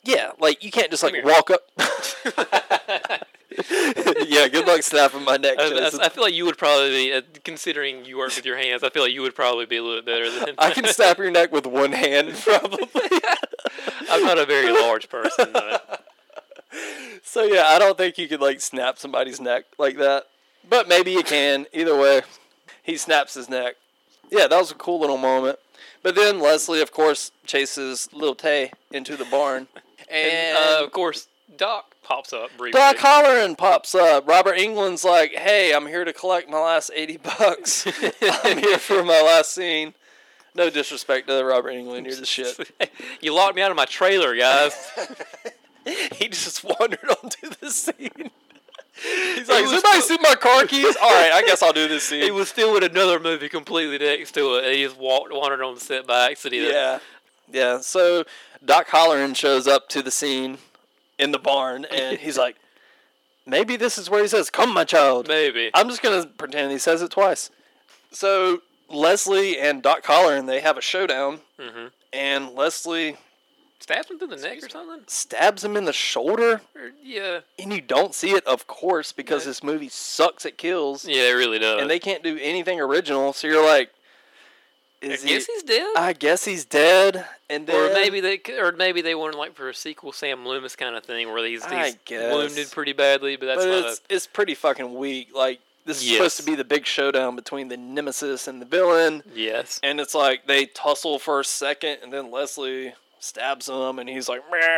[SPEAKER 7] Yeah, like you can't just like
[SPEAKER 6] here.
[SPEAKER 7] walk up. yeah, good luck snapping my neck,
[SPEAKER 6] I, I-
[SPEAKER 7] Jason.
[SPEAKER 6] I feel like you would probably, be, uh, considering you work with your hands, I feel like you would probably be a little bit better than.
[SPEAKER 7] I can snap your neck with one hand, probably.
[SPEAKER 6] I'm not a very large person. Though.
[SPEAKER 7] so yeah, I don't think you could like snap somebody's neck like that, but maybe you can. Either way, he snaps his neck. Yeah, that was a cool little moment. But then Leslie, of course, chases Lil Tay into the barn,
[SPEAKER 6] And
[SPEAKER 7] and,
[SPEAKER 6] uh, of course, Doc pops up briefly.
[SPEAKER 7] Doc Holleran pops up. Robert England's like, "Hey, I'm here to collect my last eighty bucks. I'm here for my last scene." No disrespect to Robert England, you're the shit.
[SPEAKER 6] you locked me out of my trailer, guys.
[SPEAKER 7] he just wandered onto the scene.
[SPEAKER 6] like, "Does
[SPEAKER 7] He's like, "Somebody
[SPEAKER 6] anybody
[SPEAKER 7] see my car keys? All right, I guess I'll do this scene."
[SPEAKER 6] He was still in another movie completely next to it, and he just walked, wandered on the set by accident.
[SPEAKER 7] yeah, yeah. So Doc Holleran shows up to the scene in the barn, and he's like, "Maybe this is where he says, come, my child.'
[SPEAKER 6] Maybe.
[SPEAKER 7] I'm just gonna pretend he says it twice. So
[SPEAKER 6] Mm-hmm.
[SPEAKER 7] Leslie and Doc Collar and they have a showdown, and Leslie
[SPEAKER 6] stabs him through the neck or something.
[SPEAKER 7] Stabs him in the shoulder,
[SPEAKER 6] Or, yeah,
[SPEAKER 7] and you don't see it, of course, because this movie sucks at kills,
[SPEAKER 6] yeah, it really does.
[SPEAKER 7] and they can't do anything original. So you're like,
[SPEAKER 6] I
[SPEAKER 7] is
[SPEAKER 6] guess
[SPEAKER 7] he?
[SPEAKER 6] he's dead.
[SPEAKER 7] I guess he's dead, and then
[SPEAKER 6] or maybe they, c- or maybe they wanted like for a sequel, Sam Loomis kind of thing, where he's,
[SPEAKER 7] I
[SPEAKER 6] he's
[SPEAKER 7] guess.
[SPEAKER 6] wounded pretty badly, but that's
[SPEAKER 7] but
[SPEAKER 6] not.
[SPEAKER 7] it's it's pretty fucking weak. Like this is supposed to
[SPEAKER 6] Yes.
[SPEAKER 7] be the big showdown between the nemesis and the villain,
[SPEAKER 6] a, yes,
[SPEAKER 7] and it's like they tussle for a second, and then Leslie stabs him, and he's like, "Meh."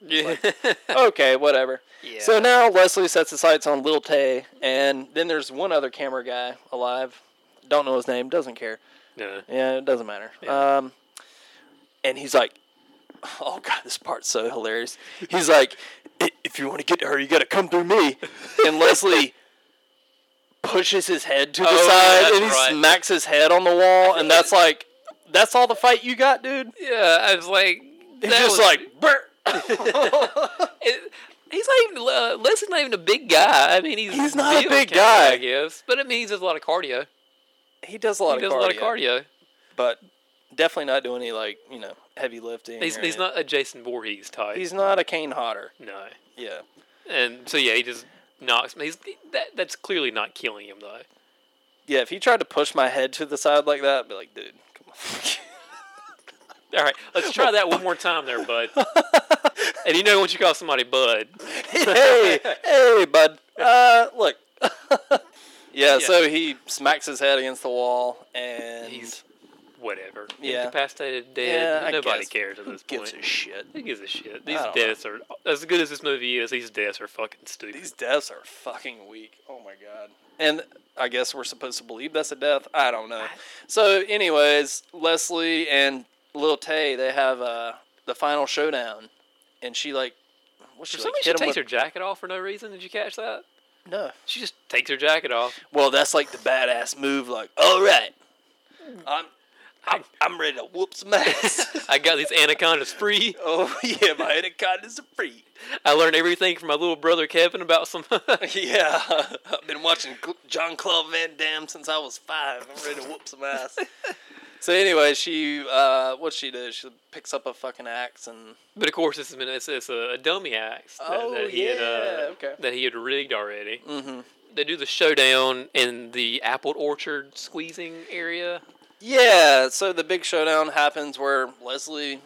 [SPEAKER 6] yeah.
[SPEAKER 7] okay, whatever.
[SPEAKER 6] Yeah.
[SPEAKER 7] So now Leslie sets his sights on Lil Tay, and then there's one other camera guy alive. Don't know his name, doesn't care.
[SPEAKER 6] No.
[SPEAKER 7] Yeah, it doesn't matter.
[SPEAKER 6] Yeah.
[SPEAKER 7] Um, and he's like, "Oh god, this part's so hilarious." He's like, "I- "If you want to get to her, you got to come through me." And Leslie pushes his head to the
[SPEAKER 6] Oh, yeah,
[SPEAKER 7] side,
[SPEAKER 6] that's
[SPEAKER 7] and he
[SPEAKER 6] right.
[SPEAKER 7] smacks his head on the wall, and that's like, that's all the fight you got, dude.
[SPEAKER 6] yeah, I was like,
[SPEAKER 7] He's
[SPEAKER 6] that was-
[SPEAKER 7] just like, "Brr."
[SPEAKER 6] it- he's not even uh, Leslie's not even a big guy. I mean, he's
[SPEAKER 7] He's not a
[SPEAKER 6] built
[SPEAKER 7] big
[SPEAKER 6] kinda,
[SPEAKER 7] guy.
[SPEAKER 6] I guess, but I mean, he does a lot of cardio.
[SPEAKER 7] he does a lot
[SPEAKER 6] He
[SPEAKER 7] of
[SPEAKER 6] does
[SPEAKER 7] cardio.
[SPEAKER 6] a lot of cardio.
[SPEAKER 7] but definitely not doing any like you know heavy lifting.
[SPEAKER 6] He's
[SPEAKER 7] or
[SPEAKER 6] he's
[SPEAKER 7] any-
[SPEAKER 6] not a Jason Voorhees type.
[SPEAKER 7] He's not a Kane Hodder.
[SPEAKER 6] no,
[SPEAKER 7] Yeah.
[SPEAKER 6] and so yeah, he just knocks. He's that that's clearly not killing him though.
[SPEAKER 7] Yeah. If he tried to push my head to the side like that, I'd be like, dude, come on.
[SPEAKER 6] All right, let's try that one more time there, bud. and you know once you call somebody bud,
[SPEAKER 7] hey, hey, bud. Uh, look. yeah, So he smacks his head against the wall, and
[SPEAKER 6] he's whatever.
[SPEAKER 7] Yeah.
[SPEAKER 6] Incapacitated, dead.
[SPEAKER 7] yeah, I
[SPEAKER 6] Nobody
[SPEAKER 7] guess.
[SPEAKER 6] cares at
[SPEAKER 7] Who
[SPEAKER 6] this
[SPEAKER 7] gives
[SPEAKER 6] point.
[SPEAKER 7] a shit.
[SPEAKER 6] Who gives a shit? These
[SPEAKER 7] don't know.
[SPEAKER 6] deaths are as good as this movie is. These deaths are fucking stupid.
[SPEAKER 7] These deaths are fucking weak. Oh my god. And I guess we're supposed to believe that's a death. I don't know. So, anyways, Leslie and Lil Tay they have uh, the final showdown, and she like, what she
[SPEAKER 6] For
[SPEAKER 7] like,
[SPEAKER 6] some reason, she
[SPEAKER 7] hit him
[SPEAKER 6] takes
[SPEAKER 7] with-
[SPEAKER 6] her jacket off for no reason. Did you catch that?
[SPEAKER 7] No.
[SPEAKER 6] She just takes her jacket off.
[SPEAKER 7] Well, that's like the badass move. Like, all right, I'm, I'm, I'm ready to whoop some ass.
[SPEAKER 6] I got these anacondas free.
[SPEAKER 7] oh yeah, my anaconda's a free.
[SPEAKER 6] I learned everything from my little brother Kevin about some.
[SPEAKER 7] Yeah, I've been watching Cl- John Claude Van Damme since I was five. I'm ready to whoop some ass. so anyway, she uh, what she does? She picks up a fucking axe and
[SPEAKER 6] but of course, this has been it's, it's a, a dummy axe that,
[SPEAKER 7] Oh,
[SPEAKER 6] that he had
[SPEAKER 7] yeah,
[SPEAKER 6] uh,
[SPEAKER 7] okay.
[SPEAKER 6] that he had rigged already. Mm-hmm. They do the showdown in the apple orchard squeezing area.
[SPEAKER 7] yeah. So the big showdown happens where Leslie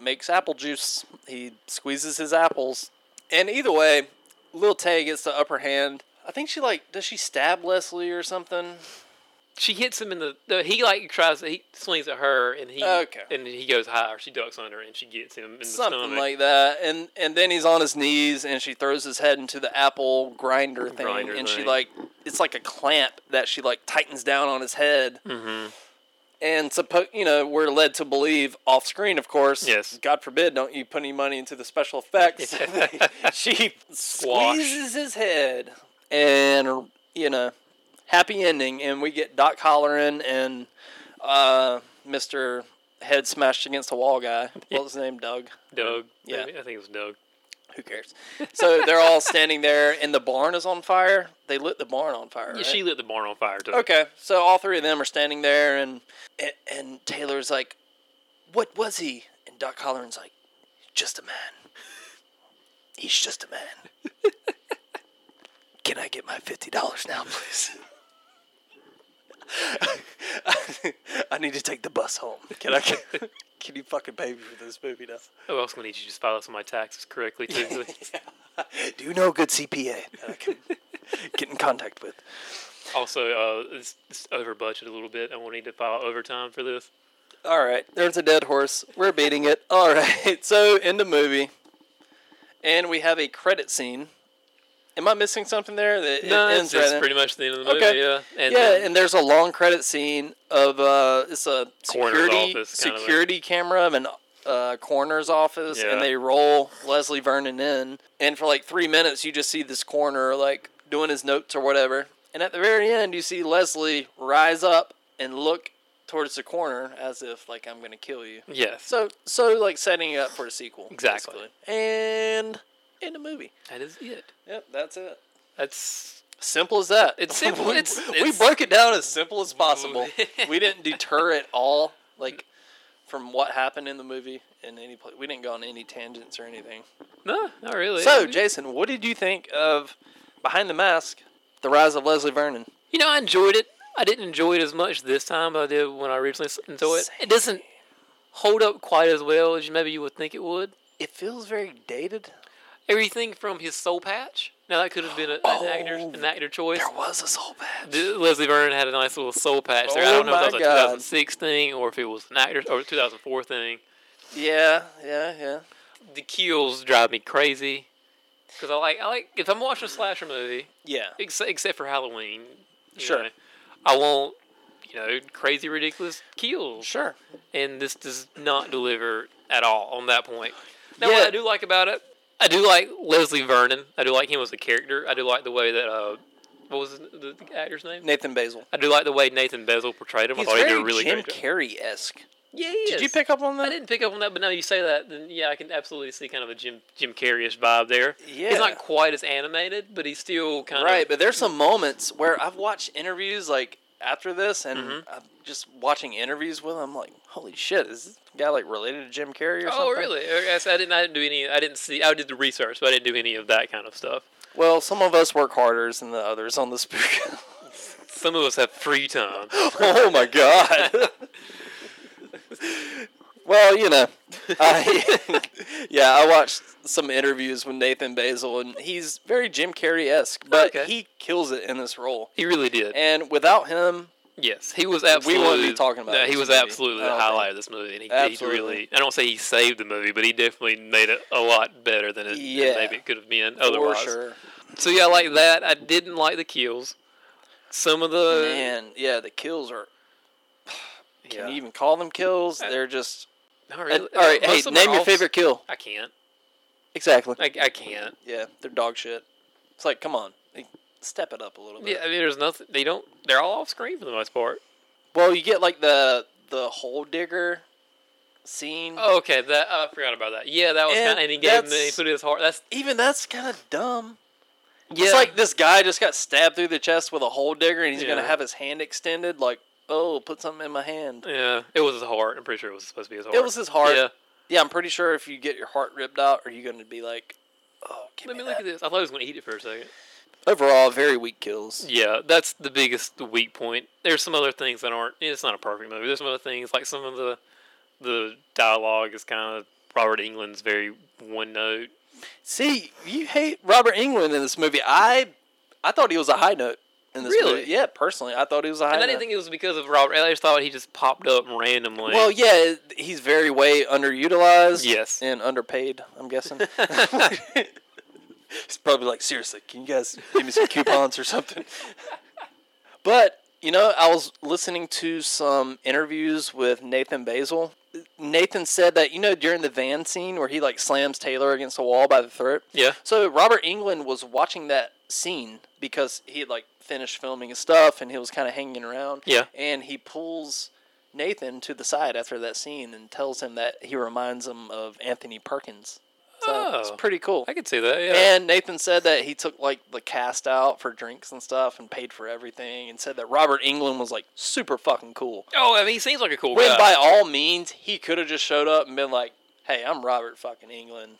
[SPEAKER 7] makes apple juice. He squeezes his apples, and either way, Lil Tay gets the upper hand. I think she like does she stab Leslie or something?
[SPEAKER 6] She hits him in the. the he like tries. He swings at her, and he
[SPEAKER 7] Okay.
[SPEAKER 6] and he goes higher. She ducks under, and she gets him in the
[SPEAKER 7] something
[SPEAKER 6] stomach.
[SPEAKER 7] like that. And and then he's on his knees, and she throws his head into the apple grinder thing,
[SPEAKER 6] Grinder
[SPEAKER 7] and she
[SPEAKER 6] thing.
[SPEAKER 7] like it's like a clamp that she like tightens down on his head. Mm-hmm. And suppo- you know we're led to believe off screen, of course.
[SPEAKER 6] Yes.
[SPEAKER 7] God forbid, don't you put any money into the special effects? she
[SPEAKER 6] Squash.
[SPEAKER 7] squeezes his head, and you know, happy ending, and we get Doc Holleran and uh, Mister Head smashed against a wall guy. What was his name? Doug
[SPEAKER 6] Doug.
[SPEAKER 7] Yeah.
[SPEAKER 6] I think it was Doug.
[SPEAKER 7] who cares? So they're all standing there, and the barn is on fire. They lit the barn on fire.
[SPEAKER 6] Yeah,
[SPEAKER 7] right?
[SPEAKER 6] She lit the barn on fire. Too.
[SPEAKER 7] okay. So all three of them are standing there, and and, and Taylor's like, "What was he?" And Doc Holleran's like, "Just a man. He's just a man." Can I get my fifty dollars now, please? I need to take the bus home. Can I? Get, can you fucking pay me for this movie now?
[SPEAKER 6] Oh, I was gonna need you to just file some of my taxes correctly too.
[SPEAKER 7] Do you know a good CPA that I can get in contact with?
[SPEAKER 6] also, uh, it's, it's over budget a little bit. I will need to file overtime for this.
[SPEAKER 7] All right, there's a dead horse. We're beating it. All right, so in the movie, and we have a credit scene. Am I missing something there? That it
[SPEAKER 6] No, it's,
[SPEAKER 7] ends
[SPEAKER 6] it's
[SPEAKER 7] right in-
[SPEAKER 6] pretty much the end of the movie.
[SPEAKER 7] Okay.
[SPEAKER 6] Yeah, and
[SPEAKER 7] yeah,
[SPEAKER 6] then
[SPEAKER 7] and there's a long credit scene of uh, it's a
[SPEAKER 6] Coroner's
[SPEAKER 7] security
[SPEAKER 6] office, kind of a-
[SPEAKER 7] security camera of an uh, coroner's office,
[SPEAKER 6] Yeah.
[SPEAKER 7] and they roll Leslie Vernon in, and for like three minutes you just see this coroner like doing his notes or whatever, and at the very end you see Leslie rise up and look towards the corner as if like I'm gonna kill you.
[SPEAKER 6] yes,
[SPEAKER 7] So so like setting it up for a sequel
[SPEAKER 6] Exactly.
[SPEAKER 7] basically. and in the movie.
[SPEAKER 6] that is it.
[SPEAKER 7] Yep, that's it.
[SPEAKER 6] That's
[SPEAKER 7] Simple as that.
[SPEAKER 6] It's simple.
[SPEAKER 7] we,
[SPEAKER 6] It's-
[SPEAKER 7] we
[SPEAKER 6] it's-
[SPEAKER 7] broke it down as simple as possible. we didn't deter at all. Like from what happened in the movie in any place. We didn't go on any tangents or anything.
[SPEAKER 6] No, not really.
[SPEAKER 7] So, Jason, what did you think of Behind the Mask: The Rise of Leslie Vernon?
[SPEAKER 6] You know, I enjoyed it. I didn't enjoy it as much this time as I did when I originally s- saw it. It doesn't hold up quite as well as you- maybe you would think it would.
[SPEAKER 7] It feels very dated.
[SPEAKER 6] Everything from his soul patch. Now that could have been a, an
[SPEAKER 7] Oh.
[SPEAKER 6] actor an actor choice.
[SPEAKER 7] There was a soul patch.
[SPEAKER 6] D- Leslie Vernon had a nice little soul patch there. I
[SPEAKER 7] Oh
[SPEAKER 6] don't know if
[SPEAKER 7] my
[SPEAKER 6] that was a
[SPEAKER 7] God.
[SPEAKER 6] 2006 thing or if it was an actor or 2004 thing.
[SPEAKER 7] Yeah, yeah, yeah.
[SPEAKER 6] The kills drive me crazy because I like I like if I'm watching a slasher movie,
[SPEAKER 7] Yeah.
[SPEAKER 6] ex- except for Halloween. you
[SPEAKER 7] Sure.
[SPEAKER 6] know, I want you know crazy ridiculous kills.
[SPEAKER 7] Sure.
[SPEAKER 6] and this does not deliver at all on that point. Now,
[SPEAKER 7] Yeah.
[SPEAKER 6] what I do like about it, I do like Leslie Vernon. I do like him as a character. I do like the way that uh, what was the, the actor's name?
[SPEAKER 7] Nathan Basil.
[SPEAKER 6] I do like the way Nathan Bezel portrayed him.
[SPEAKER 7] He's
[SPEAKER 6] I thought he
[SPEAKER 7] very
[SPEAKER 6] did Oh, a really
[SPEAKER 7] Jim
[SPEAKER 6] great job.
[SPEAKER 7] Carrey esque.
[SPEAKER 6] Yeah,
[SPEAKER 7] Did you pick up on that?
[SPEAKER 6] I didn't pick up on that, but now you say that, then yeah, I can absolutely see kind of a Jim Jim Carrey-ish vibe there.
[SPEAKER 7] Yeah.
[SPEAKER 6] he's not quite as animated, but he's still kind
[SPEAKER 7] Right,
[SPEAKER 6] of
[SPEAKER 7] but there's some moments where I've watched interviews like after this, and
[SPEAKER 6] Mm-hmm.
[SPEAKER 7] I'm just watching interviews with him. I'm like, holy shit, is this guy like related to Jim Carrey or something?
[SPEAKER 6] Oh really? Okay, so I didn't. I didn't do any. I didn't see. I did the research, but I didn't do any of that kind of stuff.
[SPEAKER 7] Well, some of us work harder than the others on this spook.
[SPEAKER 6] Some of us have free time.
[SPEAKER 7] oh my god. well, you know, I, yeah, I watched some interviews with Nathan Basil, and he's very Jim Carrey esque, but
[SPEAKER 6] Okay.
[SPEAKER 7] he kills it in this role.
[SPEAKER 6] He really did.
[SPEAKER 7] And without him,
[SPEAKER 6] Yes, he was absolutely.
[SPEAKER 7] won't be talking about
[SPEAKER 6] No, he
[SPEAKER 7] this
[SPEAKER 6] was
[SPEAKER 7] movie.
[SPEAKER 6] absolutely
[SPEAKER 7] I
[SPEAKER 6] the
[SPEAKER 7] don't
[SPEAKER 6] highlight of this movie, and he, he
[SPEAKER 7] Absolutely.
[SPEAKER 6] really. I don't say he saved the movie, but he definitely made it a lot better than it
[SPEAKER 7] Yeah.
[SPEAKER 6] maybe it could have been
[SPEAKER 7] for
[SPEAKER 6] otherwise.
[SPEAKER 7] sure.
[SPEAKER 6] So yeah, I like that. I didn't like the kills. Some of the
[SPEAKER 7] Man, yeah, the kills are
[SPEAKER 6] yeah.
[SPEAKER 7] Can you even call them kills? They're just
[SPEAKER 6] Not really.
[SPEAKER 7] Uh, all right.
[SPEAKER 6] Most
[SPEAKER 7] Hey,
[SPEAKER 6] of them
[SPEAKER 7] name
[SPEAKER 6] are
[SPEAKER 7] your
[SPEAKER 6] all-
[SPEAKER 7] favorite kill.
[SPEAKER 6] I can't.
[SPEAKER 7] Exactly.
[SPEAKER 6] I, I can't.
[SPEAKER 7] Yeah, they're dog shit. It's like, come on, like, step it up a little bit.
[SPEAKER 6] Yeah, I mean, there's nothing. They don't. They're all off screen for the most part.
[SPEAKER 7] Well, you get like the the hole digger scene.
[SPEAKER 6] Oh, okay, that I forgot about that. Yeah, that was
[SPEAKER 7] And
[SPEAKER 6] kind of. And he gave him. He
[SPEAKER 7] that's-
[SPEAKER 6] put his heart. That's
[SPEAKER 7] Even that's kind of dumb.
[SPEAKER 6] Yeah.
[SPEAKER 7] It's like this guy just got stabbed through the chest with a hole digger, and he's
[SPEAKER 6] Yeah.
[SPEAKER 7] gonna have his hand extended, like, oh, put something in my hand.
[SPEAKER 6] yeah. It was his heart. I'm pretty sure it was supposed to be his heart.
[SPEAKER 7] It was his heart.
[SPEAKER 6] Yeah.
[SPEAKER 7] Yeah. I'm pretty sure if you get your heart ripped out, are you gonna be like, oh, give
[SPEAKER 6] Let me
[SPEAKER 7] me
[SPEAKER 6] look
[SPEAKER 7] that.
[SPEAKER 6] at this. I thought he was going to eat it for a second.
[SPEAKER 7] Overall, very weak kills.
[SPEAKER 6] Yeah, that's the biggest weak point. There's some other things that aren't. It's not a perfect movie. There's some other things like some of the the dialogue is kind of Robert England's very one note.
[SPEAKER 7] See, you hate Robert England in this movie. I I thought he was a high note in this
[SPEAKER 6] Really?
[SPEAKER 7] movie. Yeah, personally, I thought he was a high
[SPEAKER 6] And I
[SPEAKER 7] note.
[SPEAKER 6] didn't think it was because of Robert. I just thought he just popped up randomly.
[SPEAKER 7] well, yeah, it- he's very way underutilized.
[SPEAKER 6] Yes.
[SPEAKER 7] and underpaid. I'm guessing. he's probably like, seriously, can you guys give me some coupons or something? But you know, I was listening to some interviews with Nathan Basil. Nathan said that you know during the van scene where he like slams Taylor against the wall by the throat.
[SPEAKER 6] Yeah.
[SPEAKER 7] So Robert England was watching that scene because he had like finished filming his stuff and he was kind of hanging around.
[SPEAKER 6] Yeah.
[SPEAKER 7] And he pulls Nathan to the side after that scene and tells him that he reminds him of Anthony Perkins. So it's
[SPEAKER 6] Oh.
[SPEAKER 7] pretty cool.
[SPEAKER 6] I could see that. Yeah.
[SPEAKER 7] And Nathan said that he took like the cast out for drinks and stuff and paid for everything and said that Robert England was like super fucking cool.
[SPEAKER 6] oh, I mean, he seems like a cool
[SPEAKER 7] When
[SPEAKER 6] guy.
[SPEAKER 7] by all means he could have just showed up and been like, "Hey, I'm Robert fucking England.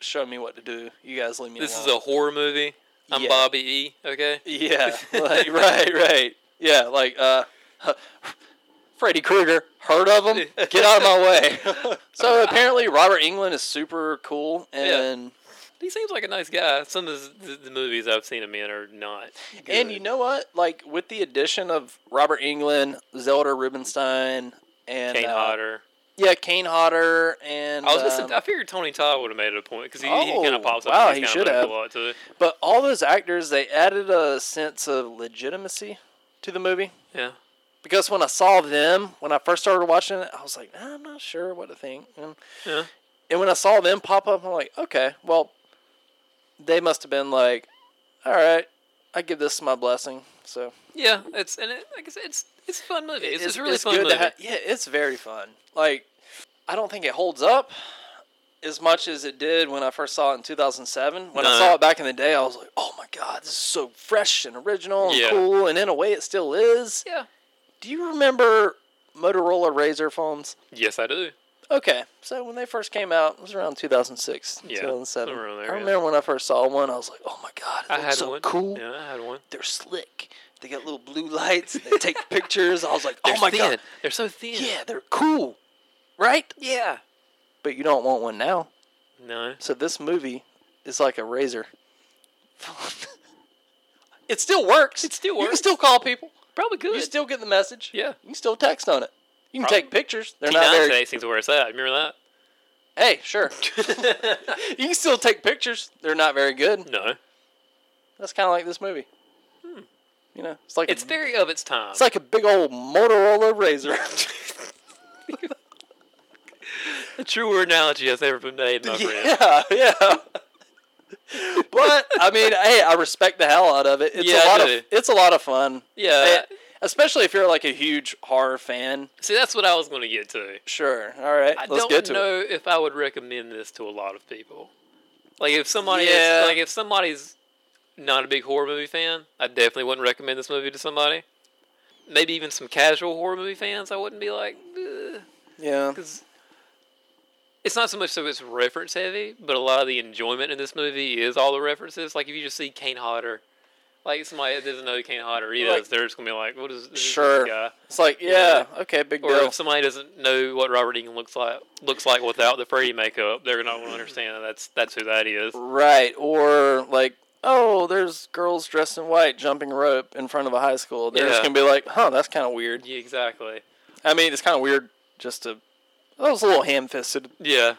[SPEAKER 7] Show me what to do. You guys leave me
[SPEAKER 6] this
[SPEAKER 7] alone."
[SPEAKER 6] is a horror movie. I'm
[SPEAKER 7] Yeah.
[SPEAKER 6] Bobby E. Okay.
[SPEAKER 7] Yeah, like, right, right. Yeah, like uh, Freddy Krueger. Heard of him? Get out of my way. so apparently, Robert England is super cool, and
[SPEAKER 6] He seems like a nice guy. Some of his- the, the movies I've seen him in are not. Good.
[SPEAKER 7] and you know what? Like with the addition of Robert England, Zelda Rubinstein, and
[SPEAKER 6] Kane
[SPEAKER 7] uh,
[SPEAKER 6] Hodder.
[SPEAKER 7] yeah, Kane Hodder, and
[SPEAKER 6] I was listening.
[SPEAKER 7] um,
[SPEAKER 6] I figured Tony Todd would have made it a point because he, he kind
[SPEAKER 7] Oh,
[SPEAKER 6] of pops up.
[SPEAKER 7] wow,
[SPEAKER 6] in
[SPEAKER 7] he
[SPEAKER 6] these
[SPEAKER 7] should
[SPEAKER 6] kind of
[SPEAKER 7] have.
[SPEAKER 6] movies a lot too.
[SPEAKER 7] but all those actors they added a sense of legitimacy to the movie.
[SPEAKER 6] Yeah.
[SPEAKER 7] because when I saw them, when I first started watching it, I was like, "Nah, I'm not sure what to think. And,
[SPEAKER 6] Yeah.
[SPEAKER 7] and when I saw them pop up, I'm like, okay, well, they must have been like, all right, I give this my blessing. So
[SPEAKER 6] Yeah, it's and it, like I said, it's it's a fun movie. It's, it's a really fun
[SPEAKER 7] good
[SPEAKER 6] movie.
[SPEAKER 7] to ha- yeah, it's very fun. Like, I don't think it holds up as much as it did when I first saw it in 2007. When
[SPEAKER 6] No.
[SPEAKER 7] I saw it back in the day, I was like, oh my god, this is so fresh and original and
[SPEAKER 6] Yeah.
[SPEAKER 7] cool. And in a way, it still is.
[SPEAKER 6] yeah,
[SPEAKER 7] Do you remember Motorola Razor phones?
[SPEAKER 6] Yes, I do.
[SPEAKER 7] Okay, so when they first came out, it was around 2006,
[SPEAKER 6] Yeah,
[SPEAKER 7] 2007.
[SPEAKER 6] somewhere around there,
[SPEAKER 7] I
[SPEAKER 6] yeah.
[SPEAKER 7] remember when I first saw one, I was like, "Oh my god, it
[SPEAKER 6] I
[SPEAKER 7] looks
[SPEAKER 6] had
[SPEAKER 7] so
[SPEAKER 6] one.
[SPEAKER 7] cool!
[SPEAKER 6] Yeah, I had one.
[SPEAKER 7] They're slick. They got little blue lights. They take pictures." I was like, "Oh
[SPEAKER 6] They're
[SPEAKER 7] my
[SPEAKER 6] thin.
[SPEAKER 7] god,
[SPEAKER 6] They're so thin.
[SPEAKER 7] yeah, they're cool, right?"
[SPEAKER 6] Yeah.
[SPEAKER 7] But you don't want one now.
[SPEAKER 6] No.
[SPEAKER 7] So this movie is like a razor. it still works.
[SPEAKER 6] It still
[SPEAKER 7] You can
[SPEAKER 6] works.
[SPEAKER 7] still call people.
[SPEAKER 6] Probably good.
[SPEAKER 7] You still get the message.
[SPEAKER 6] Yeah.
[SPEAKER 7] You can still text on it. You can
[SPEAKER 6] Prob-
[SPEAKER 7] take pictures. They're
[SPEAKER 6] T9
[SPEAKER 7] not very.
[SPEAKER 6] today seems where it's at. Remember that?
[SPEAKER 7] Hey, sure. you can still take pictures. They're not very good.
[SPEAKER 6] No.
[SPEAKER 7] That's kind of like this movie. You know, it's like
[SPEAKER 6] Hmm. It's
[SPEAKER 7] a,
[SPEAKER 6] very of its time.
[SPEAKER 7] it's like a big old Motorola razor.
[SPEAKER 6] a truer analogy has ever been made, my friend.
[SPEAKER 7] yeah, yeah. but I mean, hey, I respect the hell out of it. It's
[SPEAKER 6] Yeah,
[SPEAKER 7] a
[SPEAKER 6] I
[SPEAKER 7] lot of
[SPEAKER 6] do. Uh,
[SPEAKER 7] it's a lot of fun.
[SPEAKER 6] Yeah.
[SPEAKER 7] Eh, especially if you're like a huge horror fan.
[SPEAKER 6] See, that's what I was going to get to.
[SPEAKER 7] Sure. All right.
[SPEAKER 6] I
[SPEAKER 7] let's
[SPEAKER 6] don't
[SPEAKER 7] get to it.
[SPEAKER 6] know if I would recommend this to a lot of people. Like if somebody is-
[SPEAKER 7] Yeah.
[SPEAKER 6] like if somebody's not a big horror movie fan, I definitely wouldn't recommend this movie to somebody. Maybe even some casual horror movie fans, I wouldn't be like
[SPEAKER 7] Yeah.
[SPEAKER 6] because it's not so much so it's reference heavy, but a lot of the enjoyment in this movie is all the references. Like if you just see Kane Hodder, like somebody that doesn't know who Kane Hodder is,
[SPEAKER 7] Like-
[SPEAKER 6] they're just gonna be like, "What is who is this
[SPEAKER 7] Sure.
[SPEAKER 6] guy?
[SPEAKER 7] It's like, yeah, okay, big
[SPEAKER 6] Or
[SPEAKER 7] deal.
[SPEAKER 6] if somebody doesn't know what Robert Englund looks like looks like without the Freddy makeup, they're not gonna understand that that's that's who that is.
[SPEAKER 7] Right. Or like, oh, there's girls dressed in white jumping rope in front of a high school. They're just
[SPEAKER 6] Yeah.
[SPEAKER 7] gonna be like, huh, that's kind of weird.
[SPEAKER 6] Yeah, exactly.
[SPEAKER 7] I mean, it's kind of weird just to. That was a little ham fisted.
[SPEAKER 6] Yeah.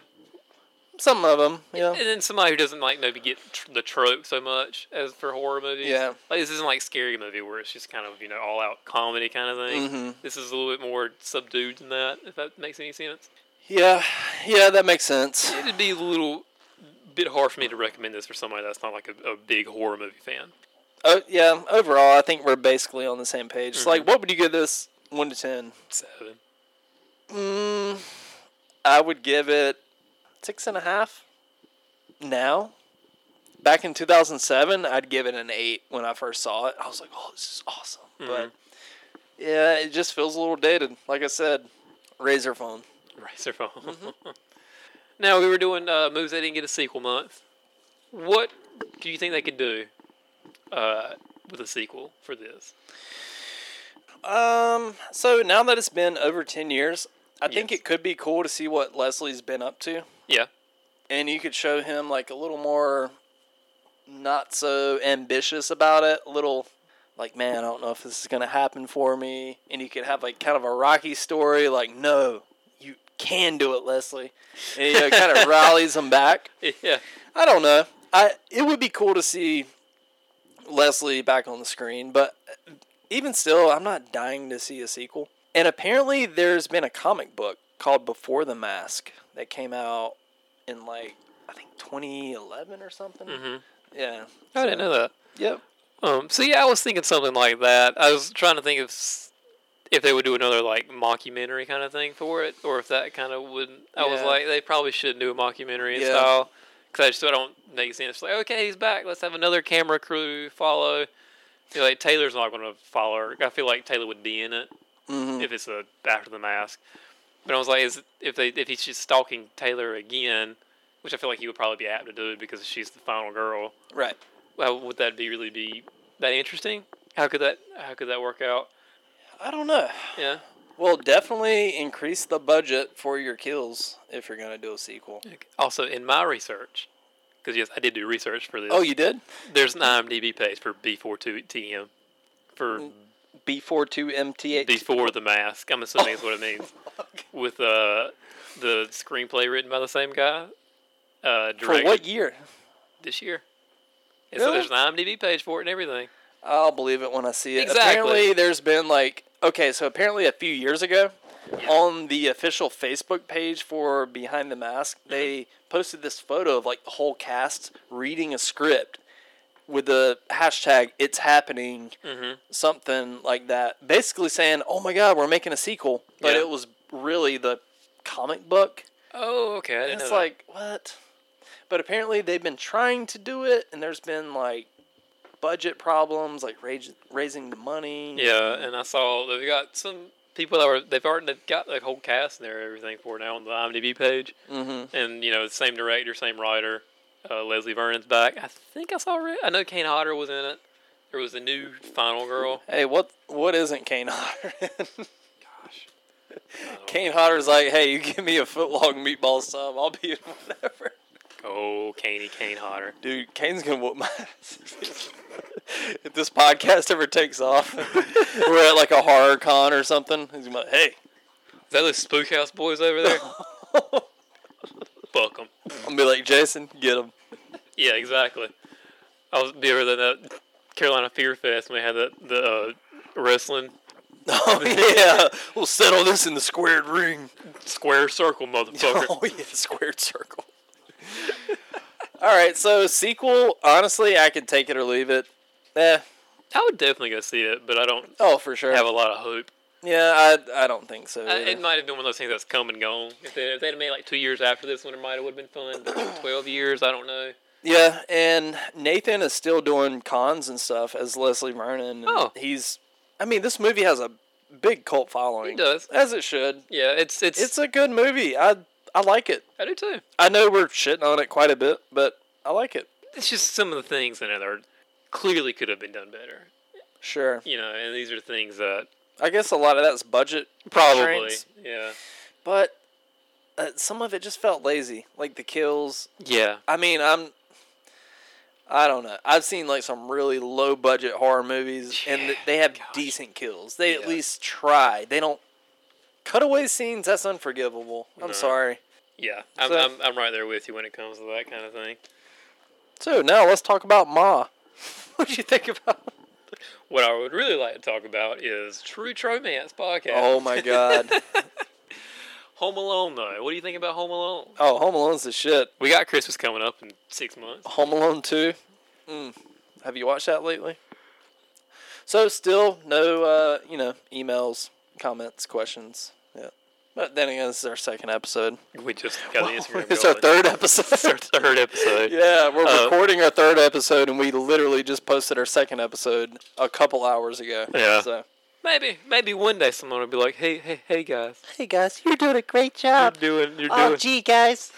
[SPEAKER 7] Some of them, yeah.
[SPEAKER 6] And then somebody who doesn't like maybe get tr- the trope so much as for horror movies.
[SPEAKER 7] Yeah.
[SPEAKER 6] Like this isn't like scary movie where it's just kind of you know all out comedy kind of thing. This is a little bit more subdued than that. If that makes any sense.
[SPEAKER 7] Yeah, yeah, that makes sense.
[SPEAKER 6] It'd be a little bit hard for me to recommend this for somebody that's not like a, a big horror movie fan.
[SPEAKER 7] Oh, yeah, overall, I think we're basically on the same page. It's Like, what would you give this 1 to 10?
[SPEAKER 6] Seven.
[SPEAKER 7] I would give it six and a half now. Back in 2007, I'd give it an eight when I first saw it. I was like, oh, this is awesome. But yeah, it just feels a little dated. Like I said, Razor phone.
[SPEAKER 6] Razor phone. Mm-hmm. now we were doing uh, moves that didn't get a sequel month. What do you think they could do uh, with a sequel for this?
[SPEAKER 7] Um, so now that it's been over 10 years, I think
[SPEAKER 6] Yes.
[SPEAKER 7] it could be cool to see what Leslie's been up to.
[SPEAKER 6] Yeah.
[SPEAKER 7] and you could show him like a little more not so ambitious about it a little like man i don't know if this is going to happen for me and you could have like kind of a rocky story like no you can do it leslie and you know, kind of rallies him back
[SPEAKER 6] Yeah.
[SPEAKER 7] i don't know i it would be cool to see leslie back on the screen but even still i'm not dying to see a sequel and apparently there's been a comic book called before the mask that came out in like I think 2011 or something. Yeah.
[SPEAKER 6] I didn't know that.
[SPEAKER 7] Mm-hmm. Yep.
[SPEAKER 6] Um, so yeah, I was thinking something like that. I was trying to think if s- if they would do another like mockumentary kind of thing for it, or if that kind of wouldn't. I was
[SPEAKER 7] Yeah.
[SPEAKER 6] like, they probably shouldn't do a mockumentary
[SPEAKER 7] Yeah.
[SPEAKER 6] style because I just I don't make sense. It's like, okay, he's back. Let's have another camera crew follow. You know, like Taylor's not going to follow. her. I feel like Taylor would be in it
[SPEAKER 7] Mm-hmm.
[SPEAKER 6] if it's a after the mask. But I was like, is, if they if he's just stalking Taylor again, which I feel like he would probably be apt to do because she's the final girl
[SPEAKER 7] Right.
[SPEAKER 6] how would that be really be that interesting? How could that how could that work out?
[SPEAKER 7] I don't know.
[SPEAKER 6] Yeah.
[SPEAKER 7] Well, definitely increase the budget for your kills if you're gonna do a sequel.
[SPEAKER 6] Also, in my research, because yes, I did do research for this.
[SPEAKER 7] Oh, you did?
[SPEAKER 6] there's an IMDb page for B42TM for
[SPEAKER 7] B42MTH.
[SPEAKER 6] before the mask. I'm assuming is what it means. With uh, the screenplay written by the same guy. Uh,
[SPEAKER 7] For
[SPEAKER 6] directed
[SPEAKER 7] what year?
[SPEAKER 6] this year? And
[SPEAKER 7] Really?
[SPEAKER 6] So there's an IMDb page for it and everything.
[SPEAKER 7] I'll believe it when I see it.
[SPEAKER 6] Exactly.
[SPEAKER 7] Apparently, there's been like okay, so apparently a few years ago, on the official Facebook page for Behind the Mask,
[SPEAKER 6] Mm-hmm.
[SPEAKER 7] they posted this photo of like the whole cast reading a script with the hashtag "It's happening,"
[SPEAKER 6] Mm-hmm.
[SPEAKER 7] something like that, basically saying, "Oh my God, we're making a sequel," but
[SPEAKER 6] Yeah.
[SPEAKER 7] it was really the comic book.
[SPEAKER 6] Oh, okay. I didn't
[SPEAKER 7] And
[SPEAKER 6] know
[SPEAKER 7] it's
[SPEAKER 6] that.
[SPEAKER 7] like, what? But apparently they've been trying to do it, and there's been like budget problems, like raise, raising the money.
[SPEAKER 6] Yeah, and I saw they've got some people that were they've already got the whole cast and there everything for it now on the IMDb page, mm-hmm. and you know the same director, same writer. Uh, Leslie Vernon's back. I think I saw. Re- I know Kane Hodder was in it. There was a new final girl.
[SPEAKER 7] Hey, what what isn't Kane Hodder? in? Kane Hodder's like, hey, you give me a foot long meatball sub, I'll be in whatever.
[SPEAKER 6] Oh, Kaney Kane Hodder.
[SPEAKER 7] Dude, Kane's gonna whoop my ass. if this podcast ever takes off, we're at like a horror con or something. He's gonna be like, hey,
[SPEAKER 6] Is that those spook house boys over there? Fuck 'em.
[SPEAKER 7] I'm gonna be like, Jason, get him.
[SPEAKER 6] Yeah, exactly. I was bigger than that Carolina Fear Fest when we had the, the uh, wrestling
[SPEAKER 7] Oh yeah, we'll settle this in the squared ring.
[SPEAKER 6] square circle, motherfucker.
[SPEAKER 7] Oh yeah, the squared circle. All right, so sequel. Honestly, I could take it or leave it. Eh,
[SPEAKER 6] I would definitely go see it, but I don't
[SPEAKER 7] oh for sure.
[SPEAKER 6] have a lot of hope.
[SPEAKER 7] yeah, I I don't think so.
[SPEAKER 6] I,
[SPEAKER 7] either.
[SPEAKER 6] it might have been one of those things that's come and gone. If, they, if they'd have made like two years after this one, it might have would have been fun. But Twelve years, I don't know.
[SPEAKER 7] Yeah, and Nathan is still doing cons and stuff as Leslie Vernon. and
[SPEAKER 6] Oh.
[SPEAKER 7] he's. I mean, this movie has a big cult following.
[SPEAKER 6] It does.
[SPEAKER 7] as it should.
[SPEAKER 6] Yeah, it's it's,
[SPEAKER 7] It's a good movie. I I like it.
[SPEAKER 6] I do too.
[SPEAKER 7] I know we're shitting on it quite a bit, but I like it.
[SPEAKER 6] It's just some of the things in it are clearly could have been done better.
[SPEAKER 7] Sure.
[SPEAKER 6] You know, and these are things that
[SPEAKER 7] I guess a lot of that's budget,
[SPEAKER 6] probably,
[SPEAKER 7] constraints,
[SPEAKER 6] yeah,
[SPEAKER 7] but uh, some of it just felt lazy, like the kills.
[SPEAKER 6] yeah.
[SPEAKER 7] I mean, I'm. I don't know. I've seen like some really low budget horror movies, and th- they have decent kills. They
[SPEAKER 6] Yeah.
[SPEAKER 7] at least try. They don't cutaway scenes. That's unforgivable. I'm sorry.
[SPEAKER 6] Yeah, I'm,
[SPEAKER 7] So-
[SPEAKER 6] I'm, I'm right there with you when it comes to that kind of thing.
[SPEAKER 7] So now let's talk about Ma. what do you think about?
[SPEAKER 6] What I would really like to talk about is True Romance podcast.
[SPEAKER 7] Oh my god.
[SPEAKER 6] Home Alone though. What do you think about Home Alone?
[SPEAKER 7] oh, Home Alone's the shit.
[SPEAKER 6] We got Christmas coming up in six months.
[SPEAKER 7] Home Alone two. Mm. Have you watched that lately? So still no, uh, you know, emails, comments, questions. Yeah. But then again, this is our second episode.
[SPEAKER 6] We just got the Instagram.
[SPEAKER 7] it's our
[SPEAKER 6] going.
[SPEAKER 7] third episode.
[SPEAKER 6] It's our third episode.
[SPEAKER 7] yeah, we're
[SPEAKER 6] Uh,
[SPEAKER 7] recording our third episode, and we literally just posted our second episode a couple hours ago.
[SPEAKER 6] Yeah.
[SPEAKER 7] So,
[SPEAKER 6] Maybe, maybe one day someone will be like, "Hey, hey, hey, guys,
[SPEAKER 8] Hey guys, you're doing a great
[SPEAKER 6] you're
[SPEAKER 8] job.
[SPEAKER 6] doing, you're
[SPEAKER 8] Oh,
[SPEAKER 6] doing."
[SPEAKER 8] gee, guys.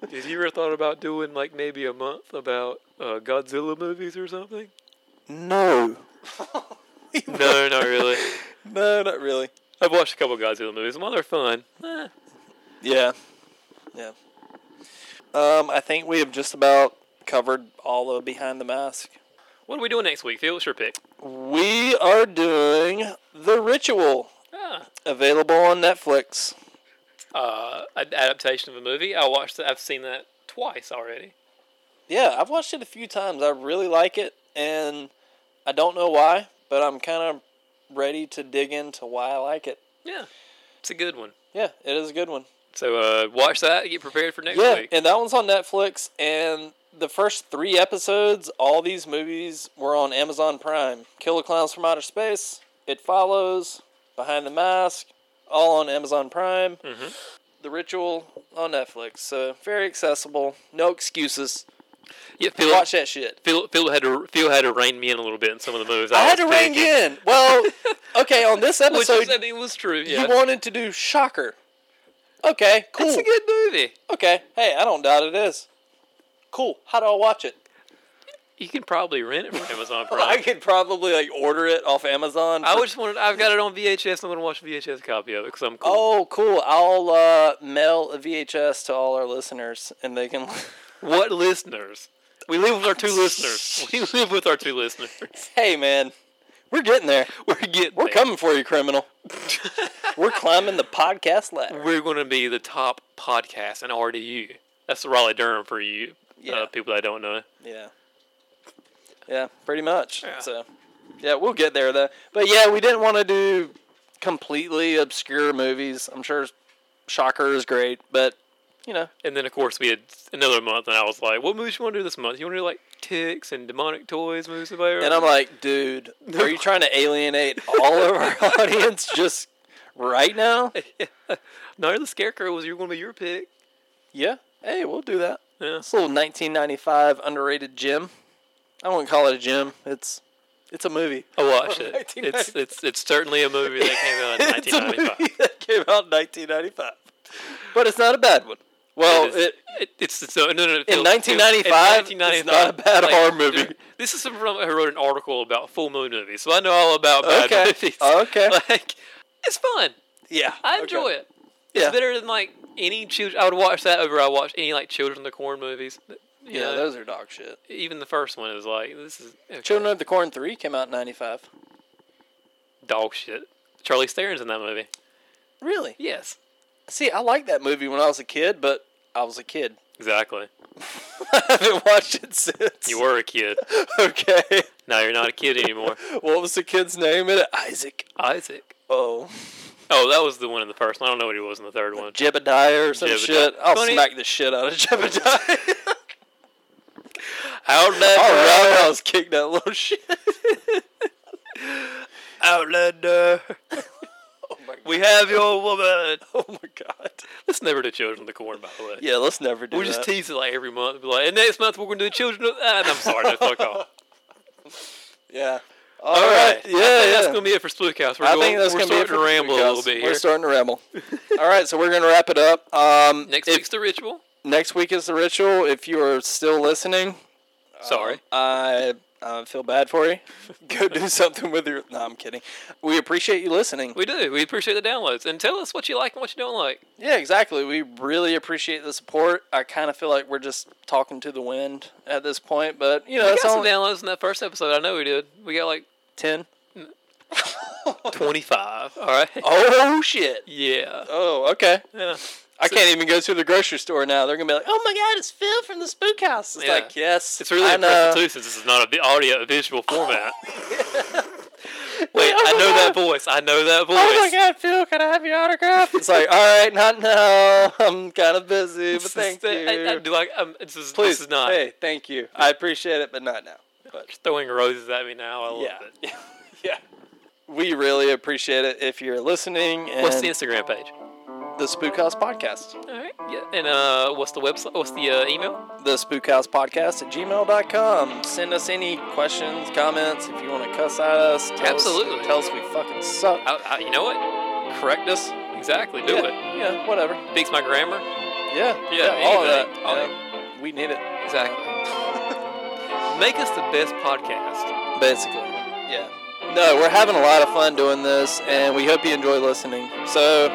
[SPEAKER 6] Have you ever thought about doing like maybe a month about uh, Godzilla movies or something?
[SPEAKER 7] no,
[SPEAKER 6] No, not really.
[SPEAKER 7] no, not really.
[SPEAKER 6] I've watched a couple Godzilla movies. Well, they're fun. Eh,
[SPEAKER 7] Yeah. Yeah. Um, I think we have just about covered all of Behind the Mask.
[SPEAKER 6] What are we doing next week? Phil, what's your pick?
[SPEAKER 7] We are doing The Ritual,
[SPEAKER 6] Ah,
[SPEAKER 7] available on Netflix.
[SPEAKER 6] uh, an adaptation of a movie. I watched. That, I've seen that twice already.
[SPEAKER 7] Yeah, I've watched it a few times. I really like it, and I don't know why, but I'm kind of ready to dig into why I like it.
[SPEAKER 6] Yeah, it's a good one.
[SPEAKER 7] Yeah, it is a good one.
[SPEAKER 6] So uh, watch that. Get prepared for next
[SPEAKER 7] yeah,
[SPEAKER 6] week.
[SPEAKER 7] and that one's on Netflix. And the first three episodes, all these movies were on Amazon Prime. Killer Clowns from Outer Space, It Follows, Behind the Mask, all on Amazon Prime.
[SPEAKER 6] Mm-hmm.
[SPEAKER 7] The Ritual on Netflix. So very accessible. No excuses.
[SPEAKER 6] yeah, Phil,
[SPEAKER 7] Watch that shit.
[SPEAKER 6] Phil, Phil had to Phil had to rein me in a little bit in some of the movies. I,
[SPEAKER 7] I had to
[SPEAKER 6] was
[SPEAKER 7] rein
[SPEAKER 6] picking.
[SPEAKER 7] you in. Well, okay, on this
[SPEAKER 6] which
[SPEAKER 7] episode,
[SPEAKER 6] is, I mean was true. Yeah,
[SPEAKER 7] you wanted to do Shocker. Okay, cool.
[SPEAKER 6] it's a good movie.
[SPEAKER 7] Okay, hey, I don't doubt it is. Cool. How do I watch it?
[SPEAKER 6] You can probably rent it from Amazon Prime.
[SPEAKER 7] I could probably like order it off Amazon.
[SPEAKER 6] I
[SPEAKER 7] for-
[SPEAKER 6] just wanted. I've got it on VHS. I'm gonna watch a VHS copy of it because I'm cool.
[SPEAKER 7] Oh, cool! I'll uh, mail a VHS to all our listeners, and they can.
[SPEAKER 6] What listeners? We live with our two listeners. We live with our two listeners.
[SPEAKER 7] hey, man, we're getting there.
[SPEAKER 6] We're getting.
[SPEAKER 7] We're
[SPEAKER 6] there.
[SPEAKER 7] coming for you, criminal. we're climbing the podcast ladder.
[SPEAKER 6] We're gonna be the top podcast in RDU. That's the Raleigh Durham for you
[SPEAKER 7] Yeah.
[SPEAKER 6] uh, people that don't know.
[SPEAKER 7] Yeah, yeah, pretty much.
[SPEAKER 6] Yeah.
[SPEAKER 7] So, yeah, we'll get there though. But yeah, we didn't want to do completely obscure movies. I'm sure Shocker is great, but you know,
[SPEAKER 6] And then of course we had another month, and I was like, "What movies you want to do this month? You want to do like Ticks and Demonic Toys movies of
[SPEAKER 7] And I'm like, dude, are you trying to alienate all of our audience just right now?
[SPEAKER 6] No, the Scarecrow was you going to be your pick.
[SPEAKER 7] Yeah. Hey, we'll do that.
[SPEAKER 6] Yeah.
[SPEAKER 7] It's a little 1995 underrated gym. I wouldn't call it a gym. It's It's a movie.
[SPEAKER 6] I watched it.
[SPEAKER 7] 1990.
[SPEAKER 6] It's it's it's certainly a movie that came out in
[SPEAKER 7] it's a movie
[SPEAKER 6] 1995.
[SPEAKER 7] that came out in 1995, but it's not a bad one. Well,
[SPEAKER 6] It is-
[SPEAKER 7] it,
[SPEAKER 6] it, it's, it's no, no, no. Phil, Phil, in
[SPEAKER 7] 1995, it's not a
[SPEAKER 6] 1995,
[SPEAKER 7] bad horror movie.
[SPEAKER 6] dude, This is from I wrote an article about full moon movies, so I know all about bad
[SPEAKER 7] Okay. Oh,
[SPEAKER 6] movies.
[SPEAKER 7] Okay.
[SPEAKER 6] like it's fun.
[SPEAKER 7] yeah,
[SPEAKER 6] I enjoy it. It's
[SPEAKER 7] Yeah.
[SPEAKER 6] better than like any children. I would watch that over. I watch any like Children of the Corn movies. You
[SPEAKER 7] Yeah,
[SPEAKER 6] know,
[SPEAKER 7] those are dog shit.
[SPEAKER 6] even the first one is like this is okay.
[SPEAKER 7] Children of the Corn three came out in 95.
[SPEAKER 6] dog shit. Charlie Theron's in that movie.
[SPEAKER 7] Really?
[SPEAKER 6] Yes,
[SPEAKER 7] See, I liked that movie when I was a kid, but I was a kid.
[SPEAKER 6] exactly.
[SPEAKER 7] I haven't watched it since.
[SPEAKER 6] You were a kid.
[SPEAKER 7] okay.
[SPEAKER 6] now you're not a kid anymore.
[SPEAKER 7] What was the kid's name in it? Isaac.
[SPEAKER 6] Isaac.
[SPEAKER 7] Oh,
[SPEAKER 6] Oh, that was the one in the first one. I don't know what he was in the third one.
[SPEAKER 7] Jebediah or some
[SPEAKER 6] Jebediah.
[SPEAKER 7] shit. I'll
[SPEAKER 6] Funny-
[SPEAKER 7] smack the shit out of Jebediah.
[SPEAKER 6] Outland
[SPEAKER 7] I'll roundhouse kick that little shit.
[SPEAKER 6] Oh Outlander.
[SPEAKER 7] Oh my god.
[SPEAKER 6] We have your woman.
[SPEAKER 7] Oh my god.
[SPEAKER 6] Let's never do Children of the Corn, by the way.
[SPEAKER 7] Yeah, let's never do
[SPEAKER 6] we
[SPEAKER 7] that.
[SPEAKER 6] just tease it like every month. Be like, and next month we're going to do Children of. Ah, no, I'm sorry, no, fuck off.
[SPEAKER 7] yeah.
[SPEAKER 6] All right.
[SPEAKER 7] Yeah,
[SPEAKER 6] I think
[SPEAKER 7] yeah.
[SPEAKER 6] that's going to be it for Spookhouse. We're
[SPEAKER 7] I
[SPEAKER 6] going,
[SPEAKER 7] think that's
[SPEAKER 6] we're
[SPEAKER 7] gonna be
[SPEAKER 6] starting
[SPEAKER 7] it for
[SPEAKER 6] to
[SPEAKER 7] this
[SPEAKER 6] ramble
[SPEAKER 7] week,
[SPEAKER 6] a
[SPEAKER 7] guys.
[SPEAKER 6] little bit
[SPEAKER 7] We're
[SPEAKER 6] here.
[SPEAKER 7] starting to ramble. All right, so we're gonna wrap it up. Um,
[SPEAKER 6] Next
[SPEAKER 7] if-
[SPEAKER 6] week's the ritual.
[SPEAKER 7] next week is the ritual. If you are still listening, Uh,
[SPEAKER 6] Sorry.
[SPEAKER 7] I I feel bad for you. Go do something with your. No, I'm kidding. We appreciate you listening.
[SPEAKER 6] We do. We appreciate the downloads. And tell us what you like and what you don't like.
[SPEAKER 7] Yeah, exactly. We really appreciate the support. I kind of feel like we're just talking to the wind at this point, but you know,
[SPEAKER 6] We
[SPEAKER 7] it's
[SPEAKER 6] got some
[SPEAKER 7] only
[SPEAKER 6] downloads in that first episode. I know we did. We got like
[SPEAKER 7] ten.
[SPEAKER 6] 25. All right.
[SPEAKER 7] Oh shit.
[SPEAKER 6] Yeah.
[SPEAKER 7] Oh, okay.
[SPEAKER 6] Yeah.
[SPEAKER 7] I can't even go to the grocery store now. They're gonna be like, "Oh my god, it's Phil from the Spook House." It's
[SPEAKER 6] Yeah.
[SPEAKER 7] like, yes,
[SPEAKER 6] It's really
[SPEAKER 7] I
[SPEAKER 6] impressive
[SPEAKER 7] know.
[SPEAKER 6] too, since this is not a vi- audio a visual format.
[SPEAKER 7] Wait,
[SPEAKER 6] I know that voice. I know that voice.
[SPEAKER 7] Oh my god, Phil, can I have your autograph? It's like, all right, not now. I'm kind of busy, but
[SPEAKER 6] This is
[SPEAKER 7] thank
[SPEAKER 6] the-
[SPEAKER 7] you.
[SPEAKER 6] I, I, do I, um, this, is,
[SPEAKER 7] Please,
[SPEAKER 6] this is not
[SPEAKER 7] Hey, thank you. I appreciate it, but not now. But
[SPEAKER 6] Just throwing roses at me now. I love
[SPEAKER 7] yeah,
[SPEAKER 6] it.
[SPEAKER 7] yeah. We really appreciate it if you're listening. And
[SPEAKER 6] What's the Instagram page?
[SPEAKER 7] the Spook House Podcast?
[SPEAKER 6] All right. Yeah. And uh, what's the website? What's the uh, email?
[SPEAKER 7] The Spook House Podcast at gmail.com. Send us any questions, comments. If you want to cuss at us, tell
[SPEAKER 6] Absolutely.
[SPEAKER 7] Us, tell us we fucking suck.
[SPEAKER 6] I, I, you know what?
[SPEAKER 7] correct us.
[SPEAKER 6] Exactly. Do it.
[SPEAKER 7] yeah, Yeah, whatever.
[SPEAKER 6] Fix my grammar.
[SPEAKER 7] Yeah, yeah, all of that.
[SPEAKER 6] anything. All
[SPEAKER 7] Yeah. We need it,
[SPEAKER 6] Exactly. Make us the best podcast.
[SPEAKER 7] basically. Yeah. No, we're having a lot of fun doing this, and we hope you enjoy listening. So,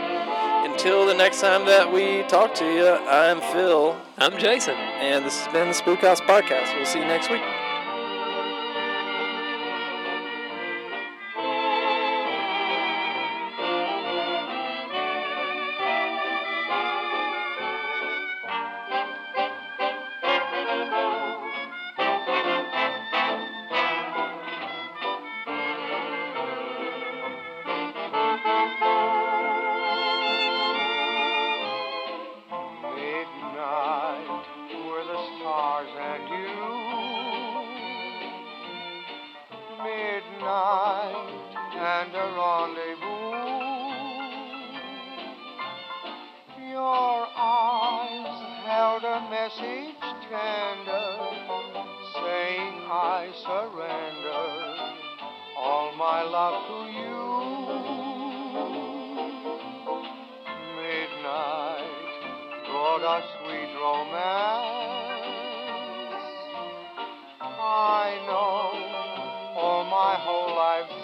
[SPEAKER 7] until the next time that we talk to you, I'm Phil,
[SPEAKER 6] I'm Jason.
[SPEAKER 7] and this has been the Spook House Podcast. We'll see you next week.
[SPEAKER 9] midnight were the stars and you. Midnight and a rendezvous. Your eyes held a message tender, saying I surrender all my love to you. Midnight brought us sweet romance. I know all my whole life's